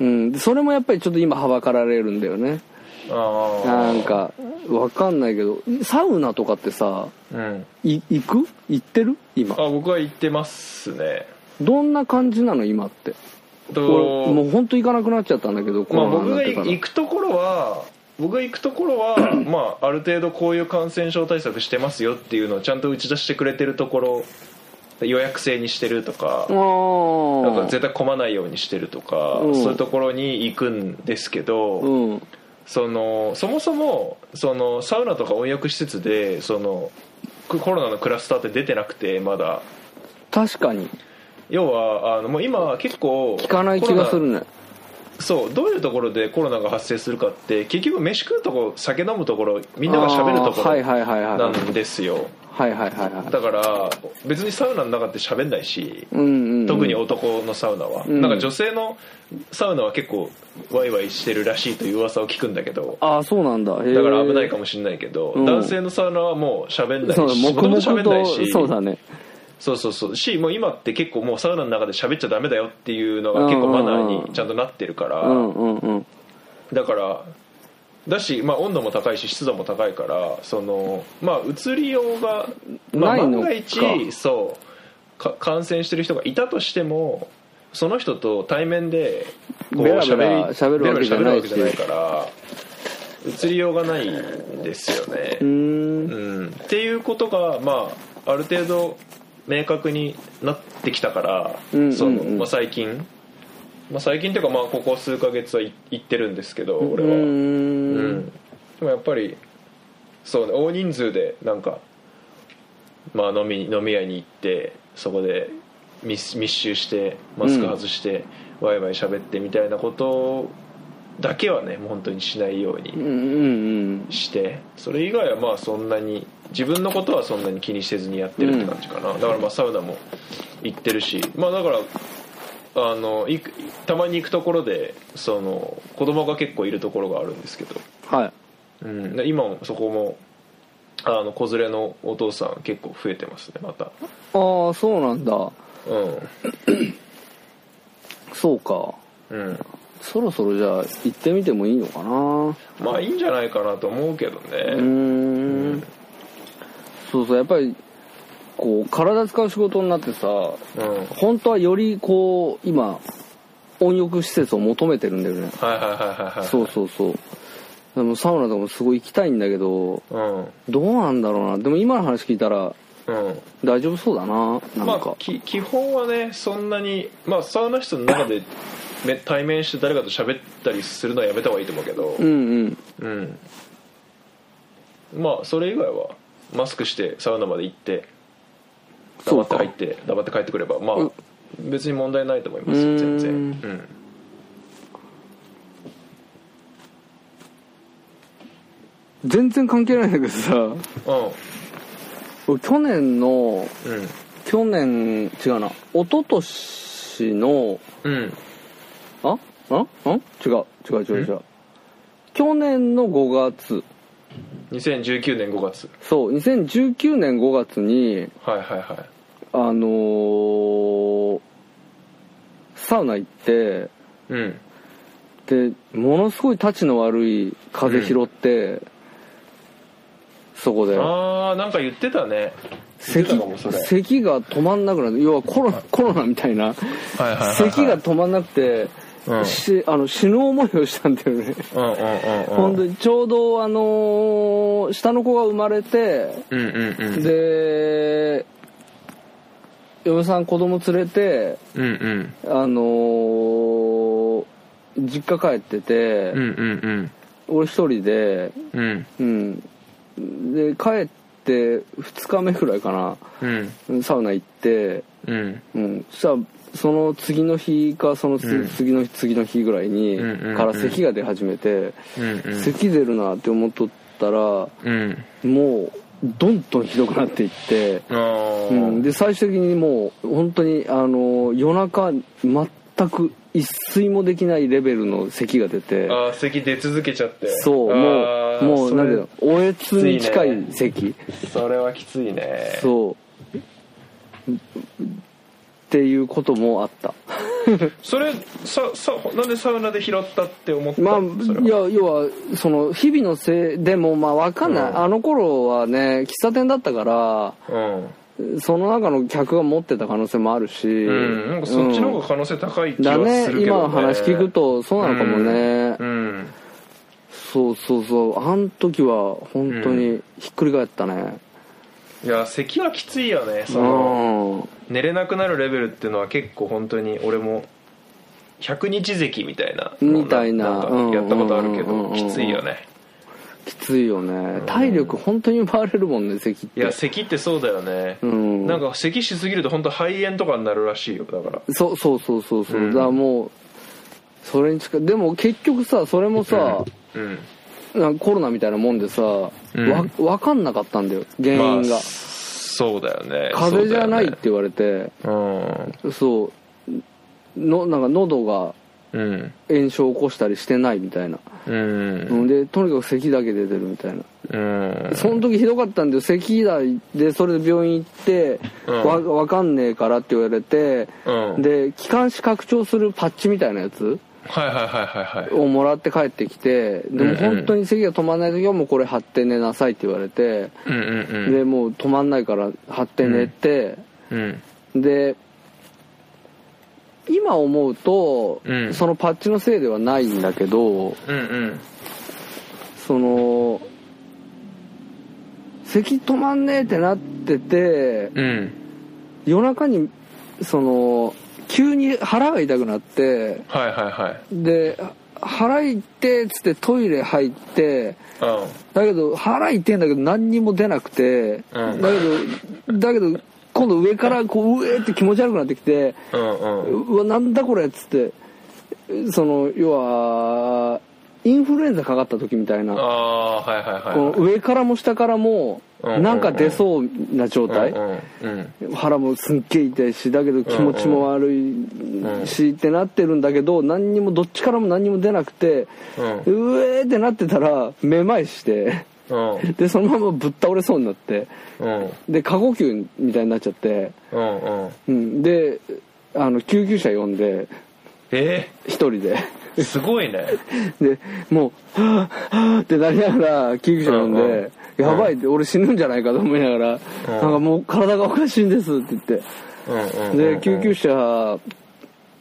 S3: うん、でそれもやっぱりちょっと今はばかられるんだよね
S2: ああ
S3: なんかわかんないけどサウナとかってさ
S2: うん
S3: い行く行ってる
S2: あ
S3: 今
S2: 僕は行ってますね
S3: どんな感じなの今って
S2: と
S3: 俺もう本当行かなくなっちゃったんだけど
S2: まあ、
S3: コロナに
S2: 僕
S3: なっ
S2: が
S3: てから
S2: 行くところは僕が行くところは、まあ、ある程度こういう感染症対策してますよっていうのをちゃんと打ち出してくれてるところ予約制にしてるとか
S3: あ
S2: なん
S3: あ
S2: か絶対混まないようにしてるとか、
S3: うん
S2: そういうところに行くんですけど、
S3: うん
S2: そのそもそもそのサウナとか温浴施設でそのココロナのクラスターって出てなくてまだ
S3: 確かに
S2: 要はあのもう今結構
S3: 聞かない気がするね
S2: そうどういうところでコロナが発生するかって結局飯食うとこ酒飲むところみんなが喋るとこ
S3: あーはい
S2: ろ
S3: はいはいはい
S2: な
S3: はい
S2: んですよ
S3: はいはいは
S2: だから別にサウナの中って喋んないし
S3: いうんうんうん
S2: 特に男のサウナは、
S3: ん
S2: なんか女性のサウナは結構ワイワイしてるらしいという噂を聞くんだけど
S3: ああそうなんだだ
S2: だから危ないか
S3: も
S2: もしれないけど、
S3: うん
S2: 男性のサウナはもう喋んないし
S3: そうだ
S2: もとも
S3: 黙々
S2: と喋んない
S3: と
S2: し
S3: そうだね
S2: そうそうそうしもう今って結構もうサウナの中で喋っちゃダメだよっていうのが結構マナーにちゃんとなってるから、
S3: うんうんうん
S2: だからだし、まあ、温度も高いし湿度も高いからそのまあ移りようが、まあ、
S3: ないの
S2: 万
S3: か
S2: が一そうか感染してる人がいたとしてもその人と対面で
S3: ベラベラ
S2: 喋り
S3: 喋るわけじゃな
S2: ベラベラ喋
S3: いし
S2: るわけじゃないから移りようがないんですよね。
S3: うーん
S2: うん、っていうことが、まあ、ある程度明確になってきたから、
S3: うんうんうん
S2: そのまあ、最近、まあ、最近っていうか、まあ、ここ数ヶ月はい行ってるんですけど俺は、
S3: う
S2: う
S3: ーん
S2: んでもやっぱりそうね大人数でなんか、まあ、飲み飲み屋に行ってそこで密密集してマスク外して、ワイワイ喋ってみたいなことだけはねもう本当にしないように。
S3: うんうん
S2: してそれ以外はまあそんなに自分のことはそんなに気にせずにやってるって感じかな、だからまあサウナも行ってるしまあだからあの行くたまに行くところでその子供が結構いるところがあるんですけど、
S3: はい
S2: うん、で今もそこもあの子連れのお父さん結構増えてますねまた
S3: ああそうなんだ
S2: う
S3: そうか
S2: んうん
S3: そろそろじゃあ行ってみてもいいのかな
S2: まあいいんじゃないかなと思うけど
S3: うー
S2: ね
S3: ん
S2: うん
S3: そうそうやっぱりこう体使う仕事になってさ
S2: うん、はい
S3: 本当はよりこう今温浴施設を求めてるんだよね
S2: はいはいはいはい
S3: そうそうそうでもサウナとかもすごい行きたいんだけど
S2: うん
S3: どうなんだろうなでも今の話聞いたら
S2: うん
S3: 大丈夫そうだななん
S2: まあ
S3: か、
S2: き基本はねそんなにまあサウナ室の中でめ対面して誰かと喋ったりするのはやめた方がいいと思うけど
S3: う、んうん
S2: うん、まあそれ以外はマスクしてサウナまで行って
S3: そ
S2: 黙っ
S3: う
S2: て
S3: か
S2: 入って黙って帰ってくればまあ、
S3: うん
S2: 別に問題ないと思いますよ全然
S3: う
S2: うん
S3: 全然関係ないんだけどさ俺去年の
S2: うん
S3: 去年違うな一昨年の
S2: うんうん
S3: ああん違う違う違う違う去年の5月
S2: 2019年5月
S3: そう2019年5月に
S2: はいはいはい
S3: あのーサウナ行って
S2: うん
S3: でものすごいたちの悪い風拾って、そこで
S2: ああなんか言ってたね言って
S3: 咳
S2: たかもそれ
S3: 咳が止まんなくなって要はコロナコロナみたいな
S2: はいはいはいはい
S3: 咳が止まんなくて、
S2: うん
S3: しあの死ぬ思いをしたんだよね、
S2: うんうんうん
S3: 本
S2: うん
S3: 当にちょうどあのー下の子が生まれて
S2: うんうんうん
S3: で嫁さん子供連れて
S2: うんうん
S3: あのー実家帰ってて、
S2: うんうん
S3: 俺一人で
S2: うんうん
S3: うんで帰っって2日目ぐらいかな
S2: うん
S3: サウナ行って、
S2: うん
S3: うん、そしたらその次の日かそのつ、
S2: うん
S3: 次の日次の日ぐらいに、
S2: うんうんうん
S3: から咳が出始めて、
S2: うんうん
S3: 咳出るなって思っとったらも
S2: うん
S3: うどんどんひどくなっていって、
S2: あー
S3: うん、で最終的にもう本当にあの夜中全く一睡もできないレベルの咳が出て
S2: あー咳出続けちゃって
S3: そうも
S2: あ
S3: う
S2: ー
S3: もう
S2: そ
S3: なん
S2: れ
S3: ていうのおえつに近
S2: きつい
S3: い
S2: ね
S3: 咳
S2: それはきついね
S3: そうっていうこともあった
S2: それささなんでサウナで拾ったって思った
S3: まあ、
S2: それはい
S3: や要はその日々のせいでもまあわかんない、
S2: うん
S3: あの頃はね喫茶店だったから
S2: うん
S3: その中の客が持ってた可能性もあるし、
S2: うん、なんかそっちの方
S3: うん
S2: が可能性高い気
S3: だ
S2: が
S3: ね
S2: するけどね
S3: 今の話聞くとそうなのかもね、
S2: うん
S3: そうそうそうあん時は本当にひっくり返ったね
S2: いや咳はきついよね
S3: う
S2: その
S3: ん、うん
S2: 寝れなくなるレベルっていうのは結構本当に俺も100日咳みたいなのを
S3: みたいなん
S2: かやったことあるけ
S3: うんうんう
S2: ど
S3: んうんうん
S2: きついよね
S3: きついよね体力本当に奪われるもんね咳っ
S2: い
S3: て
S2: や咳ってそうだよね
S3: うん
S2: なんか咳しすぎると本当肺炎とかになるらしいよだから
S3: そうそうそうそうそう、
S2: うん
S3: だからもうそれに近いでも結局さそれもさ、
S2: うん
S3: なんかコロナみたいなもんでさ、
S2: うん
S3: わ分かんなかったんだよ原因が、
S2: まあそうだよね
S3: 風邪じゃないって
S2: そ
S3: 言われて
S2: うだよね
S3: そうのなんか喉が
S2: うん
S3: 炎症を起こしたりしてないみたいな、
S2: うん
S3: うん、でとにかく咳だけ出てるみたいな
S2: うん
S3: その時ひどかったんだよ咳だでそれで病院行って、
S2: うん
S3: わ分かんねえからって言われて、
S2: うん
S3: で気管支拡張するパッチみたいなやつ
S2: はいはいはいはいはい
S3: をもらって帰ってきてで
S2: うんう
S3: も
S2: ん
S3: 本当に咳が止まらない時はもうこれ貼って寝なさいって言われて、
S2: うんうんうん
S3: でもう止まんないから貼って寝て、
S2: うん
S3: で今思うと、
S2: うん
S3: そのパッチのせいではないんだけど
S2: うんうん
S3: その咳止まんねえってなってて
S2: うん
S3: 夜中にその急に腹が痛くなって
S2: はいはいはい
S3: で腹痛ってつってトイレ入ってだけど腹痛いんだけど何にも出なくて、
S2: うん
S3: だけどだけど今度上からこううえーって気持ち悪くなってきて
S2: うんうんうん
S3: うわなんだこれっつってその要はインフルエンザかかった時みたい
S2: あ
S3: な
S2: あはいはいはい
S3: この上からも下からも
S2: うん
S3: なんか出そうな状態、
S2: うんうん
S3: 腹もすっげえ痛いしだけど気持ちも悪いしってなってるんだけど何にもどっちからも何にも出なくて
S2: うん
S3: うえーってなってたらめまいして
S2: うん
S3: でそのままぶっ倒れそうになって
S2: うん
S3: で過呼吸みたいになっちゃって、
S2: うんうん
S3: うん、であの救急車呼んで
S2: え
S3: 一人で
S2: ーすごいね
S3: でもう「はぁはぁってなりながら救急車呼んで「
S2: うんうん
S3: やばい」って俺死ぬんじゃないかと思いながら「なんかもう体がおかしいんです」って言って。
S2: うんうんうん
S3: で救急車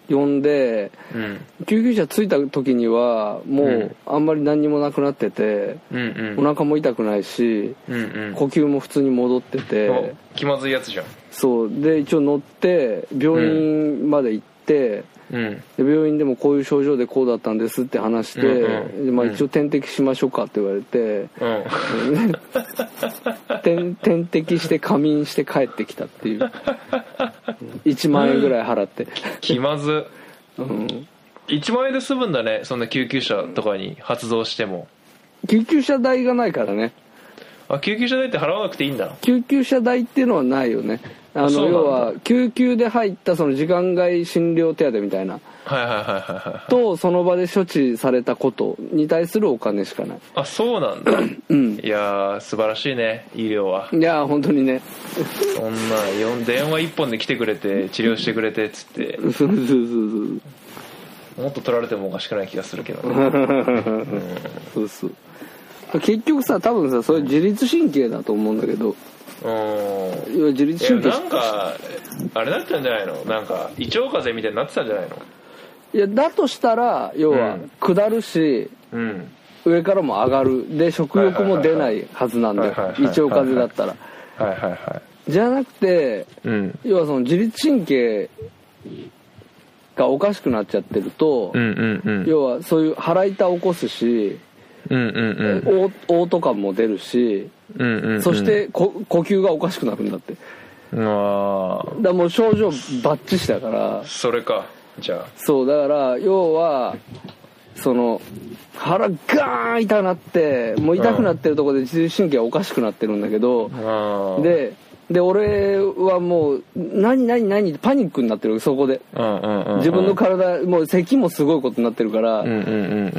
S3: 呼んで
S2: うん
S3: 救急車着いた時にはもう
S2: うん
S3: あんまり何にもなくなってて、
S2: うんうん
S3: お腹も痛くないし
S2: うんうん
S3: 呼吸も普通に戻ってて、
S2: お気まずいやつじゃん
S3: そうで一応乗って病院まで行って、
S2: うん
S3: で病院でもこういう症状でこうだったんですって話して、
S2: うんうん
S3: でまあ、
S2: うん
S3: 一応点滴しましょうかって言われて、
S2: うん
S3: 点点滴して仮眠して帰ってきたっ ていう1万円ぐらい払って、
S2: 気まず
S3: うん
S2: 1万円で済むんだねそんな救急車とかに発動しても
S3: 救急車代がないからね
S2: あ救急車代って払わなくていいんだ
S3: 救急車代っていうのはないよねあ
S2: そう
S3: の
S2: なんだ
S3: 要は救急で入ったその時間外診療手当みたいな
S2: はいはいはいはいはい
S3: とその場で処置されたことに対するお金しかない
S2: あそうなんだ
S3: うん
S2: いやー素晴らしいね医療はい
S3: やー本当 にね
S2: そんなよん電話一本で来てくれて治療してくれてっつって
S3: そうそうそう
S2: もっと取られてもおかしくない気がするけどね
S3: そうそうそう結局さ多分さそれ自律神経だと思うんだけど
S2: うん
S3: 要は自律神
S2: いや
S3: 経
S2: なんかあれだったんじゃないのなんか胃腸風邪みたいになってたんじゃないの
S3: いやだとしたら要は
S2: うん
S3: 下るし、
S2: うん
S3: 上からも上がるで食欲も出ないはずなんだよ
S2: はいはいはい
S3: 胃
S2: はい
S3: 腸風邪だったら
S2: はいはいはい
S3: じゃなくて
S2: うん
S3: 要はその自律神経がおかしくなっちゃってると、
S2: うんうんうん
S3: 要はそういう腹痛を起こすし、
S2: うんうん
S3: おおとかも出るし
S2: うんうんうん
S3: そしてこ呼吸がおかしくなるんだってだか
S2: ああ
S3: らもう症状バッチシだから
S2: それかじゃ
S3: そうだから要はその腹ガーン痛くなってもう痛くなってるところで自律神経がおかしくなってるんだけど、
S2: ああー
S3: でで俺はもう何何何ってパニックになってるそこで
S2: うんうんうんうん
S3: 自分の体もう咳もすごいことになってるから、
S2: うんうんうん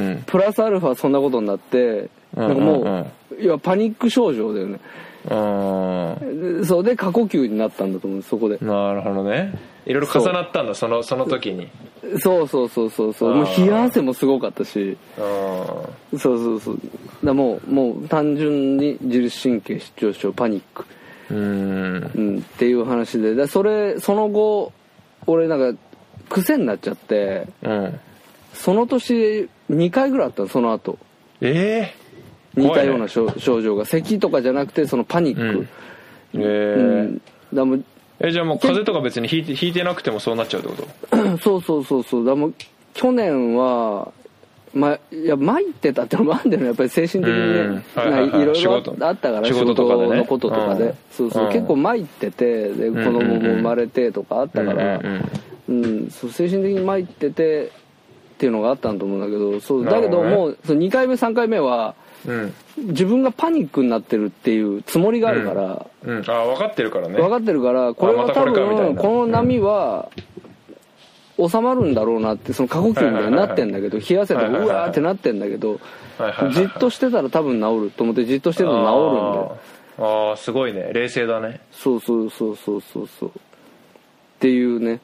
S2: うん
S3: プラスアルファそんなことになって
S2: うん
S3: なんかもう,、
S2: うんうん
S3: いやパニック症状だよね
S2: あー
S3: でそうで過呼吸になったんだと思うそこで
S2: なるほどねいろいろ重なったんだそのその時に
S3: そうそうそうそうそうもう
S2: あー
S3: 冷や汗もすごかったし
S2: あー
S3: そうそうそうだからもうもう単純に自律神経失調症パニック、
S2: うーん
S3: うん、っていう話ででそれその後俺なんか癖になっちゃって
S2: うん
S3: その年2回ぐらいあったのその後
S2: ええ
S3: 似たよ
S2: 怖い
S3: うな
S2: ね
S3: 症,、症状が咳とかじゃなくてそのパニック、
S2: え
S3: うん
S2: ー
S3: だからもう
S2: えじゃあもう風邪とか別に引いて引いてなくてもそうなっちゃうってこと
S3: そうそうそうそうだからもう去年はまいや参ってたっての もあるんだよねやっぱり精神的にね、
S2: うんはいはいはい
S3: なんかい
S2: 仕
S3: ろい
S2: 事
S3: ろあったから
S2: 仕事とかでね
S3: のこととかで、
S2: うん
S3: そうそう、
S2: うん
S3: 結構参っててで子
S2: ん
S3: 供も生まれてとかあったから、
S2: うんうんうん
S3: うん、そう精神的に参っててっていうのがあったんだと思うんだけどそう
S2: なるほ
S3: だけ
S2: ど
S3: ど
S2: ね
S3: もうその2回目3回目は
S2: うん
S3: 自分がパニックになってるっていうつもりがあるから、
S2: うん、あー分かってるからね
S3: 分かってるからこれは
S2: また
S3: 多
S2: これかみたい
S3: 分
S2: な
S3: この波は収まるんだろうなってその過呼吸みたいになってんだけど冷や汗とか
S2: はいはいうはい
S3: わーってなってんだけど
S2: はいはいはい
S3: じっとしてたら多分治ると思ってじっとしてると治るんだよ
S2: あーあーすごいね冷静だね
S3: そうそうそうそうそうそうっていうね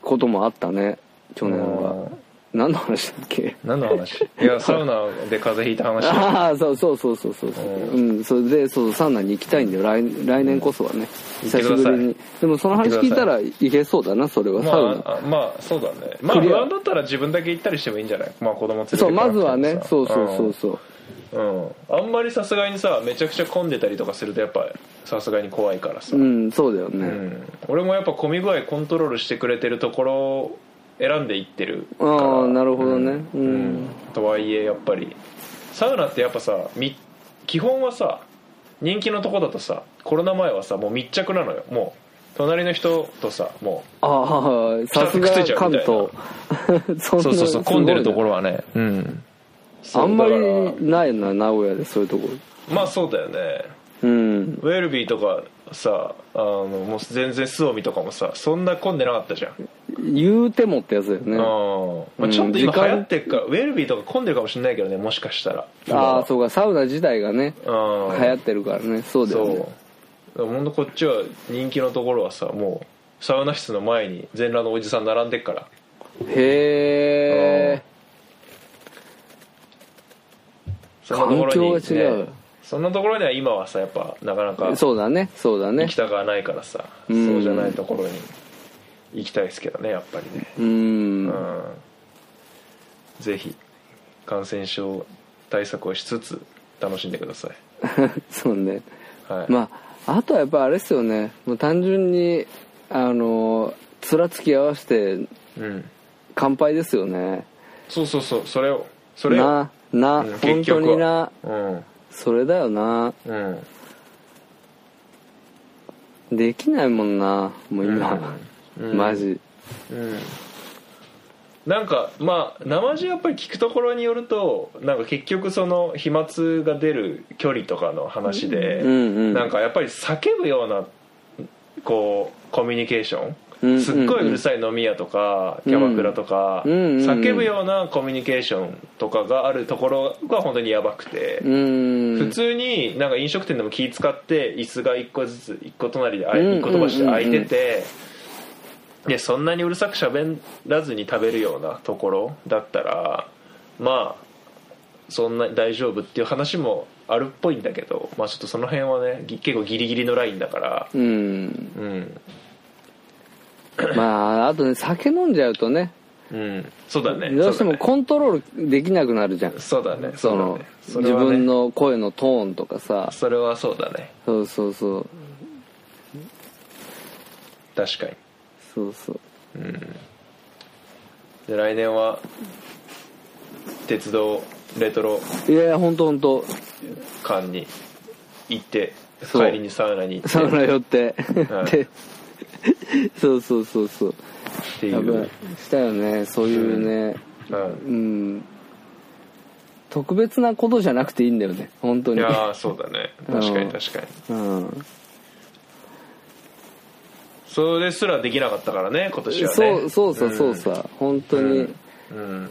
S3: こともあったね去年は何の話だっけ
S2: 何の話 いやサウナで風邪ひいた話
S3: ああそうそうそうそうそうそう
S2: う
S3: うんそれでそうサウナに行きたいんだよ来来年こそはね、
S2: 行って
S3: 久
S2: く
S3: し
S2: ださい
S3: ぶりにでもその話聞いたらいけそうだなそれは
S2: ま
S3: サウナ、
S2: ああまあそうだねまあ
S3: クリア
S2: 不安だったら自分だけ行ったりしてもいいんじゃないまあ子供連れて
S3: そう
S2: 行か
S3: ま
S2: なく
S3: ず
S2: てもさ
S3: はねそうそうそうそう
S2: うん、うんあんまりさすがにさめちゃくちゃ混んでたりとかするとやっぱさすがに怖いからさ、
S3: う
S2: うん
S3: んそうだよね
S2: 俺もやっぱ混み具合コントロールしてくれてるところを選んで行ってるから
S3: ああなるほどねうん、
S2: とはいえやっぱりサウナってやっぱさみ基本はさ人気のとこだとさコロナ前はさもう密着なのよもう隣の人とさも
S3: ああさすが
S2: くっついちゃう
S3: 関
S2: みたいな
S3: 東そん
S2: う
S3: な
S2: そうそうそう混んでるとこ
S3: ろ
S2: ろはねうんそう
S3: あんまり
S2: だから
S3: ないな名古屋でそういうとこ
S2: まあそうだよね
S3: ろうん
S2: ウェルビーとかさあのもう全然スオミとかもさそんな混んでなかったじゃん、
S3: 言うてもってやつだよね
S2: あー
S3: あ
S2: ま
S3: う
S2: あ、
S3: ん
S2: ちょっと今
S3: 時間
S2: 流行ってっからウェルビーとか混んでるかもしれないけどねもしかしたら
S3: あそうかサウナ自体がね
S2: うん
S3: 流行ってるからねそうだよね
S2: そうほんとこっちは人気のところはさもうサウナ室の前に全裸のおじさん並んでっから
S3: へえ
S2: そんなところ
S3: 環
S2: に、
S3: 境が違う
S2: ね、そんなところには今はさやっぱなかなか行
S3: そうだねそうだね
S2: きたくはないからさ
S3: う
S2: そ
S3: ん
S2: うじゃないところに行きたいですけどねやっぱりね
S3: う
S2: うんんぜひ感染症対策をしつつ楽しんでください、
S3: そうね
S2: はい、
S3: まああとはやっぱあれですよねもう単純にあの面つき合わせて
S2: うん
S3: 乾杯ですよね
S2: そうそうそうそれをそれを
S3: なな、
S2: うん
S3: 本当にな
S2: うん
S3: それだよな
S2: うん
S3: できないもんなもう今、
S2: うん
S3: マジ
S2: うんなんかまあ生地やっぱり聞くところによるとなんか結局その飛沫が出る距離とかの話で、
S3: うんうん
S2: なんかやっぱり叫ぶようなこうコミュニケーション、
S3: うん
S2: すっごいうるさい飲み屋とか、キャバクラとか、
S3: うんうんうん
S2: 叫ぶようなコミュニケーションとかがあるところが本当にやばくて、
S3: う
S2: 普
S3: ん
S2: 通になんか飲食店でも気使って椅子が一個ずつ一個隣であい
S3: うん
S2: 一個飛ばして空いててでそんなにうるさく喋らずに食べるようなところだったらまあそんなに大丈夫っていう話もあるっぽいんだけどまあちょっとその辺はねぎ結構ギリギリのラインだから
S3: うん
S2: うん
S3: まああとね酒飲んじゃうとね
S2: うんそうだね
S3: どうしても
S2: こ
S3: コントロールできなくなるじゃん
S2: そうだね
S3: そ
S2: そうだ
S3: の
S2: ね
S3: 自
S2: それはね
S3: 分の声のトーンとかさ
S2: それはそうだね
S3: そうそうそう
S2: 確かに
S3: そうそう
S2: で来年は鉄道レトロ
S3: いやいや本当本当
S2: 館に行って
S3: そう
S2: 帰りにサウナに行
S3: サウ
S2: って
S3: ナ寄って、
S2: はい
S3: でそうそうそうそう
S2: ってい
S3: やっ
S2: う、
S3: ぱしたよねそういうね
S2: うん、
S3: うん特別なことじゃなくていいんだよね本当
S2: い
S3: に
S2: やーそうだね確かに確かに
S3: うん
S2: それすらできなかったからね今年はね
S3: そうそうさそうさ、本当に、
S2: うんうん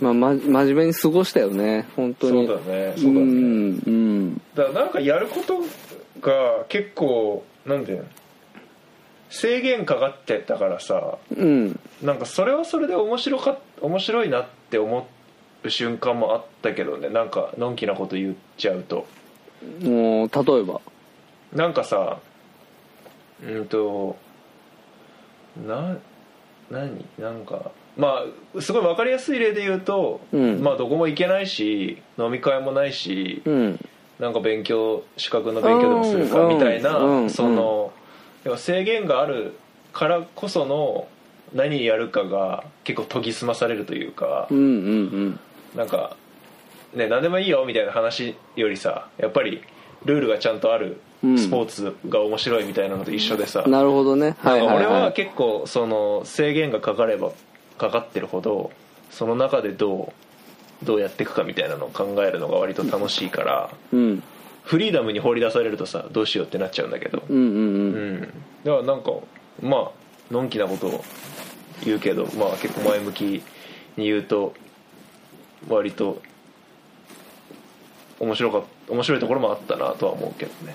S3: まあ、ま真面目に過ごしたよね本当に
S2: そうだね
S3: う
S2: そうだね
S3: んうん
S2: だからなんかやることが結構なんていうの制限かかってたからさ
S3: うん
S2: なんかそれはそれで面白か面白いなって思う瞬間もあったけどねなんかのんきなこと言っちゃうと
S3: もう例えば
S2: なんかさうんとな何なんかまあすごい分かりやすい例で言うと、
S3: うん
S2: まあどこも行けないし飲み会もないし、
S3: うん
S2: なんか勉強資格の勉強でもするか
S3: う
S2: み
S3: ん
S2: たいな、
S3: うん
S2: その、要は制限があるからこその何やるかが結構研ぎ澄まされるというか、
S3: うんうん
S2: なんか、ね、何でもいいよみたいな話よりさやっぱりルールがちゃんとある
S3: うん
S2: スポーツが面白いみたいなのと一緒でさ、
S3: うんなるほどねはいはい、はい、
S2: 俺は結構その制限がかかればかかってるほどその中でどうどうやっていくかみたいなのを考えるのが割と楽しいから。
S3: うん
S2: フリーダムに放り出されるとさどうしようってなっちゃうんだけど
S3: うんうん
S2: う
S3: うん
S2: んだからなんかまあのんきなことを言うけどまあ結構前向きに言うと割と面白か面白いところもあったなとは思うけどね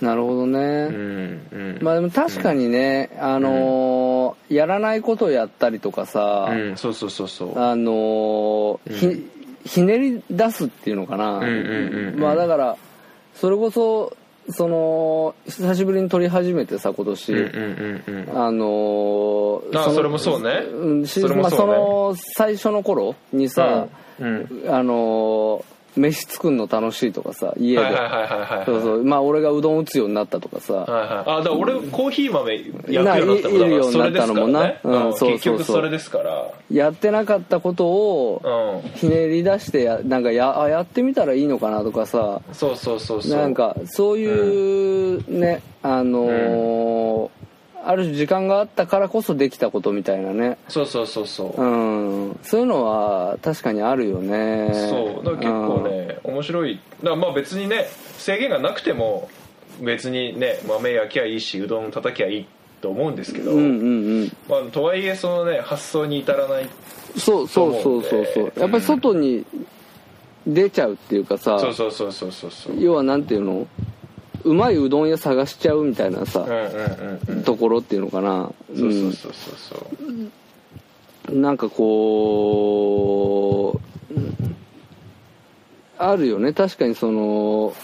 S3: なるほどね、
S2: うんうん
S3: まあでも確かにね、あのーやらないことをやったりとかさ、
S2: うんそうそうそうそう
S3: あのーひひねり出すっていうのかな、
S2: んうんうんうん
S3: まあだからそれこそその久しぶりに撮り始めてさ今年、
S2: うんうんうんうん
S3: あのー
S2: あ
S3: の
S2: それもそうね
S3: うんし
S2: それ
S3: ま
S2: も
S3: あ、
S2: そ
S3: そう
S2: ね
S3: の最初の頃にさ、
S2: うん
S3: あのー飯作るの楽しいとかさ家で、
S2: はいはいはいはいはい
S3: そうそうまあ俺がうどん打つようになったとかさ、
S2: はいはい、あだから俺コーヒー豆焼くようになった
S3: ないいるよう
S2: もんだからそれ
S3: になった
S2: です
S3: の
S2: か
S3: もな
S2: らね、
S3: うん
S2: うん
S3: そうそう
S2: 結
S3: そう
S2: 局それですから
S3: やってなかったことを
S2: うん
S3: ひねり出してやなんかやあやってみたらいいのかなとかさ
S2: そうそうそうそう
S3: なんかそういうね、あのーある種時間があったからこそできたことみたいなね、
S2: そうそうそうそう、
S3: うん、そういうのは確かにあるよね
S2: そうだから結構ね面白いだからまあ別にね制限がなくても別にね豆焼きゃいいしうどん叩きゃいいと思うんですけど、
S3: うんうんうんうん
S2: まあ、とはいえそのね発想に至らない
S3: そうそうそうそう
S2: と思
S3: そううん
S2: で
S3: やっぱり外に出ちゃうっていうかさ
S2: そうそうそうそうそうそう
S3: 要はなんていうのうまいうどん屋探しちゃうみたいなさ、
S2: うんうんうんうん
S3: ところっていうのかな
S2: そうそうそうそうそう
S3: うん、なんかこううんあるよね確かにその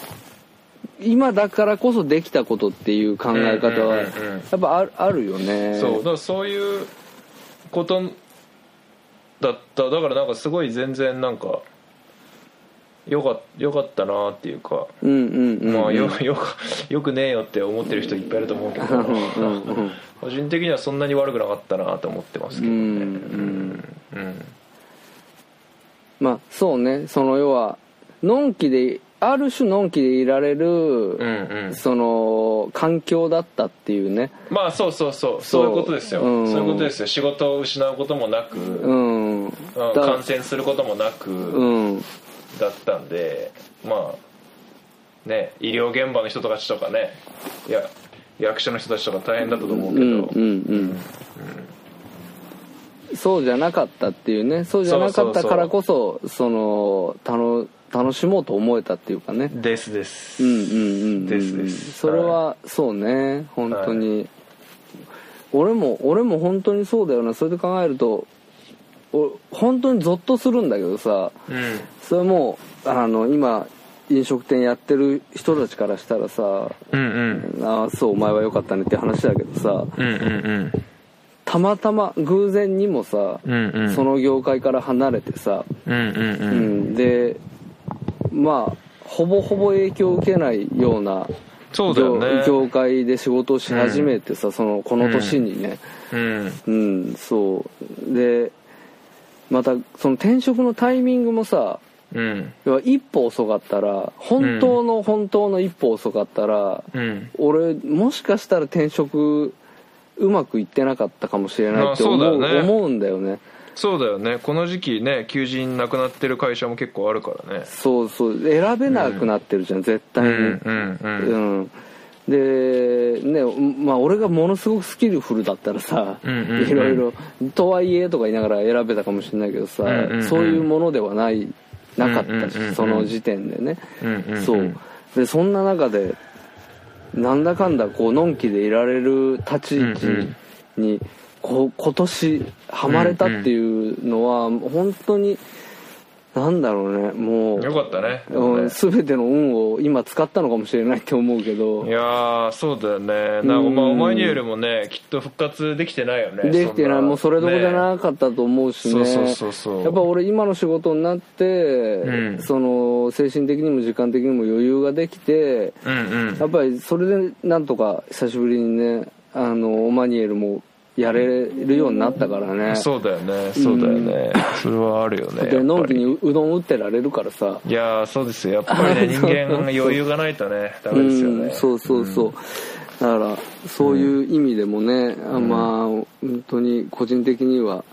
S3: 今だからこそできたことっていう考え方
S2: う
S3: は
S2: ん
S3: や
S2: うんうんうん
S3: っぱあるあるよね
S2: そうだからそういうことだっただからなんかすごい全然なんかよかよかったなっていうか
S3: うんうんうん
S2: まあよよくよくねえよって思ってる人いっぱいいると思うけど
S3: うんうんうん
S2: 個人的にはそんなに悪くなかったなと思ってますけどね
S3: うん
S2: うんうん
S3: まあそうねその要はのんきである種のんきでいられる、
S2: うんうん
S3: その環境だったっていうね
S2: まあそうそうそうそういうことですよ
S3: うん
S2: そういうことですよ仕事を失うこともなく、うん
S3: うんだ
S2: 感染することもなく、
S3: うん
S2: だったんでまあね医療現場の人たちとかねいや役所の人たちとか大変だったと思うけど、
S3: うんうんうんそうじゃなかったっていうねそうじゃなかったからこそそのたの楽しもうと思えたっていうかね
S2: ですです
S3: うんうんうんうん
S2: ですです
S3: それは、そうね本当に、俺も俺も本当にそうだよなそれで考えるとお本当にゾッとするんだけどさ
S2: うん
S3: それもあの今飲食店やってる人たちからしたらさ
S2: うんうん
S3: ああそうお前は良かったねって話だけどさ
S2: うんうん
S3: たまたま偶然にもさ、
S2: うんうんうん
S3: その業界から離れてさ、
S2: うんうんう
S3: うんんでまあほぼほぼ影響を受けないような
S2: そうだよね
S3: 業業界で仕事をし始めてさ、そのこの年にね、
S2: うん
S3: うんそうでまたその転職のタイミングもさ
S2: うん
S3: 要は一歩遅かったら本当の本当の一歩遅かったら、
S2: うん
S3: 俺もしかしたら転職うまくいってなかったかもしれないって思う,、
S2: まあそうだよね
S3: 思うんだよね
S2: そうだよねこの時期ね求人なくなってる会社も結構あるからね
S3: そうそう選べなくなってるじゃん、絶
S2: う
S3: 対
S2: ん
S3: に、
S2: うんうん
S3: うんでねまあ俺がものすごくスキルフルだったらさ、
S2: うんうんうん
S3: いろいろ「とはいえ」とか言いながら選べたかもしれないけどさ、
S2: んうんうん
S3: そういうものではないなかった
S2: う
S3: し、
S2: んうんうんうん
S3: その時点でね、
S2: うんうんうん
S3: そうでそんな中でなんだかんだこうのんきでいられる立ち位置に、こう今年ハマれたっていうのは本当になんだろうねもう
S2: よかったねでも
S3: う
S2: ね
S3: ん、全ての運を今使ったのかもしれないって思うけど
S2: いやーそうだよねなんか
S3: うん
S2: まあお前によりもねきっと復活できてないよね
S3: できてないもうそれどころじゃ
S2: い
S3: なかったと思うしね
S2: そうそうそうそう
S3: やっぱ俺今の仕事になって、
S2: ん
S3: その精神的にも時間的にも余裕ができて
S2: うんうん
S3: やっぱりそれでなんとか久しぶりにねあのオマニエルもやれるようになったからね
S2: そうだよねそうだよね、それはあるよね
S3: で
S2: やっ
S3: のん
S2: ぱ
S3: き
S2: り
S3: にうどん打ってられるからさ
S2: いやーそうですよやっぱ りね人間余裕がないとねダメですよね、
S3: うん、そうそうそう、だからそういう意味でもね、あまあ本当に個人的には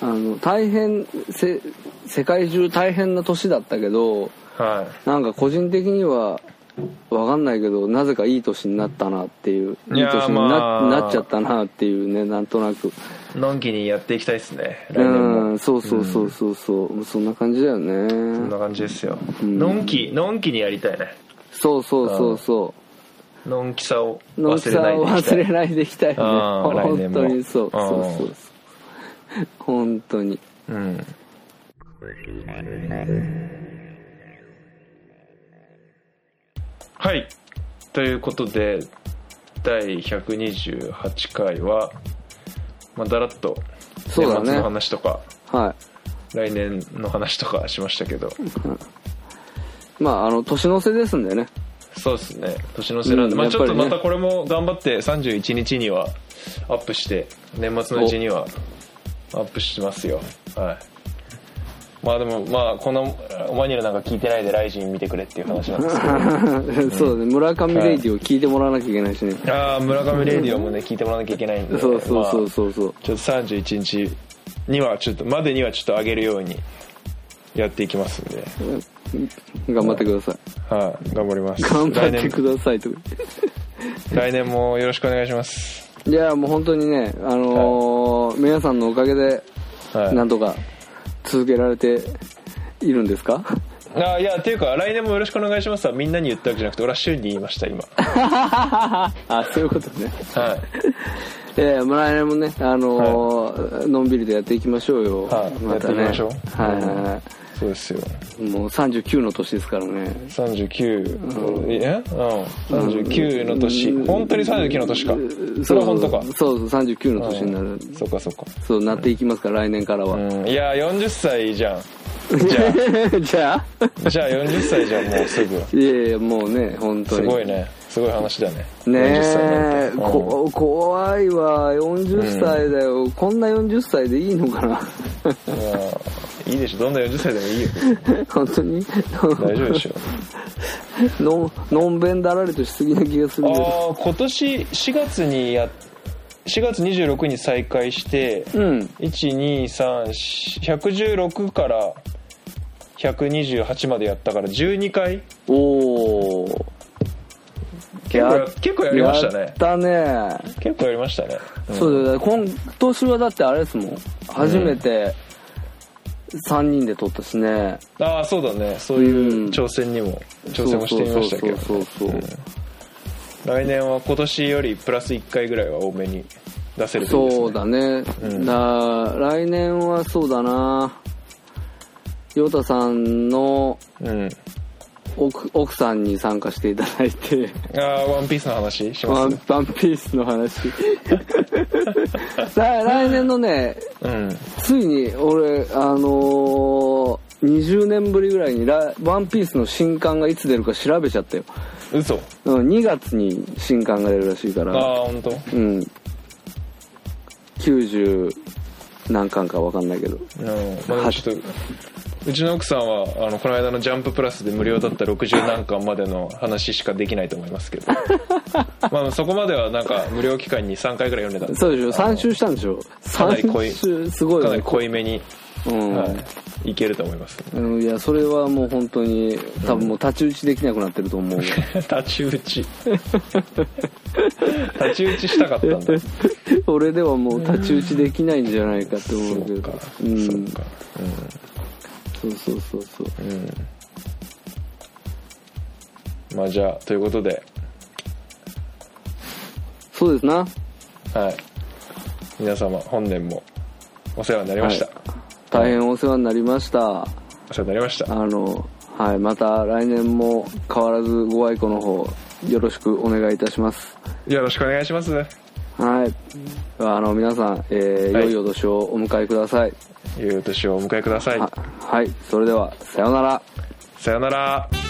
S3: あの大変せ世界中大変な年だったけど
S2: は
S3: なんか個人的にはわかんないけどなぜかいい年になったなっていうい
S2: い
S3: い
S2: やー
S3: 年にな,、
S2: まあ
S3: なっちゃったなっていうねなんとなく
S2: いのんきにやっていきたいですね来年
S3: う
S2: も、
S3: んそうそうそうそうそう、そんな感じだよ
S2: そん
S3: ね
S2: な感じですよ、のんきのんきにやりたいね
S3: そうそうそうそう
S2: のんきさを
S3: のん
S2: 忘
S3: き
S2: れ
S3: さ
S2: ない
S3: を
S2: でいきた
S3: 忘
S2: い
S3: れないでいきたいね
S2: あー来年
S3: 本
S2: も
S3: 当にそう
S2: あー
S3: そうそうそう本当に
S2: うんはいということで第128回は、まあ、だらっと
S3: そうだ
S2: 年
S3: ね
S2: 末の話とか、
S3: は
S2: 来年の話とかしましたけど
S3: いまああの年の瀬ですんでね
S2: そうですね年の瀬なんで、
S3: うん
S2: まあ、
S3: やっ
S2: ち
S3: ぱ
S2: ょっ
S3: りね
S2: とまたこれも頑張って31日にはアップして年末のうちにはアップしますよはいまあでもまあこの「お前にはなんか聞いてないでライジン見てくれ」っていう話なんですけ
S3: そうだね村上レイディを聞いてもらわなきゃいけないしね
S2: どああ村上レディオもね聞いてもらわなきゃいけないんで
S3: そうそうそう
S2: ま
S3: そうそう
S2: あちょっと31日にはちょっとまでにはちょっと上げるようにやっていきますんで、
S3: 頑張ってください
S2: はい、頑張ります
S3: 頑張って
S2: 来
S3: くださいとか
S2: 年来年もよろしくお願いします、
S3: いやもう本当にねあのー皆さんのおかげで
S2: はい、
S3: なんとか続けられているんですか
S2: あーいやっていうか来年もよろしくお願いしますはみんなに言ったわけじゃなくて俺は周囲に言いました今
S3: あそういうことね
S2: は
S3: ええまあ来年もね、あのーのんびりとやっていきましょうよ。
S2: はい
S3: またね。
S2: やっていきましょう
S3: はいはいはい
S2: そうですよ
S3: い。もう39の年ですからね。
S2: 39、えうん39の年、本当に39の年か、それは本当か
S3: そうそうそう、39の年になる。
S2: そっかそっか
S3: そうなっていきますから、来年からは。
S2: うんいや40歳じゃんじゃ
S3: じゃあ
S2: あじゃあ40歳じゃんもう すぐ
S3: いやいや、もうね、本当
S2: す
S3: に。
S2: ごいねすごい話だね
S3: ね
S2: 40歳なん
S3: え、
S2: てうん
S3: こ怖いわ。40歳だよ。こんな40歳でいいのかな
S2: いやいいでしょどんな40歳でもいいよ
S3: 本当に
S2: 大丈夫で しょ
S3: ののんべんだられとしすぎな気がするけど。
S2: ああ今年4月にや4月26日に再開して、
S3: うん。
S2: 1231116から128までやったから12回
S3: おー。
S2: 結構や結構やりました
S3: や
S2: ね
S3: ったね、
S2: 結構やりましたね、うん
S3: そうだよ今年はだってあれですもん初めて3人で撮ったしね、
S2: ああそうだねそういううん挑戦にも、挑戦もしてみましたけど
S3: そうそうそうそう
S2: 来年は今年よりプラス1回ぐらいは多めに出せるといいですね
S3: そうだね、だ来年はそうだなヨタさんの
S2: うん
S3: 奥奥さんに参加していただいて
S2: ああワンピースの話し
S3: ワ
S2: ま
S3: ン
S2: す
S3: ワンピースの 話来来年のね
S2: うん
S3: ついに俺あのー20年ぶりぐらいにラ「ワンピースの新刊がいつ出るか調べちゃったよ
S2: 嘘
S3: うん2月に新刊が出るらしいか
S2: あ
S3: ら
S2: あ本当
S3: うん90何巻か分かんないけど
S2: うんまあでもちょっとうちの奥さんはあのこの間の「ジャンププラス」で無料だった60何巻までの話しかできないと思います けどまあそこまではなんか無料期間に3回ぐらい読んでたんで
S3: そうでしょ
S2: あの
S3: 3周したんでしょ
S2: かなり濃い
S3: 3周すごい
S2: かな
S3: よね
S2: り濃いめに、
S3: うん
S2: はい、いけると思います、
S3: うんいやそれはもう本当に多分もう太刀打ちできなくなってると思う
S2: 太刀打 ち太刀打ちしたかった んだ
S3: 俺ではもう太刀打ちできないんじゃないかって
S2: そ
S3: 思うけ
S2: う
S3: ど
S2: か、
S3: うん
S2: そうか
S3: そうそうそうそう
S2: うん、まあじゃあということで
S3: そうですな
S2: はい皆様本年もお世話になりました、
S3: は大変お世話になりました
S2: お世話になりました
S3: あのはいまた来年も変わらずご愛顧の方よろしくお願いいたします
S2: よろしくお願いします
S3: はいあの皆さん、えー
S2: はい
S3: 良いお年をお迎えください
S2: 良いお年をお迎えください
S3: あはいそれではさようなら
S2: さよなら